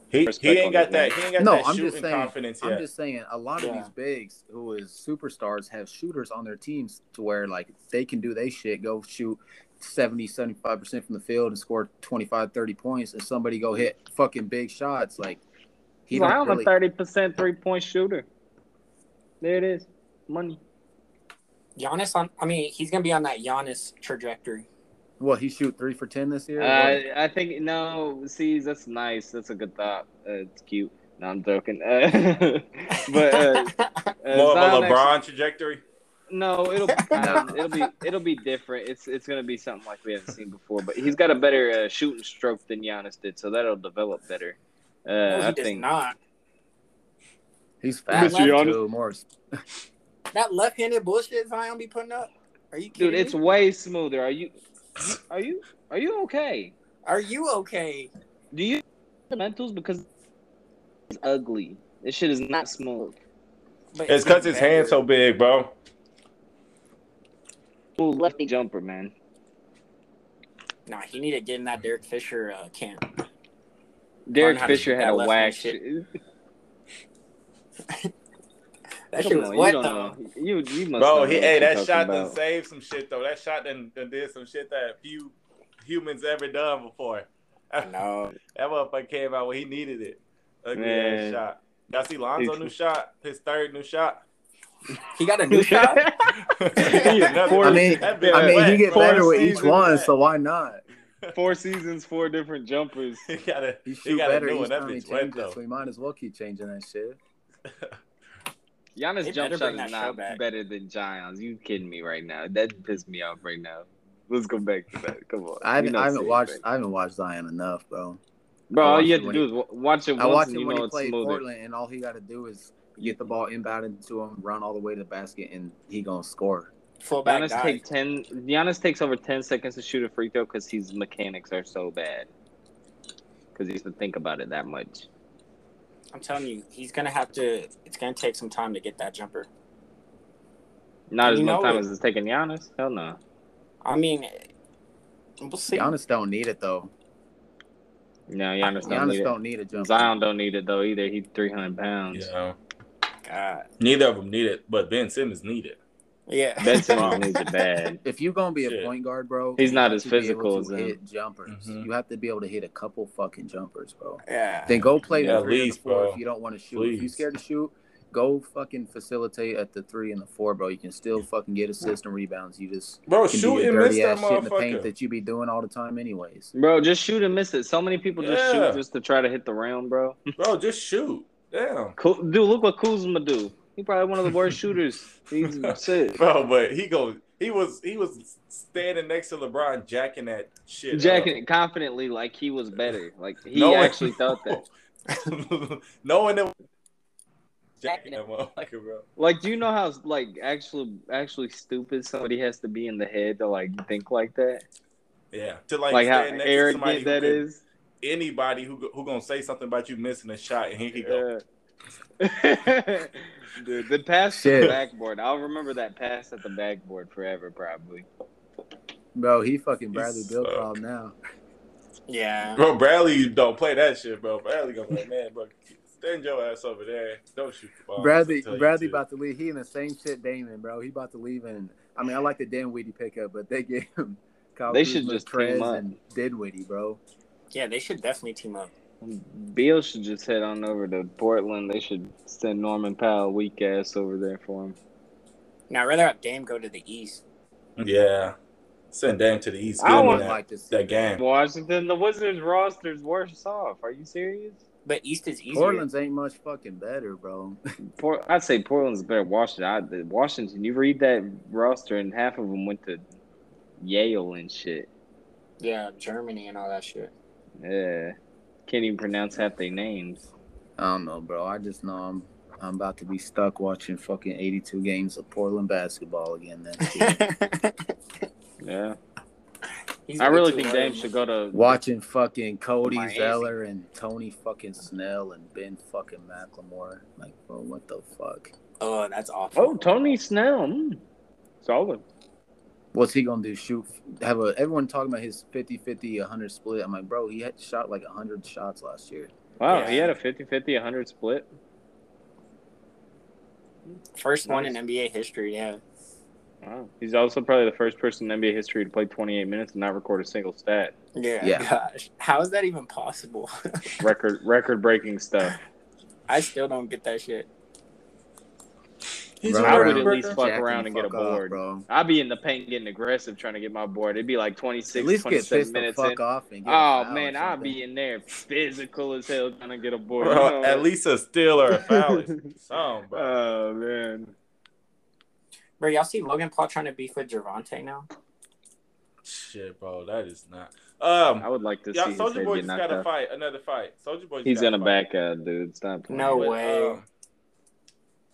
[SPEAKER 2] He,
[SPEAKER 5] Respect
[SPEAKER 2] he ain't
[SPEAKER 5] on
[SPEAKER 2] got
[SPEAKER 5] that,
[SPEAKER 2] that. He ain't got
[SPEAKER 1] No,
[SPEAKER 2] that
[SPEAKER 1] I'm
[SPEAKER 2] shooting
[SPEAKER 1] just saying-
[SPEAKER 2] confidence
[SPEAKER 1] I'm
[SPEAKER 2] yet.
[SPEAKER 1] just saying, a lot of
[SPEAKER 3] Yeah.
[SPEAKER 1] these bigs who is superstars have shooters on their teams to where like they can do they shit, go shoot 70, 75 percent from the field and score 25, 30 points, and somebody go hit fucking big shots. Like he
[SPEAKER 5] He's
[SPEAKER 1] don't
[SPEAKER 5] around
[SPEAKER 1] really,
[SPEAKER 5] a thirty percent three point shooter. There it is. Money.
[SPEAKER 3] Giannis on. I mean, he's gonna be on that Giannis trajectory.
[SPEAKER 1] Well, he shoot three for ten this year.
[SPEAKER 5] Uh, I think no. See, that's nice. That's a good thought. Uh, it's cute. No, I'm joking. (laughs) Uh, but
[SPEAKER 3] (laughs)
[SPEAKER 2] More
[SPEAKER 5] uh, uh,
[SPEAKER 2] of
[SPEAKER 5] Zion
[SPEAKER 2] a
[SPEAKER 5] actually-
[SPEAKER 2] LeBron trajectory.
[SPEAKER 5] No, it'll
[SPEAKER 1] Nah.
[SPEAKER 5] um, it'll be it'll be different. It's it's gonna be something like we haven't seen before. But he's got a better uh, shooting stroke than Giannis did, so that'll develop better. Uh,
[SPEAKER 3] no, he
[SPEAKER 5] I
[SPEAKER 3] does
[SPEAKER 5] think
[SPEAKER 3] not.
[SPEAKER 1] He's
[SPEAKER 5] Mr.
[SPEAKER 1] fast too.
[SPEAKER 5] Giannis.
[SPEAKER 1] More
[SPEAKER 3] That left-handed bullshit Zion be putting up. Are you kidding
[SPEAKER 5] dude, it's
[SPEAKER 3] me?
[SPEAKER 5] way smoother. Are you are you are you okay?
[SPEAKER 3] Are you okay?
[SPEAKER 5] Do you fundamentals because it's ugly. This shit is not smooth.
[SPEAKER 3] But
[SPEAKER 2] It's because his hand's so big, bro.
[SPEAKER 5] Ooh, lefty jumper, man.
[SPEAKER 3] Nah, he need to get in that Derek Fisher uh, camp.
[SPEAKER 5] Derek
[SPEAKER 3] how to
[SPEAKER 5] Fisher
[SPEAKER 3] shoot
[SPEAKER 5] had
[SPEAKER 3] that
[SPEAKER 5] a
[SPEAKER 3] left-hand
[SPEAKER 5] whack
[SPEAKER 3] shit.
[SPEAKER 5] shit.
[SPEAKER 3] That
[SPEAKER 5] Come
[SPEAKER 3] shit was
[SPEAKER 5] on,
[SPEAKER 3] what
[SPEAKER 5] you don't
[SPEAKER 3] though?
[SPEAKER 5] know. You you must.
[SPEAKER 2] Bro,
[SPEAKER 5] don't know
[SPEAKER 2] he
[SPEAKER 5] what
[SPEAKER 2] hey,
[SPEAKER 5] you're
[SPEAKER 2] that
[SPEAKER 5] talking
[SPEAKER 2] shot done
[SPEAKER 5] about.
[SPEAKER 2] saved some shit though. That shot done, done did some shit that few humans ever done before. That
[SPEAKER 3] No.
[SPEAKER 2] motherfucker came out when he needed it. Ugly
[SPEAKER 5] Man.
[SPEAKER 2] ass shot. Y'all see Lonzo
[SPEAKER 5] He's-
[SPEAKER 2] new shot, his third new shot. (laughs)
[SPEAKER 3] He got a
[SPEAKER 5] (laughs)
[SPEAKER 3] new shot.
[SPEAKER 1] (laughs)
[SPEAKER 2] Another-
[SPEAKER 1] I mean,
[SPEAKER 2] that been
[SPEAKER 1] I mean, he
[SPEAKER 2] wet.
[SPEAKER 1] get
[SPEAKER 2] Four
[SPEAKER 1] better with each
[SPEAKER 2] seasons
[SPEAKER 1] one,
[SPEAKER 2] wet.
[SPEAKER 1] so why not?
[SPEAKER 5] Four seasons, four different jumpers.
[SPEAKER 2] (laughs) he got a
[SPEAKER 1] He
[SPEAKER 2] he
[SPEAKER 1] shoot
[SPEAKER 2] got a
[SPEAKER 1] better
[SPEAKER 2] new
[SPEAKER 1] each
[SPEAKER 2] one. That
[SPEAKER 1] time he
[SPEAKER 2] bitch wet
[SPEAKER 1] changes.
[SPEAKER 2] though.
[SPEAKER 1] So he might as well keep changing that shit.
[SPEAKER 5] Giannis
[SPEAKER 3] They
[SPEAKER 5] jump shot
[SPEAKER 3] better bring
[SPEAKER 5] is
[SPEAKER 3] that show
[SPEAKER 5] not
[SPEAKER 3] back.
[SPEAKER 5] better than Zion's. You kidding me right now? That pissed me off right now. Let's go back to that. Come on.
[SPEAKER 1] I
[SPEAKER 5] We
[SPEAKER 1] haven't,
[SPEAKER 5] not
[SPEAKER 1] I haven't
[SPEAKER 5] seeing
[SPEAKER 1] watched,
[SPEAKER 5] that.
[SPEAKER 1] I haven't watched Zion enough, bro.
[SPEAKER 5] Bro,
[SPEAKER 1] I
[SPEAKER 5] all
[SPEAKER 1] watched
[SPEAKER 5] you
[SPEAKER 1] it
[SPEAKER 5] have to
[SPEAKER 1] when
[SPEAKER 5] do
[SPEAKER 1] he-
[SPEAKER 5] is wa- watch it once
[SPEAKER 1] I watched
[SPEAKER 5] and
[SPEAKER 1] him
[SPEAKER 5] you
[SPEAKER 1] when
[SPEAKER 5] know
[SPEAKER 1] he
[SPEAKER 5] it's
[SPEAKER 1] played
[SPEAKER 5] smoother.
[SPEAKER 1] Portland, and all he got to do is get the ball inbounded to him, run all the way to the basket, and he gonna score.
[SPEAKER 3] Fullback
[SPEAKER 5] Giannis
[SPEAKER 3] guy.
[SPEAKER 5] take ten. Giannis takes over ten seconds to shoot a free throw because his mechanics are so bad. Because he doesn't think about it that much.
[SPEAKER 3] I'm telling you, he's gonna have to. It's gonna take some time to get that jumper.
[SPEAKER 5] Not
[SPEAKER 3] You
[SPEAKER 5] as much
[SPEAKER 3] know
[SPEAKER 5] time
[SPEAKER 3] it.
[SPEAKER 5] as it's taking Giannis. Hell no.
[SPEAKER 3] I mean, we'll see.
[SPEAKER 1] Giannis don't need it though.
[SPEAKER 5] No, Giannis don't
[SPEAKER 1] Giannis
[SPEAKER 5] need
[SPEAKER 1] don't need a
[SPEAKER 5] it.
[SPEAKER 1] jump.
[SPEAKER 5] Zion don't need it though either. He's three hundred pounds.
[SPEAKER 2] Yeah.
[SPEAKER 3] God.
[SPEAKER 2] Neither of them need it, but Ben Simmons need it.
[SPEAKER 3] Yeah.
[SPEAKER 2] (laughs)
[SPEAKER 5] Ben
[SPEAKER 3] (laughs)
[SPEAKER 5] Simmons needs it bad.
[SPEAKER 1] If you're gonna be a
[SPEAKER 2] Shit.
[SPEAKER 1] point guard, bro,
[SPEAKER 5] He's
[SPEAKER 1] you
[SPEAKER 5] not
[SPEAKER 1] have
[SPEAKER 5] as
[SPEAKER 1] to be able
[SPEAKER 5] physical
[SPEAKER 1] to
[SPEAKER 5] as him.
[SPEAKER 1] hit jumpers.
[SPEAKER 2] Mhm.
[SPEAKER 1] You have to be able to hit a couple fucking jumpers, bro.
[SPEAKER 3] Yeah.
[SPEAKER 1] Then go play
[SPEAKER 2] Yeah,
[SPEAKER 1] the three or the
[SPEAKER 2] least,
[SPEAKER 1] four
[SPEAKER 2] bro.
[SPEAKER 1] if you don't want to shoot. If you're
[SPEAKER 2] Please.
[SPEAKER 1] scared to shoot, go fucking facilitate at the three and the four, bro. You can still fucking get assists and rebounds. You just
[SPEAKER 2] Bro,
[SPEAKER 1] can
[SPEAKER 2] shoot
[SPEAKER 1] do your
[SPEAKER 2] and miss
[SPEAKER 1] dirty
[SPEAKER 2] that
[SPEAKER 1] ass shit in the paint
[SPEAKER 2] motherfucker.
[SPEAKER 1] that you be doing all the time, anyways.
[SPEAKER 5] Bro, just shoot and miss it. So many people just
[SPEAKER 2] Yeah.
[SPEAKER 5] shoot just to try to hit the rim, bro.
[SPEAKER 2] Bro, just shoot. Damn.
[SPEAKER 5] Cool. Dude, look what Kuzma do. He probably one of the worst shooters.
[SPEAKER 2] (laughs)
[SPEAKER 5] He's shit.
[SPEAKER 2] Bro, but he go he was he was standing next to LeBron jacking that shit. up.
[SPEAKER 5] Jacking it confidently like he was better. Like he
[SPEAKER 2] No.
[SPEAKER 5] actually thought that.
[SPEAKER 2] (laughs) (laughs) Knowing that
[SPEAKER 3] Jacking
[SPEAKER 2] jacking
[SPEAKER 3] it.
[SPEAKER 2] that motherfucker, bro.
[SPEAKER 5] Like, do you know how like actually actually stupid somebody has to be in the head to like think like that?
[SPEAKER 2] Yeah. To like,
[SPEAKER 5] Like, how
[SPEAKER 2] stand next to somebody
[SPEAKER 5] arrogant
[SPEAKER 2] who
[SPEAKER 5] that
[SPEAKER 2] could-
[SPEAKER 5] is.
[SPEAKER 2] anybody who go- who gonna say something about you missing a shot and he could go.
[SPEAKER 5] Yeah. (laughs) Dude, the pass to the
[SPEAKER 1] Shit.
[SPEAKER 5] backboard. I'll remember that pass at the backboard forever, probably.
[SPEAKER 1] Bro, he fucking Bradley
[SPEAKER 2] suck.
[SPEAKER 1] Bill problem now.
[SPEAKER 3] Yeah.
[SPEAKER 2] Bro, Bradley don't play that shit, bro. Bradley gonna be like, man, bro, stand your ass over there. Don't shoot the ball.
[SPEAKER 1] Bradley,
[SPEAKER 2] That's what I tell you
[SPEAKER 1] Bradley
[SPEAKER 2] to.
[SPEAKER 1] about to leave. He in the same shit, Damon, bro. He about to leave. And I mean, I like the Dinwiddie pickup, but they (laughs) gave him. Kyle
[SPEAKER 5] They should
[SPEAKER 1] Kuzma,
[SPEAKER 5] just team
[SPEAKER 1] Trez
[SPEAKER 5] up.
[SPEAKER 1] and Dinwiddie, bro.
[SPEAKER 3] Yeah, they should definitely team up.
[SPEAKER 5] Beal should just head on over to Portland. They should send Norman Powell weak ass over there for him.
[SPEAKER 3] Now, I'd rather have Dame go to the East.
[SPEAKER 2] Yeah. Send Dame to the East.
[SPEAKER 5] I
[SPEAKER 2] Give him
[SPEAKER 5] want-
[SPEAKER 2] that,
[SPEAKER 1] to see
[SPEAKER 2] that game.
[SPEAKER 5] Washington, the Wizards roster's worse off. Are you serious?
[SPEAKER 3] But East is easier.
[SPEAKER 1] Portland's ain't much fucking better, bro. (laughs)
[SPEAKER 5] Port- I'd say Portland's better. than Washington, I, Washington. You read that roster, and half of them went to Yale and shit.
[SPEAKER 3] Yeah, Germany and all that (laughs) shit.
[SPEAKER 5] Yeah, can't even pronounce half their names.
[SPEAKER 1] I don't know, bro. I just know I'm I'm about to be stuck watching fucking 82 games of Portland basketball again.
[SPEAKER 3] (laughs)
[SPEAKER 1] Then
[SPEAKER 5] Yeah,
[SPEAKER 3] He's
[SPEAKER 5] I
[SPEAKER 3] way
[SPEAKER 5] really
[SPEAKER 3] too
[SPEAKER 5] think
[SPEAKER 3] low.
[SPEAKER 5] Dame should go to.
[SPEAKER 1] watching fucking Cody
[SPEAKER 3] Amazing.
[SPEAKER 1] Zeller and Tony fucking Snell and Ben fucking McLemore. Like, bro, what the fuck?
[SPEAKER 3] Oh, that's awful.
[SPEAKER 5] Oh, Tony Snell, mm. solid.
[SPEAKER 1] What's he gonna do? Shoot? Have a everyone talking about his 50-50, 100 split? I'm like, bro, he had shot like 100 shots last year.
[SPEAKER 5] Wow,
[SPEAKER 3] Yeah.
[SPEAKER 5] he had a 50-50, 100 split.
[SPEAKER 3] First one in
[SPEAKER 5] Nice.
[SPEAKER 3] NBA history, yeah.
[SPEAKER 5] Wow, he's also probably the first person in NBA history to play 28 minutes and not record a single stat.
[SPEAKER 3] Yeah.
[SPEAKER 1] Yeah.
[SPEAKER 3] Gosh. How is that even possible? (laughs)
[SPEAKER 5] Record (laughs) record breaking stuff.
[SPEAKER 3] I still don't get that shit.
[SPEAKER 2] He's
[SPEAKER 1] Run
[SPEAKER 2] a
[SPEAKER 5] I would
[SPEAKER 2] record
[SPEAKER 5] at
[SPEAKER 1] around,
[SPEAKER 5] least
[SPEAKER 2] breaker.
[SPEAKER 5] fuck
[SPEAKER 1] jack
[SPEAKER 5] around and get
[SPEAKER 1] fuck
[SPEAKER 5] a
[SPEAKER 1] off,
[SPEAKER 5] board.
[SPEAKER 1] bro.
[SPEAKER 5] I'd be in the paint getting aggressive trying to get my board. It'd be like 26,
[SPEAKER 1] At least get
[SPEAKER 5] 27
[SPEAKER 1] pissed the
[SPEAKER 5] minutes
[SPEAKER 1] fuck
[SPEAKER 5] in.
[SPEAKER 1] off and get a
[SPEAKER 5] Oh
[SPEAKER 1] foul or
[SPEAKER 5] man, I'd
[SPEAKER 1] something.
[SPEAKER 5] be in there physical as hell trying to get a board.
[SPEAKER 2] Bro,
[SPEAKER 5] Oh.
[SPEAKER 2] at least a steal or a
[SPEAKER 5] (laughs)
[SPEAKER 2] foul. is Some, bro.
[SPEAKER 5] Oh man.
[SPEAKER 3] Bro, y'all see Logan Paul trying to beef with Javante now?
[SPEAKER 2] Shit, bro. That is not. Um,
[SPEAKER 5] I would like to
[SPEAKER 2] yeah,
[SPEAKER 5] see his
[SPEAKER 2] Soldier
[SPEAKER 5] head
[SPEAKER 2] Boy
[SPEAKER 5] get
[SPEAKER 2] just
[SPEAKER 5] knocked
[SPEAKER 2] got to
[SPEAKER 5] out.
[SPEAKER 2] fight another fight. Soldier Boy. just
[SPEAKER 5] He's
[SPEAKER 2] gotta
[SPEAKER 5] gonna
[SPEAKER 2] fight.
[SPEAKER 5] back out, dude. Stop playing.
[SPEAKER 3] No
[SPEAKER 2] But,
[SPEAKER 3] way.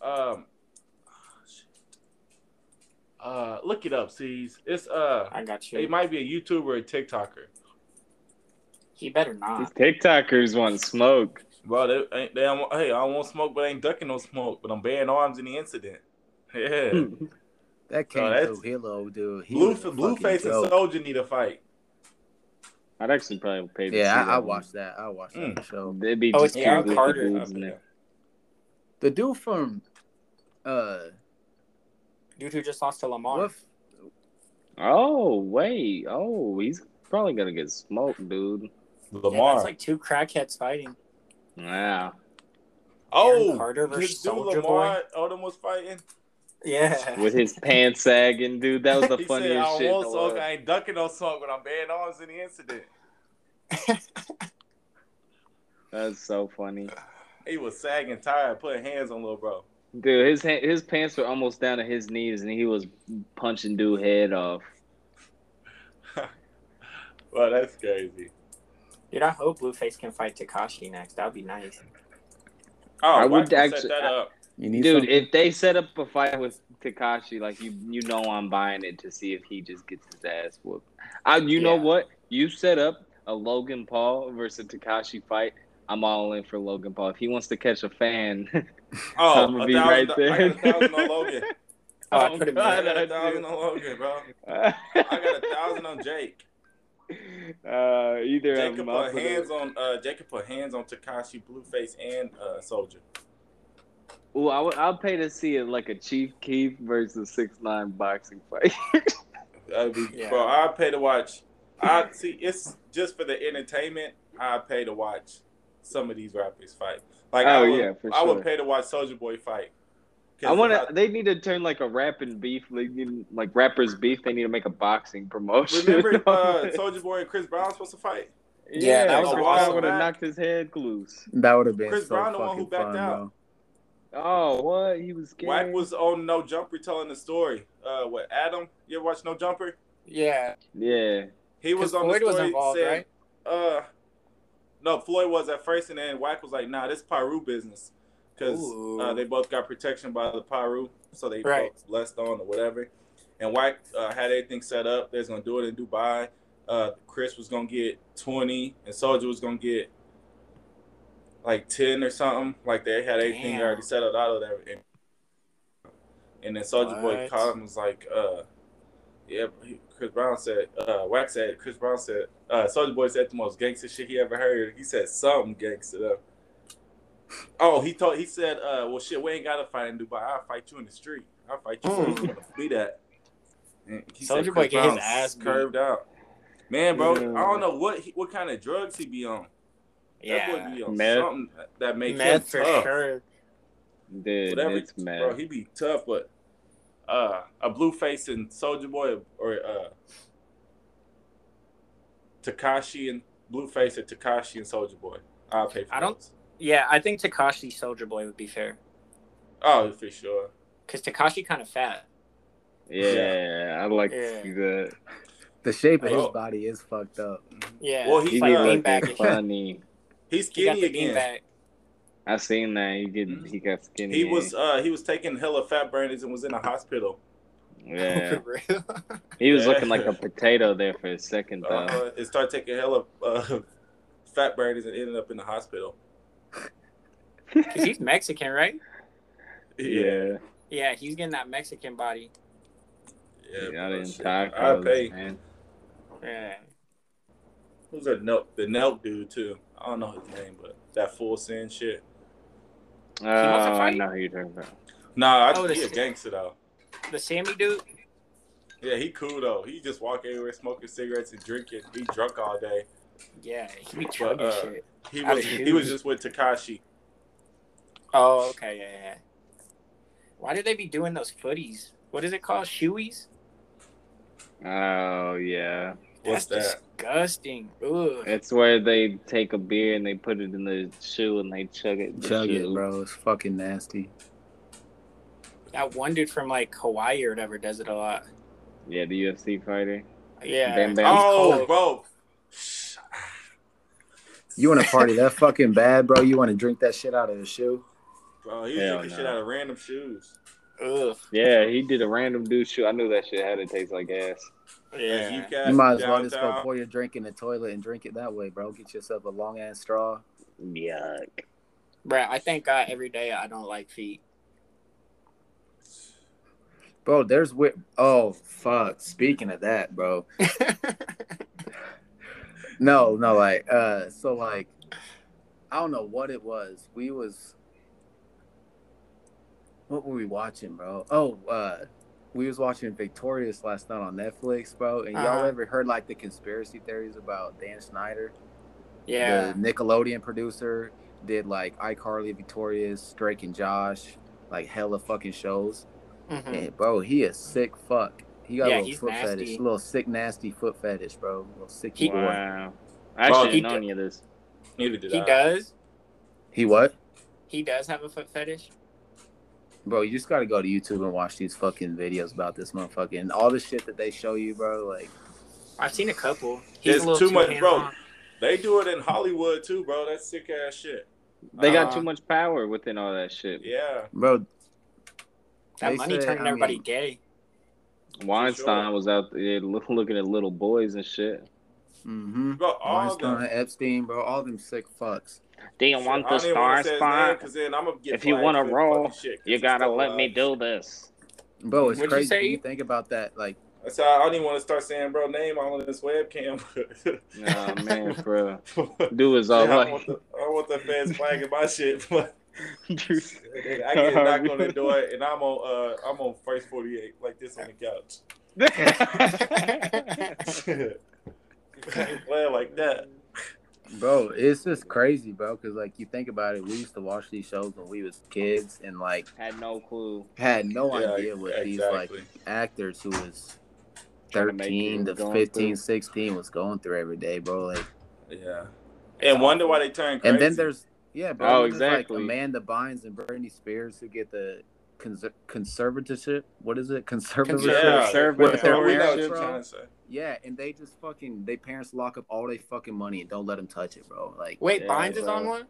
[SPEAKER 2] Um, um, uh, look it up, sees. It's uh,
[SPEAKER 3] I got you.
[SPEAKER 2] it might be a YouTuber or a TikToker.
[SPEAKER 3] he better
[SPEAKER 5] These
[SPEAKER 3] not.
[SPEAKER 5] TikTokers want smoke.
[SPEAKER 2] Bro, they, ain't- they don't- hey, I don't want smoke, but I ain't ducking no smoke. But I'm bearing arms in the incident. (laughs) Yeah,
[SPEAKER 1] That
[SPEAKER 2] No,
[SPEAKER 1] came
[SPEAKER 2] that's-
[SPEAKER 1] Hillo, dude. He
[SPEAKER 2] blue
[SPEAKER 1] was a fucking
[SPEAKER 2] Blueface and
[SPEAKER 1] joke.
[SPEAKER 2] Soldier need a fight.
[SPEAKER 5] I'd actually probably pay. To see
[SPEAKER 1] Yeah,
[SPEAKER 5] that
[SPEAKER 1] I, I
[SPEAKER 5] one.
[SPEAKER 1] watched that. I watched
[SPEAKER 2] Mm.
[SPEAKER 1] that show.
[SPEAKER 5] It'd be
[SPEAKER 3] Oh,
[SPEAKER 5] just
[SPEAKER 3] it's
[SPEAKER 5] two
[SPEAKER 3] Aaron
[SPEAKER 5] goofy
[SPEAKER 3] Carter.
[SPEAKER 5] dudes in there.
[SPEAKER 1] The dude from uh
[SPEAKER 3] Dude who just lost to Lamar.
[SPEAKER 1] what f-
[SPEAKER 5] Oh wait. Oh, he's probably gonna get smoked, dude.
[SPEAKER 3] Yeah,
[SPEAKER 2] Lamar.
[SPEAKER 3] that's like two crackheads fighting.
[SPEAKER 5] Yeah.
[SPEAKER 2] oh,
[SPEAKER 3] Aaron Carter
[SPEAKER 2] this
[SPEAKER 3] versus
[SPEAKER 2] dude
[SPEAKER 3] Soulja
[SPEAKER 2] Lamar Odom was fighting.
[SPEAKER 3] Yeah.
[SPEAKER 2] (laughs)
[SPEAKER 5] With his pants sagging, dude. That was the
[SPEAKER 2] he said,
[SPEAKER 5] funniest
[SPEAKER 2] "I
[SPEAKER 5] shit. in
[SPEAKER 2] don't
[SPEAKER 5] the
[SPEAKER 2] want smoke.
[SPEAKER 5] world.
[SPEAKER 2] I ain't ducking no smoke, but I'm bearing arms in the incident."
[SPEAKER 5] That's so funny.
[SPEAKER 2] He was sagging, tired, putting hands on little bro.
[SPEAKER 5] Dude, his ha- his pants were almost down to his knees, and he was punching dude head off.
[SPEAKER 2] Well, that's crazy.
[SPEAKER 3] Dude, I hope Blueface can fight Takashi next. That'd be nice.
[SPEAKER 2] Oh,
[SPEAKER 5] I
[SPEAKER 2] I
[SPEAKER 5] would
[SPEAKER 2] would set
[SPEAKER 5] actu-
[SPEAKER 2] that up.
[SPEAKER 1] you need
[SPEAKER 5] Dude,
[SPEAKER 1] some-
[SPEAKER 5] if they set up a fight with Takashi, like you you know I'm buying it to see if he just gets his ass whooped. I, you know
[SPEAKER 3] Yeah.
[SPEAKER 5] what? You set up a Logan Paul versus Takashi fight. I'm all in for Logan Paul. If he wants to catch a fan, (laughs)
[SPEAKER 2] Oh,
[SPEAKER 5] I'ma
[SPEAKER 2] a
[SPEAKER 5] be
[SPEAKER 2] thousand,
[SPEAKER 5] right
[SPEAKER 2] I
[SPEAKER 5] there.
[SPEAKER 2] got a thousand on
[SPEAKER 5] (laughs)
[SPEAKER 2] Logan.
[SPEAKER 3] Oh, I
[SPEAKER 5] Oh,
[SPEAKER 3] put him
[SPEAKER 5] God.
[SPEAKER 2] I
[SPEAKER 3] in.
[SPEAKER 2] got a thousand on Logan, bro.
[SPEAKER 5] uh, (laughs)
[SPEAKER 2] I got a thousand on Jake.
[SPEAKER 5] Uh, either
[SPEAKER 2] Jacob
[SPEAKER 5] I'm up
[SPEAKER 2] put
[SPEAKER 5] for
[SPEAKER 2] hands
[SPEAKER 5] the-
[SPEAKER 2] on uh, Jacob put hands on Takashi, Blueface, and uh, Soldier.
[SPEAKER 5] Ooh, I would, I'll pay to see it like a Chief Keef versus six nine boxing fight.
[SPEAKER 2] That'd be,
[SPEAKER 3] Yeah.
[SPEAKER 2] Bro, I pay to watch. I (laughs) see. It's just for the entertainment. I pay to watch some of these rappers fight. Like, I
[SPEAKER 5] Oh
[SPEAKER 2] would,
[SPEAKER 5] yeah, for sure.
[SPEAKER 2] I would pay to watch Soldier Boy fight. 'Cause
[SPEAKER 5] I want
[SPEAKER 2] if I-
[SPEAKER 5] to. They need to turn like a rapping beef. They need, like rappers beef. They need to make a boxing promotion. (laughs)
[SPEAKER 2] Remember uh, Soldier Boy and Chris Brown supposed to fight?
[SPEAKER 5] yeah,
[SPEAKER 3] that
[SPEAKER 5] that
[SPEAKER 3] was
[SPEAKER 5] was
[SPEAKER 2] a
[SPEAKER 5] Chris
[SPEAKER 2] while
[SPEAKER 5] Brown would have
[SPEAKER 2] back.
[SPEAKER 5] knocked his head loose.
[SPEAKER 1] That would have been
[SPEAKER 2] Chris
[SPEAKER 1] so
[SPEAKER 2] Brown, the
[SPEAKER 1] fucking
[SPEAKER 2] one who
[SPEAKER 1] fun,
[SPEAKER 2] backed out.
[SPEAKER 1] bro.
[SPEAKER 5] Oh, what? He was scared.
[SPEAKER 2] Wack was on No Jumper telling the story. Uh, what Adam? You ever watch No Jumper?
[SPEAKER 3] Yeah,
[SPEAKER 5] Yeah.
[SPEAKER 2] He was
[SPEAKER 3] because
[SPEAKER 2] on
[SPEAKER 3] Floyd
[SPEAKER 2] the
[SPEAKER 3] was
[SPEAKER 2] story.
[SPEAKER 3] involved,
[SPEAKER 2] said,
[SPEAKER 3] right?
[SPEAKER 2] Uh, no, Floyd was at first, and then Wack was like, "Nah, this Pyru business," because
[SPEAKER 3] Ooh.
[SPEAKER 2] uh, they both got protection by the Pyru, so they
[SPEAKER 3] Right.
[SPEAKER 2] both blessed on or whatever. And Wack uh, had everything set up. They was gonna do it in Dubai. Uh, Chris was gonna get twenty, and Soldier was gonna get like ten or something. Like they had everything
[SPEAKER 3] Damn.
[SPEAKER 2] already set up out of that. And, and then Soldier Boy
[SPEAKER 3] What?
[SPEAKER 2] called him was like, uh, "Yeah." he- Chris Brown said, uh, "Wack said." Chris Brown said, uh, "Soldier Boy said the most gangster shit he ever heard." He said something gangster though. Oh, he told he said, uh, "Well, shit, we ain't gotta fight in Dubai. I'll fight you in the street. I'll fight you. where you
[SPEAKER 3] Mm.
[SPEAKER 2] wanna be that." And he said
[SPEAKER 3] Soulja Boy
[SPEAKER 2] Chris
[SPEAKER 3] get his
[SPEAKER 2] Brown's
[SPEAKER 3] ass beat.
[SPEAKER 2] curved out. Man, bro,
[SPEAKER 5] Yeah.
[SPEAKER 2] I don't know what he, what kind of drugs he be on. that boy
[SPEAKER 3] Yeah,
[SPEAKER 2] be on
[SPEAKER 5] Meth.
[SPEAKER 2] something that makes
[SPEAKER 3] meth
[SPEAKER 2] him
[SPEAKER 3] for
[SPEAKER 2] tough.
[SPEAKER 3] sure.
[SPEAKER 5] Dude,
[SPEAKER 2] Whatever,
[SPEAKER 5] it's mad.
[SPEAKER 2] Bro, he be tough, but uh, a blue face and Soldier Boy or uh, Takashi and Blueface or Takashi and Soldier Boy. I'll pay for
[SPEAKER 3] I don't-
[SPEAKER 2] those.
[SPEAKER 3] Yeah, I think Takashi Soldier Boy would be fair
[SPEAKER 2] Oh, for sure.
[SPEAKER 3] because Takashi kind of fat.
[SPEAKER 5] yeah, I'd like to see that.
[SPEAKER 1] The shape of his
[SPEAKER 2] Well-
[SPEAKER 1] body is fucked up.
[SPEAKER 3] Yeah,
[SPEAKER 2] Well,
[SPEAKER 5] He
[SPEAKER 2] he's
[SPEAKER 3] like
[SPEAKER 5] be
[SPEAKER 2] uh,
[SPEAKER 3] lean
[SPEAKER 5] looking
[SPEAKER 3] back.
[SPEAKER 5] funny.
[SPEAKER 2] He's
[SPEAKER 3] He got
[SPEAKER 2] skinny
[SPEAKER 3] the bean
[SPEAKER 2] again.
[SPEAKER 3] back.
[SPEAKER 5] I seen that. He get
[SPEAKER 2] Mhm.
[SPEAKER 5] he got skinny.
[SPEAKER 2] He was uh, he was taking hella fat burners and was in a hospital.
[SPEAKER 5] (laughs)
[SPEAKER 2] (laughs)
[SPEAKER 5] Yeah,
[SPEAKER 3] For real.
[SPEAKER 5] he was
[SPEAKER 2] Yeah.
[SPEAKER 5] looking like a potato there for a second though.
[SPEAKER 2] Uh, and started taking hella uh, (laughs) fat burners and ended up in the hospital.
[SPEAKER 3] (laughs)
[SPEAKER 2] (laughs)
[SPEAKER 3] 'Cause he's Mexican, right?
[SPEAKER 5] yeah,
[SPEAKER 3] Yeah, he's getting that Mexican body.
[SPEAKER 5] yeah,
[SPEAKER 2] bro,
[SPEAKER 5] yeah in
[SPEAKER 2] shit.
[SPEAKER 5] tacos,
[SPEAKER 2] I pay.
[SPEAKER 5] man.
[SPEAKER 3] Yeah.
[SPEAKER 2] Who's that Nelk? The Nelk dude too. I don't know his name, but that full sin shit.
[SPEAKER 5] Oh,
[SPEAKER 3] wants to
[SPEAKER 5] I
[SPEAKER 3] fight?
[SPEAKER 5] know who you're talking about.
[SPEAKER 2] Nah, I
[SPEAKER 3] Oh,
[SPEAKER 2] think he
[SPEAKER 3] this-
[SPEAKER 2] a gangster though.
[SPEAKER 3] The Sammy dude.
[SPEAKER 2] Yeah, he cool though. He just walk everywhere smoking cigarettes and drinking. He drunk all day.
[SPEAKER 3] Yeah, he be chugging
[SPEAKER 2] uh,
[SPEAKER 3] shit.
[SPEAKER 2] He
[SPEAKER 3] Outta
[SPEAKER 2] was he
[SPEAKER 3] here.
[SPEAKER 2] was just with Takashi.
[SPEAKER 3] Oh, okay, yeah, yeah. Why did they be doing those footies? What is it called? Shoeies?
[SPEAKER 5] Oh yeah,
[SPEAKER 2] What's
[SPEAKER 3] That's
[SPEAKER 2] that?
[SPEAKER 3] disgusting. Ugh.
[SPEAKER 5] it's where they take a beer and they put it in the shoe and they chug it. in the
[SPEAKER 1] Chug it,
[SPEAKER 5] shoe.
[SPEAKER 1] bro. It's fucking nasty.
[SPEAKER 3] That one dude from like Hawaii or whatever does it a lot.
[SPEAKER 5] Yeah, the UFC fighter.
[SPEAKER 3] Yeah.
[SPEAKER 5] Bam Bam.
[SPEAKER 2] Oh,
[SPEAKER 3] cold.
[SPEAKER 2] bro.
[SPEAKER 1] You want to party that fucking bad, bro? You want to drink that shit out of the shoe?
[SPEAKER 2] Bro, he was
[SPEAKER 5] Hell
[SPEAKER 2] drinking
[SPEAKER 5] no.
[SPEAKER 2] shit out of random shoes.
[SPEAKER 3] Ugh.
[SPEAKER 5] Yeah, he did a random dude shoe. I knew that shit had to taste like ass.
[SPEAKER 3] Yeah.
[SPEAKER 2] Like, UCAS,
[SPEAKER 1] You might as well just go
[SPEAKER 2] downtown.
[SPEAKER 1] pour your drink in the toilet and drink it that way, bro. Get yourself a long ass straw.
[SPEAKER 5] Yuck.
[SPEAKER 3] Bruh, I thank God every day I don't like feet.
[SPEAKER 1] Bro, there's wi- oh fuck. Speaking of that,
[SPEAKER 3] (laughs)
[SPEAKER 1] bro. No, no, like uh so like I don't know what it was. We was what were we watching, bro? Oh, uh we was watching Victorious last night on Netflix, bro. And y'all
[SPEAKER 3] Uh-huh.
[SPEAKER 1] ever heard like the conspiracy theories about Dan Schneider?
[SPEAKER 3] yeah.
[SPEAKER 1] the Nickelodeon producer, did like iCarly, Victorious, Drake and Josh, like hella fucking shows.
[SPEAKER 3] Mhm.
[SPEAKER 1] And bro, he a sick fuck. He got a
[SPEAKER 3] Yeah,
[SPEAKER 1] little
[SPEAKER 3] he's
[SPEAKER 1] foot
[SPEAKER 3] nasty.
[SPEAKER 1] fetish, little sick nasty foot fetish, bro. Little sick
[SPEAKER 3] He-
[SPEAKER 1] boy.
[SPEAKER 5] Wow.
[SPEAKER 2] Bro,
[SPEAKER 5] I
[SPEAKER 2] he
[SPEAKER 5] should know
[SPEAKER 3] did-
[SPEAKER 5] any of this.
[SPEAKER 2] Neither did
[SPEAKER 3] He
[SPEAKER 2] I.
[SPEAKER 3] does.
[SPEAKER 1] He what?
[SPEAKER 3] He does have a foot fetish.
[SPEAKER 1] Bro, you just gotta go to YouTube and watch these fucking videos about this motherfucker and all the shit that they show you, bro. Like,
[SPEAKER 3] I've seen a couple.
[SPEAKER 2] There's
[SPEAKER 3] a little
[SPEAKER 2] too much, bro.
[SPEAKER 3] hands-on.
[SPEAKER 2] They do it in Hollywood too, bro. That's sick ass shit. Uh,
[SPEAKER 5] They got
[SPEAKER 3] Uh,
[SPEAKER 5] too much power within all that shit.
[SPEAKER 2] Yeah.
[SPEAKER 1] bro,
[SPEAKER 3] That
[SPEAKER 1] They
[SPEAKER 3] money
[SPEAKER 1] said,
[SPEAKER 3] turning
[SPEAKER 1] I
[SPEAKER 3] everybody
[SPEAKER 1] mean-
[SPEAKER 5] (laughs)
[SPEAKER 3] gay.
[SPEAKER 5] Weinstein
[SPEAKER 2] sure.
[SPEAKER 5] was out there (laughs) loo- looking at little boys and shit.
[SPEAKER 1] mm-hmm.
[SPEAKER 2] Bro, all the
[SPEAKER 1] Weinstein, Epstein, bro, all them sick fucks.
[SPEAKER 5] Do you
[SPEAKER 2] I don't even wanna say his name, 'cause then I'ma get
[SPEAKER 5] If you
[SPEAKER 2] flagged
[SPEAKER 5] wanna
[SPEAKER 2] for fucking
[SPEAKER 5] roll,
[SPEAKER 2] shit, 'cause
[SPEAKER 5] You
[SPEAKER 2] it's
[SPEAKER 5] gotta
[SPEAKER 2] still
[SPEAKER 5] let
[SPEAKER 2] alive.
[SPEAKER 5] me do this.
[SPEAKER 1] Bro, it's
[SPEAKER 3] What'd you
[SPEAKER 1] crazy.
[SPEAKER 3] say?
[SPEAKER 1] when You think about that, like,
[SPEAKER 2] That's how I don't even want to start saying bro name on this webcam. (laughs)
[SPEAKER 5] (laughs) Oh man, bro.
[SPEAKER 2] Shit,
[SPEAKER 5] Do (laughs) is
[SPEAKER 2] I
[SPEAKER 5] all
[SPEAKER 2] don't
[SPEAKER 5] like.
[SPEAKER 2] want the, I don't want the fans flagging my shit. (laughs) But
[SPEAKER 5] Dude.
[SPEAKER 2] I get a knock on the door and I'm on uh I'm on first 48 like this on the couch.
[SPEAKER 5] yeah,
[SPEAKER 2] (laughs) Glad like that.
[SPEAKER 1] bro it's just crazy bro because like you think about it we used to watch these shows when we was kids and like
[SPEAKER 5] Had no clue.
[SPEAKER 1] had no
[SPEAKER 2] Yeah,
[SPEAKER 1] idea what these like
[SPEAKER 2] exactly.
[SPEAKER 1] actors who was
[SPEAKER 5] Trying to make
[SPEAKER 1] 13
[SPEAKER 5] it,
[SPEAKER 1] to
[SPEAKER 5] going
[SPEAKER 1] 15
[SPEAKER 5] through.
[SPEAKER 1] 16 was going through every day bro like
[SPEAKER 2] Yeah. And wonder why they turned crazy.
[SPEAKER 1] and then there's yeah bro
[SPEAKER 5] Oh,
[SPEAKER 1] there's,
[SPEAKER 5] exactly.
[SPEAKER 1] like amanda bynes and britney spears who get the cons- conservatorship what is it conservatorship
[SPEAKER 2] Yeah.
[SPEAKER 1] With
[SPEAKER 2] Yeah, we know
[SPEAKER 1] parents,
[SPEAKER 2] what you're
[SPEAKER 1] bro.
[SPEAKER 2] trying to say.
[SPEAKER 1] yeah and they just fucking they parents lock up all they fucking money and don't let them touch it bro like
[SPEAKER 3] Wait,
[SPEAKER 5] Yeah,
[SPEAKER 3] Bynes is
[SPEAKER 5] bro.
[SPEAKER 3] on one.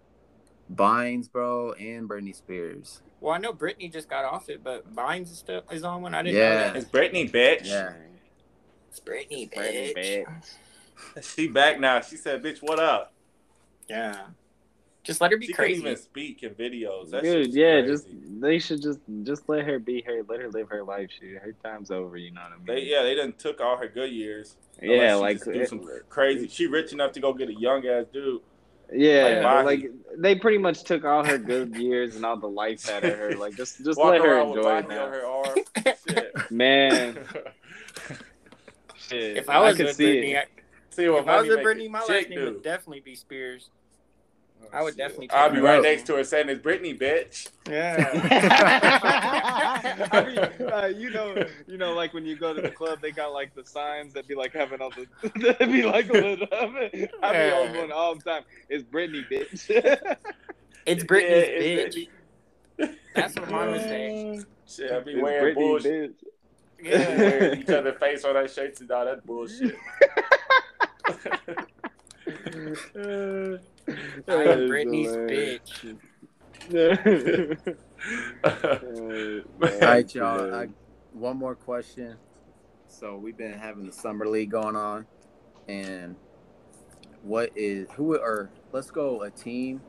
[SPEAKER 1] bynes bro and britney spears
[SPEAKER 3] Well, I know Brittany just got off it, but Bynes is still is on one. I didn't know
[SPEAKER 1] Yeah.
[SPEAKER 3] that.
[SPEAKER 2] It's Brittany, bitch.
[SPEAKER 1] Yeah.
[SPEAKER 3] It's Brittany,
[SPEAKER 5] Brady
[SPEAKER 3] bitch.
[SPEAKER 5] Bitch.
[SPEAKER 2] She back now. She said, bitch, what up?
[SPEAKER 3] Yeah. Just let her be
[SPEAKER 2] She can't
[SPEAKER 3] crazy.
[SPEAKER 2] even speak in videos. That's
[SPEAKER 5] Dude, yeah, just
[SPEAKER 2] crazy.
[SPEAKER 5] they should just just let her be her, let her live her life. She her time's over. You know what I mean?
[SPEAKER 2] They, yeah, they done took all her good years.
[SPEAKER 5] yeah,
[SPEAKER 2] Unless
[SPEAKER 5] like
[SPEAKER 2] she just do some crazy. She rich enough to go get a young ass dude.
[SPEAKER 5] eh, yeah,
[SPEAKER 2] like,
[SPEAKER 5] like they pretty much took all her good years and all the life out of her. Like just just
[SPEAKER 2] Walk
[SPEAKER 5] let her
[SPEAKER 2] around with
[SPEAKER 5] enjoy it
[SPEAKER 2] Bobby on
[SPEAKER 5] now.
[SPEAKER 2] her arm. Shit.
[SPEAKER 3] (laughs)
[SPEAKER 5] Man,
[SPEAKER 2] (laughs)
[SPEAKER 5] (laughs) shit.
[SPEAKER 3] if I was
[SPEAKER 5] could
[SPEAKER 3] with
[SPEAKER 5] see
[SPEAKER 3] Brittany,
[SPEAKER 5] it.
[SPEAKER 3] I,
[SPEAKER 2] See what
[SPEAKER 3] if I
[SPEAKER 2] money
[SPEAKER 3] was with
[SPEAKER 2] making
[SPEAKER 3] Brittany, my
[SPEAKER 2] chick
[SPEAKER 3] last name
[SPEAKER 2] do.
[SPEAKER 3] would definitely be Spears. I would definitely
[SPEAKER 2] I'll
[SPEAKER 3] take
[SPEAKER 2] be
[SPEAKER 3] her.
[SPEAKER 2] right next to her saying it's Brittany, bitch.
[SPEAKER 3] (laughs) Yeah.
[SPEAKER 5] (laughs) I mean, uh, you know, you know, like when you go to the club, they got like the signs that be like having all the (laughs) that be like lit up. I be on one all the time. It's Britney, bitch. (laughs)
[SPEAKER 3] it's
[SPEAKER 2] Yeah,
[SPEAKER 3] Brittany's bitch.
[SPEAKER 2] it's
[SPEAKER 3] That's what mine would say. (laughs)
[SPEAKER 2] Shit, I be
[SPEAKER 5] It's
[SPEAKER 2] wearing bullshit.
[SPEAKER 5] Britney, bitch.
[SPEAKER 2] (laughs) Yeah,
[SPEAKER 3] Yeah.
[SPEAKER 2] wearing each other face on our shirts and all that
[SPEAKER 3] (laughs)
[SPEAKER 2] bullshit. (laughs)
[SPEAKER 3] (laughs) I
[SPEAKER 5] That
[SPEAKER 3] am
[SPEAKER 5] is
[SPEAKER 3] Brittany's
[SPEAKER 5] hilarious.
[SPEAKER 3] bitch.
[SPEAKER 1] All
[SPEAKER 5] (laughs)
[SPEAKER 1] right, y'all. I, one more question. So we've been having the summer league going on, and what is who or let's go a team,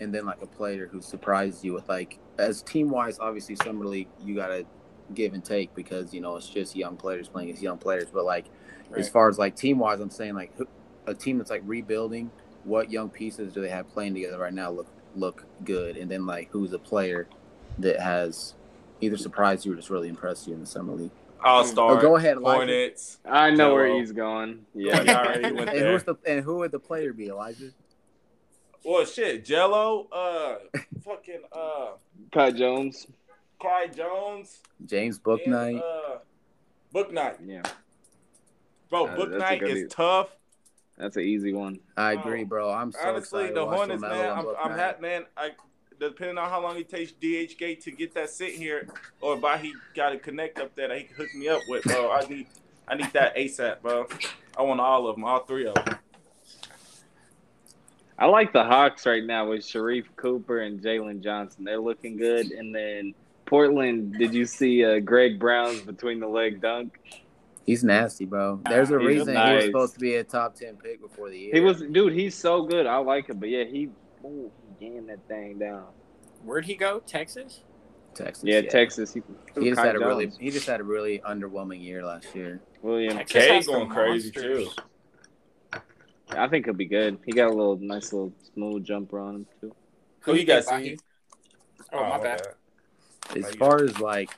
[SPEAKER 1] and then like a player who surprised you with like as team wise. Obviously, summer league you gotta give and take because you know it's just young players playing as young players. But like as
[SPEAKER 3] Right.
[SPEAKER 1] far as like team wise, I'm saying like who- a team that's like rebuilding. What young pieces do they have playing together right now? Look look good, and then like who's a player that has either surprised you or just really impressed you in the summer league?
[SPEAKER 2] All
[SPEAKER 1] Oh,
[SPEAKER 2] star
[SPEAKER 1] go ahead, Elijah.
[SPEAKER 2] Hornets.
[SPEAKER 5] I know where
[SPEAKER 2] Jello.
[SPEAKER 5] he's going.
[SPEAKER 2] Yeah,
[SPEAKER 5] Yeah.
[SPEAKER 2] we already went
[SPEAKER 1] And who's
[SPEAKER 2] there.
[SPEAKER 1] the and who would the player be, Elijah?
[SPEAKER 2] Well, shit, Jello,
[SPEAKER 3] (laughs)
[SPEAKER 2] uh, fucking, uh,
[SPEAKER 5] (laughs) Pat Jones.
[SPEAKER 2] Clyde Jones,
[SPEAKER 1] James Book
[SPEAKER 2] and,
[SPEAKER 1] Knight.
[SPEAKER 2] uh, Book Night,
[SPEAKER 5] Yeah.
[SPEAKER 2] bro.
[SPEAKER 5] Uh,
[SPEAKER 2] Book
[SPEAKER 5] that's a
[SPEAKER 2] Night
[SPEAKER 5] good
[SPEAKER 2] is
[SPEAKER 1] e-
[SPEAKER 5] dude.
[SPEAKER 2] tough.
[SPEAKER 5] That's an easy one.
[SPEAKER 1] I agree, bro. I'm so
[SPEAKER 2] Honestly,
[SPEAKER 1] excited to
[SPEAKER 2] the
[SPEAKER 1] watch
[SPEAKER 2] Hornets,
[SPEAKER 1] LaMelo
[SPEAKER 2] man.
[SPEAKER 1] and
[SPEAKER 2] I'm,
[SPEAKER 1] Book
[SPEAKER 2] I'm
[SPEAKER 1] Knight.
[SPEAKER 2] hat, man. I depending on how long it takes DHK to get that sit here, or if I he got a connect up there that he can hook me up with, bro. I need, I need that ASAP, bro. I want all of them, all three of them.
[SPEAKER 5] I like the Hawks right now with Sharif Cooper and Jalen Johnson. They're looking good. And then Portland, did you see uh, Greg Brown's between the leg dunk?
[SPEAKER 1] He's nasty, bro. There's a
[SPEAKER 5] He's
[SPEAKER 1] reason he
[SPEAKER 5] nice.
[SPEAKER 1] was supposed to be a top ten pick before the year.
[SPEAKER 5] He was, dude, he's so good. I like him. But yeah, he, ooh, he jammed that thing down.
[SPEAKER 3] Where'd he go? Texas?
[SPEAKER 1] Texas.
[SPEAKER 5] Yeah, Texas. He,
[SPEAKER 1] He just
[SPEAKER 5] Kai
[SPEAKER 1] had a really
[SPEAKER 5] Jones.
[SPEAKER 1] he just had a really underwhelming year last year.
[SPEAKER 5] William.
[SPEAKER 3] Texas
[SPEAKER 2] K
[SPEAKER 3] has some
[SPEAKER 2] going crazy,
[SPEAKER 3] monsters.
[SPEAKER 2] too.
[SPEAKER 5] I think he'll be good. He got a little nice little smooth jumper on him too.
[SPEAKER 2] Who
[SPEAKER 3] do
[SPEAKER 2] you got,
[SPEAKER 3] think,
[SPEAKER 2] Steve?
[SPEAKER 3] Bahi? Oh, my bad.
[SPEAKER 2] God.
[SPEAKER 1] As
[SPEAKER 2] Like-
[SPEAKER 1] far as like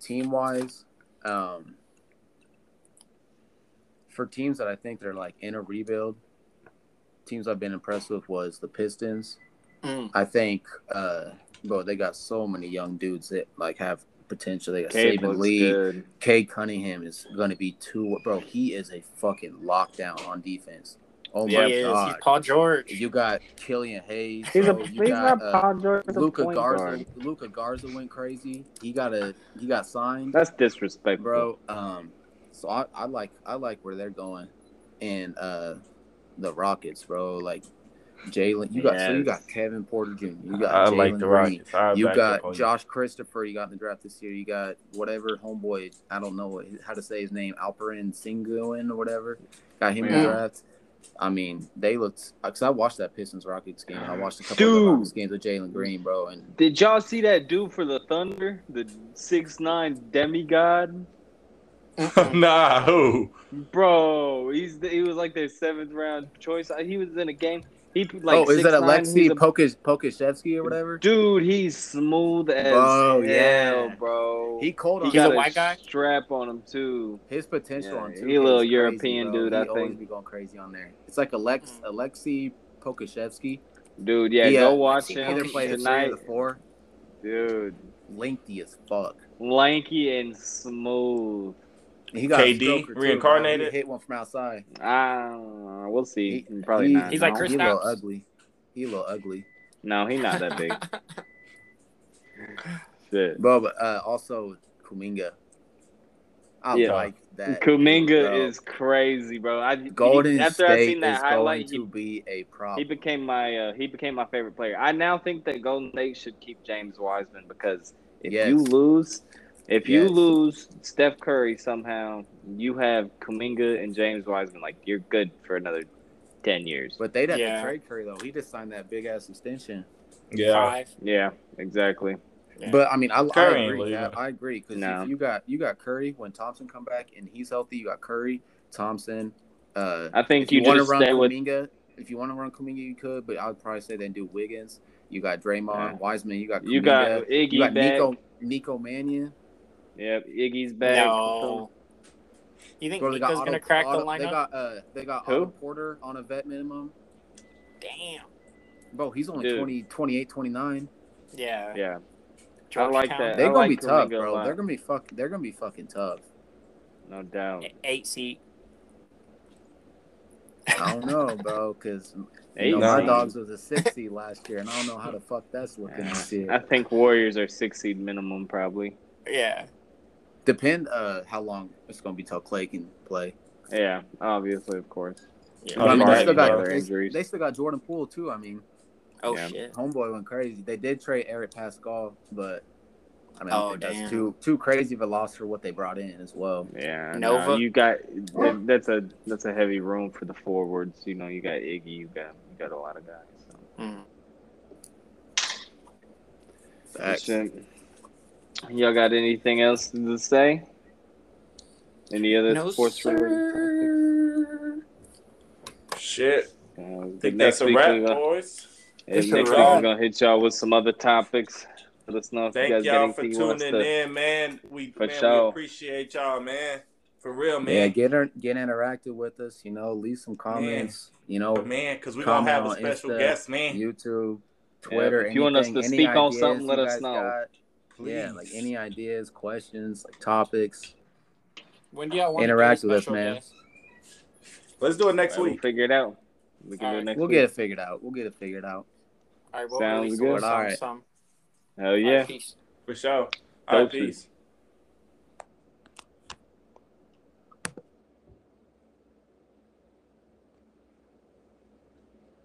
[SPEAKER 1] team wise, um, for teams that I think they're like in a rebuild, teams I've been impressed with was the Pistons.
[SPEAKER 3] Mm.
[SPEAKER 1] I think, uh, bro, they got so many young dudes that like have potential. They got
[SPEAKER 5] Cade
[SPEAKER 1] Saban
[SPEAKER 5] looks
[SPEAKER 1] Lee.
[SPEAKER 5] good.
[SPEAKER 1] K Cunningham is going to be two. Bro, he is a fucking lockdown on defense. Oh my
[SPEAKER 5] Yeah,
[SPEAKER 3] he is.
[SPEAKER 1] god!
[SPEAKER 3] He's Paul George.
[SPEAKER 1] You got Killian Hayes.
[SPEAKER 5] He's a
[SPEAKER 1] bro.
[SPEAKER 5] he's
[SPEAKER 1] you got,
[SPEAKER 5] not
[SPEAKER 1] uh,
[SPEAKER 5] Paul George. he's a
[SPEAKER 1] Luca
[SPEAKER 5] point
[SPEAKER 1] Garza,
[SPEAKER 5] guard.
[SPEAKER 1] Luca Garza went crazy. He got a he got signed,
[SPEAKER 5] That's disrespectful,
[SPEAKER 1] bro. Um, so I, I like I like where they're going, and uh, the Rockets, bro. Like Jalen, you got so you
[SPEAKER 5] Yes.
[SPEAKER 1] got Kevin Porter Jr. You got Jalen Green.
[SPEAKER 2] I'll
[SPEAKER 1] You
[SPEAKER 2] back up on
[SPEAKER 1] got Josh Christopher. You got in the draft this year. You got whatever homeboy. I don't know what, how to say his name. Alperin Singuin or whatever. Got him in
[SPEAKER 5] Yeah.
[SPEAKER 1] the draft. I mean, they looked. Cause I watched that Pistons Rockets game. I watched a couple of
[SPEAKER 5] Dude.
[SPEAKER 1] the Rockets games with Jalen Green, bro. And
[SPEAKER 5] Did y'all see that dude for the Thunder, the six nine demigod,
[SPEAKER 2] (laughs) you. nah, who?
[SPEAKER 5] bro? He's the, he was like their seventh round choice. He was in a game. He like
[SPEAKER 1] oh, is that
[SPEAKER 5] 6'9", he's
[SPEAKER 1] Alexei
[SPEAKER 5] a-
[SPEAKER 1] Pokish Pokashevsky or whatever?
[SPEAKER 5] Dude, he's smooth as
[SPEAKER 1] Bro,
[SPEAKER 5] hell,
[SPEAKER 1] yeah.
[SPEAKER 5] bro.
[SPEAKER 1] He cold on
[SPEAKER 5] He
[SPEAKER 3] He's
[SPEAKER 5] got
[SPEAKER 3] a
[SPEAKER 5] a
[SPEAKER 3] white guy?
[SPEAKER 5] strap on him too.
[SPEAKER 1] his potential
[SPEAKER 5] Yeah,
[SPEAKER 1] on
[SPEAKER 5] he
[SPEAKER 1] two.
[SPEAKER 5] a little European dude,
[SPEAKER 1] He
[SPEAKER 5] I
[SPEAKER 1] always
[SPEAKER 5] think. Mm.
[SPEAKER 1] be going crazy on there. It's like Alex Alexei Pokashevsky.
[SPEAKER 5] Dude, yeah,
[SPEAKER 1] Yeah.
[SPEAKER 5] go watch
[SPEAKER 3] He
[SPEAKER 1] uh, Either
[SPEAKER 5] him
[SPEAKER 3] either
[SPEAKER 1] play the three
[SPEAKER 5] tonight,
[SPEAKER 1] or the four.
[SPEAKER 5] dude.
[SPEAKER 1] Lengthy as fuck.
[SPEAKER 5] Lanky and smooth.
[SPEAKER 1] And He got a
[SPEAKER 2] KD
[SPEAKER 1] stroker, too, bro.
[SPEAKER 2] reincarnated?
[SPEAKER 1] He hit one from outside.
[SPEAKER 5] Ah, we'll see.
[SPEAKER 1] He-
[SPEAKER 5] Probably
[SPEAKER 1] he-
[SPEAKER 5] not.
[SPEAKER 3] He's like
[SPEAKER 5] no.
[SPEAKER 3] Chris
[SPEAKER 1] He a little
[SPEAKER 3] Stapps.
[SPEAKER 1] ugly. He a little ugly.
[SPEAKER 5] no, he's not
[SPEAKER 1] (laughs)
[SPEAKER 5] that big. Shit.
[SPEAKER 1] Bro, but uh, also Kuminga. I
[SPEAKER 5] Yeah.
[SPEAKER 1] like that.
[SPEAKER 5] Kuminga
[SPEAKER 1] Bro,
[SPEAKER 5] is crazy, bro. I
[SPEAKER 1] Golden
[SPEAKER 5] he, after I
[SPEAKER 1] State
[SPEAKER 5] seen that
[SPEAKER 1] is going
[SPEAKER 5] highlight,
[SPEAKER 1] to
[SPEAKER 5] he,
[SPEAKER 1] be a
[SPEAKER 5] he
[SPEAKER 1] problem.
[SPEAKER 5] became my uh, he became my favorite player. I now think that Golden State should keep James Wiseman because if
[SPEAKER 1] Yes.
[SPEAKER 5] you lose, if you
[SPEAKER 1] Yes.
[SPEAKER 5] lose Steph Curry somehow, you have Kuminga and James Wiseman. Like you're good for another ten years.
[SPEAKER 1] But they'd have to
[SPEAKER 3] Yeah.
[SPEAKER 1] trade Curry though. He just signed that big ass extension.
[SPEAKER 2] Yeah.
[SPEAKER 3] Five.
[SPEAKER 5] yeah, exactly.
[SPEAKER 3] Yeah.
[SPEAKER 1] But I mean, I, I
[SPEAKER 2] Curry ain't
[SPEAKER 1] agree.
[SPEAKER 2] leaving.
[SPEAKER 1] I, I agree because
[SPEAKER 5] No.
[SPEAKER 1] you got you got Curry when Thompson come back and he's healthy. You got Curry, Thompson. Uh,
[SPEAKER 5] I think
[SPEAKER 1] if you,
[SPEAKER 5] you,
[SPEAKER 1] want to
[SPEAKER 5] just
[SPEAKER 1] run
[SPEAKER 5] stay with
[SPEAKER 1] Kuminga, if you want to run Kuminga, you could. But I would probably say then do Wiggins. You got Draymond
[SPEAKER 5] Yeah.
[SPEAKER 1] Wiseman. You got Kuminga,
[SPEAKER 5] you got Iggy
[SPEAKER 1] you got
[SPEAKER 5] back.
[SPEAKER 1] Nico Nico Mannion.
[SPEAKER 5] Yep, Iggy's back.
[SPEAKER 3] No. You think
[SPEAKER 1] Bro, they got
[SPEAKER 3] Nico's
[SPEAKER 1] Otto-
[SPEAKER 3] gonna crack
[SPEAKER 1] Otto-
[SPEAKER 3] the lineup?
[SPEAKER 1] They got uh, they got
[SPEAKER 5] Who?
[SPEAKER 1] Otto Porter on a vet minimum.
[SPEAKER 3] Damn.
[SPEAKER 1] Bro, he's only
[SPEAKER 5] Dude.
[SPEAKER 1] twenty, twenty-eight, twenty-nine.
[SPEAKER 3] Yeah.
[SPEAKER 5] Yeah.
[SPEAKER 3] Georgetown,
[SPEAKER 5] like that.
[SPEAKER 1] 28, 29. They're
[SPEAKER 5] I
[SPEAKER 1] gonna
[SPEAKER 5] like
[SPEAKER 1] be tough,
[SPEAKER 5] Kuminga a
[SPEAKER 1] bro.
[SPEAKER 5] lot.
[SPEAKER 1] They're gonna be fuck. They're gonna be fucking tough.
[SPEAKER 5] No doubt.
[SPEAKER 3] e-, Eight seat.
[SPEAKER 1] I don't know, bro, because
[SPEAKER 5] Eight
[SPEAKER 1] you know, my
[SPEAKER 5] seed.
[SPEAKER 1] dogs was a six seed last year, and I don't know how the fuck that's looking
[SPEAKER 5] Yeah.
[SPEAKER 1] this year.
[SPEAKER 5] I think Warriors are six seed minimum probably.
[SPEAKER 3] Yeah.
[SPEAKER 1] Depend uh how long it's gonna be till Clay can play.
[SPEAKER 5] Yeah, obviously, of course.
[SPEAKER 3] Yeah.
[SPEAKER 2] Oh,
[SPEAKER 1] But, I mean, they
[SPEAKER 2] right,
[SPEAKER 1] still got
[SPEAKER 2] bro.
[SPEAKER 1] they,
[SPEAKER 5] Injuries.
[SPEAKER 1] they still got Jordan Poole too. I mean,
[SPEAKER 3] Oh
[SPEAKER 5] Yeah.
[SPEAKER 3] shit.
[SPEAKER 1] homeboy went crazy. They did trade Eric Pascal, but I mean, I
[SPEAKER 3] Oh,
[SPEAKER 1] don't think
[SPEAKER 3] damn.
[SPEAKER 1] that's too too crazy of a loss for what they brought in as well.
[SPEAKER 5] Yeah,
[SPEAKER 3] Nova.
[SPEAKER 5] no, you got that, that's a that's a heavy room for the forwards. You know, you got Iggy, you got you got a lot of guys. So.
[SPEAKER 3] Mm.
[SPEAKER 1] Facts.
[SPEAKER 5] Shit. Y'all got anything else to say? Any other
[SPEAKER 3] No,
[SPEAKER 5] sports related?
[SPEAKER 3] sir.
[SPEAKER 2] Shit.
[SPEAKER 5] topics? Uh,
[SPEAKER 2] Think
[SPEAKER 5] next
[SPEAKER 2] that's a
[SPEAKER 5] week
[SPEAKER 2] wrap,
[SPEAKER 5] we're gonna-
[SPEAKER 2] boys.
[SPEAKER 5] and
[SPEAKER 3] It's a
[SPEAKER 5] next week
[SPEAKER 2] wrap.
[SPEAKER 5] we're gonna hit y'all with some other topics. Let us know if you
[SPEAKER 2] Thank
[SPEAKER 5] guys
[SPEAKER 2] y'all
[SPEAKER 5] got
[SPEAKER 2] for
[SPEAKER 5] anything you want us
[SPEAKER 2] tuning
[SPEAKER 5] to.
[SPEAKER 2] in, man. We
[SPEAKER 5] For
[SPEAKER 2] man,
[SPEAKER 5] sure.
[SPEAKER 2] we appreciate y'all, man. For real,
[SPEAKER 1] Yeah,
[SPEAKER 2] man.
[SPEAKER 1] get her, get interactive with us. You know, leave some comments. You know,
[SPEAKER 2] But, man, because we're gonna
[SPEAKER 1] Comment
[SPEAKER 2] have a
[SPEAKER 1] on
[SPEAKER 2] special
[SPEAKER 1] Insta,
[SPEAKER 2] guest,
[SPEAKER 5] (laughs)
[SPEAKER 2] man.
[SPEAKER 1] YouTube, Twitter.
[SPEAKER 5] if you want us to
[SPEAKER 1] anything, any
[SPEAKER 5] speak on
[SPEAKER 1] ideas
[SPEAKER 5] something, let
[SPEAKER 1] you
[SPEAKER 5] us
[SPEAKER 1] guys
[SPEAKER 5] know.
[SPEAKER 1] got.
[SPEAKER 2] Please.
[SPEAKER 1] Yeah, like any ideas, questions, like topics.
[SPEAKER 3] When do y'all want
[SPEAKER 1] Interact
[SPEAKER 3] to do
[SPEAKER 1] with
[SPEAKER 3] a
[SPEAKER 1] us,
[SPEAKER 3] special
[SPEAKER 1] man.
[SPEAKER 3] guest?
[SPEAKER 2] Let's do it next
[SPEAKER 5] Alright,
[SPEAKER 2] week.
[SPEAKER 5] We'll figure it out. We can do it
[SPEAKER 3] Alright.
[SPEAKER 5] next
[SPEAKER 1] we'll
[SPEAKER 5] week.
[SPEAKER 1] get it figured out. We'll get it figured out.
[SPEAKER 3] All right, we'll
[SPEAKER 5] Sounds
[SPEAKER 3] release
[SPEAKER 5] good.
[SPEAKER 3] Some,
[SPEAKER 1] All right.
[SPEAKER 3] some.
[SPEAKER 5] Hell
[SPEAKER 3] All right,
[SPEAKER 5] yeah.
[SPEAKER 3] peace.
[SPEAKER 2] For sure. All right,
[SPEAKER 5] Dope.
[SPEAKER 2] peace.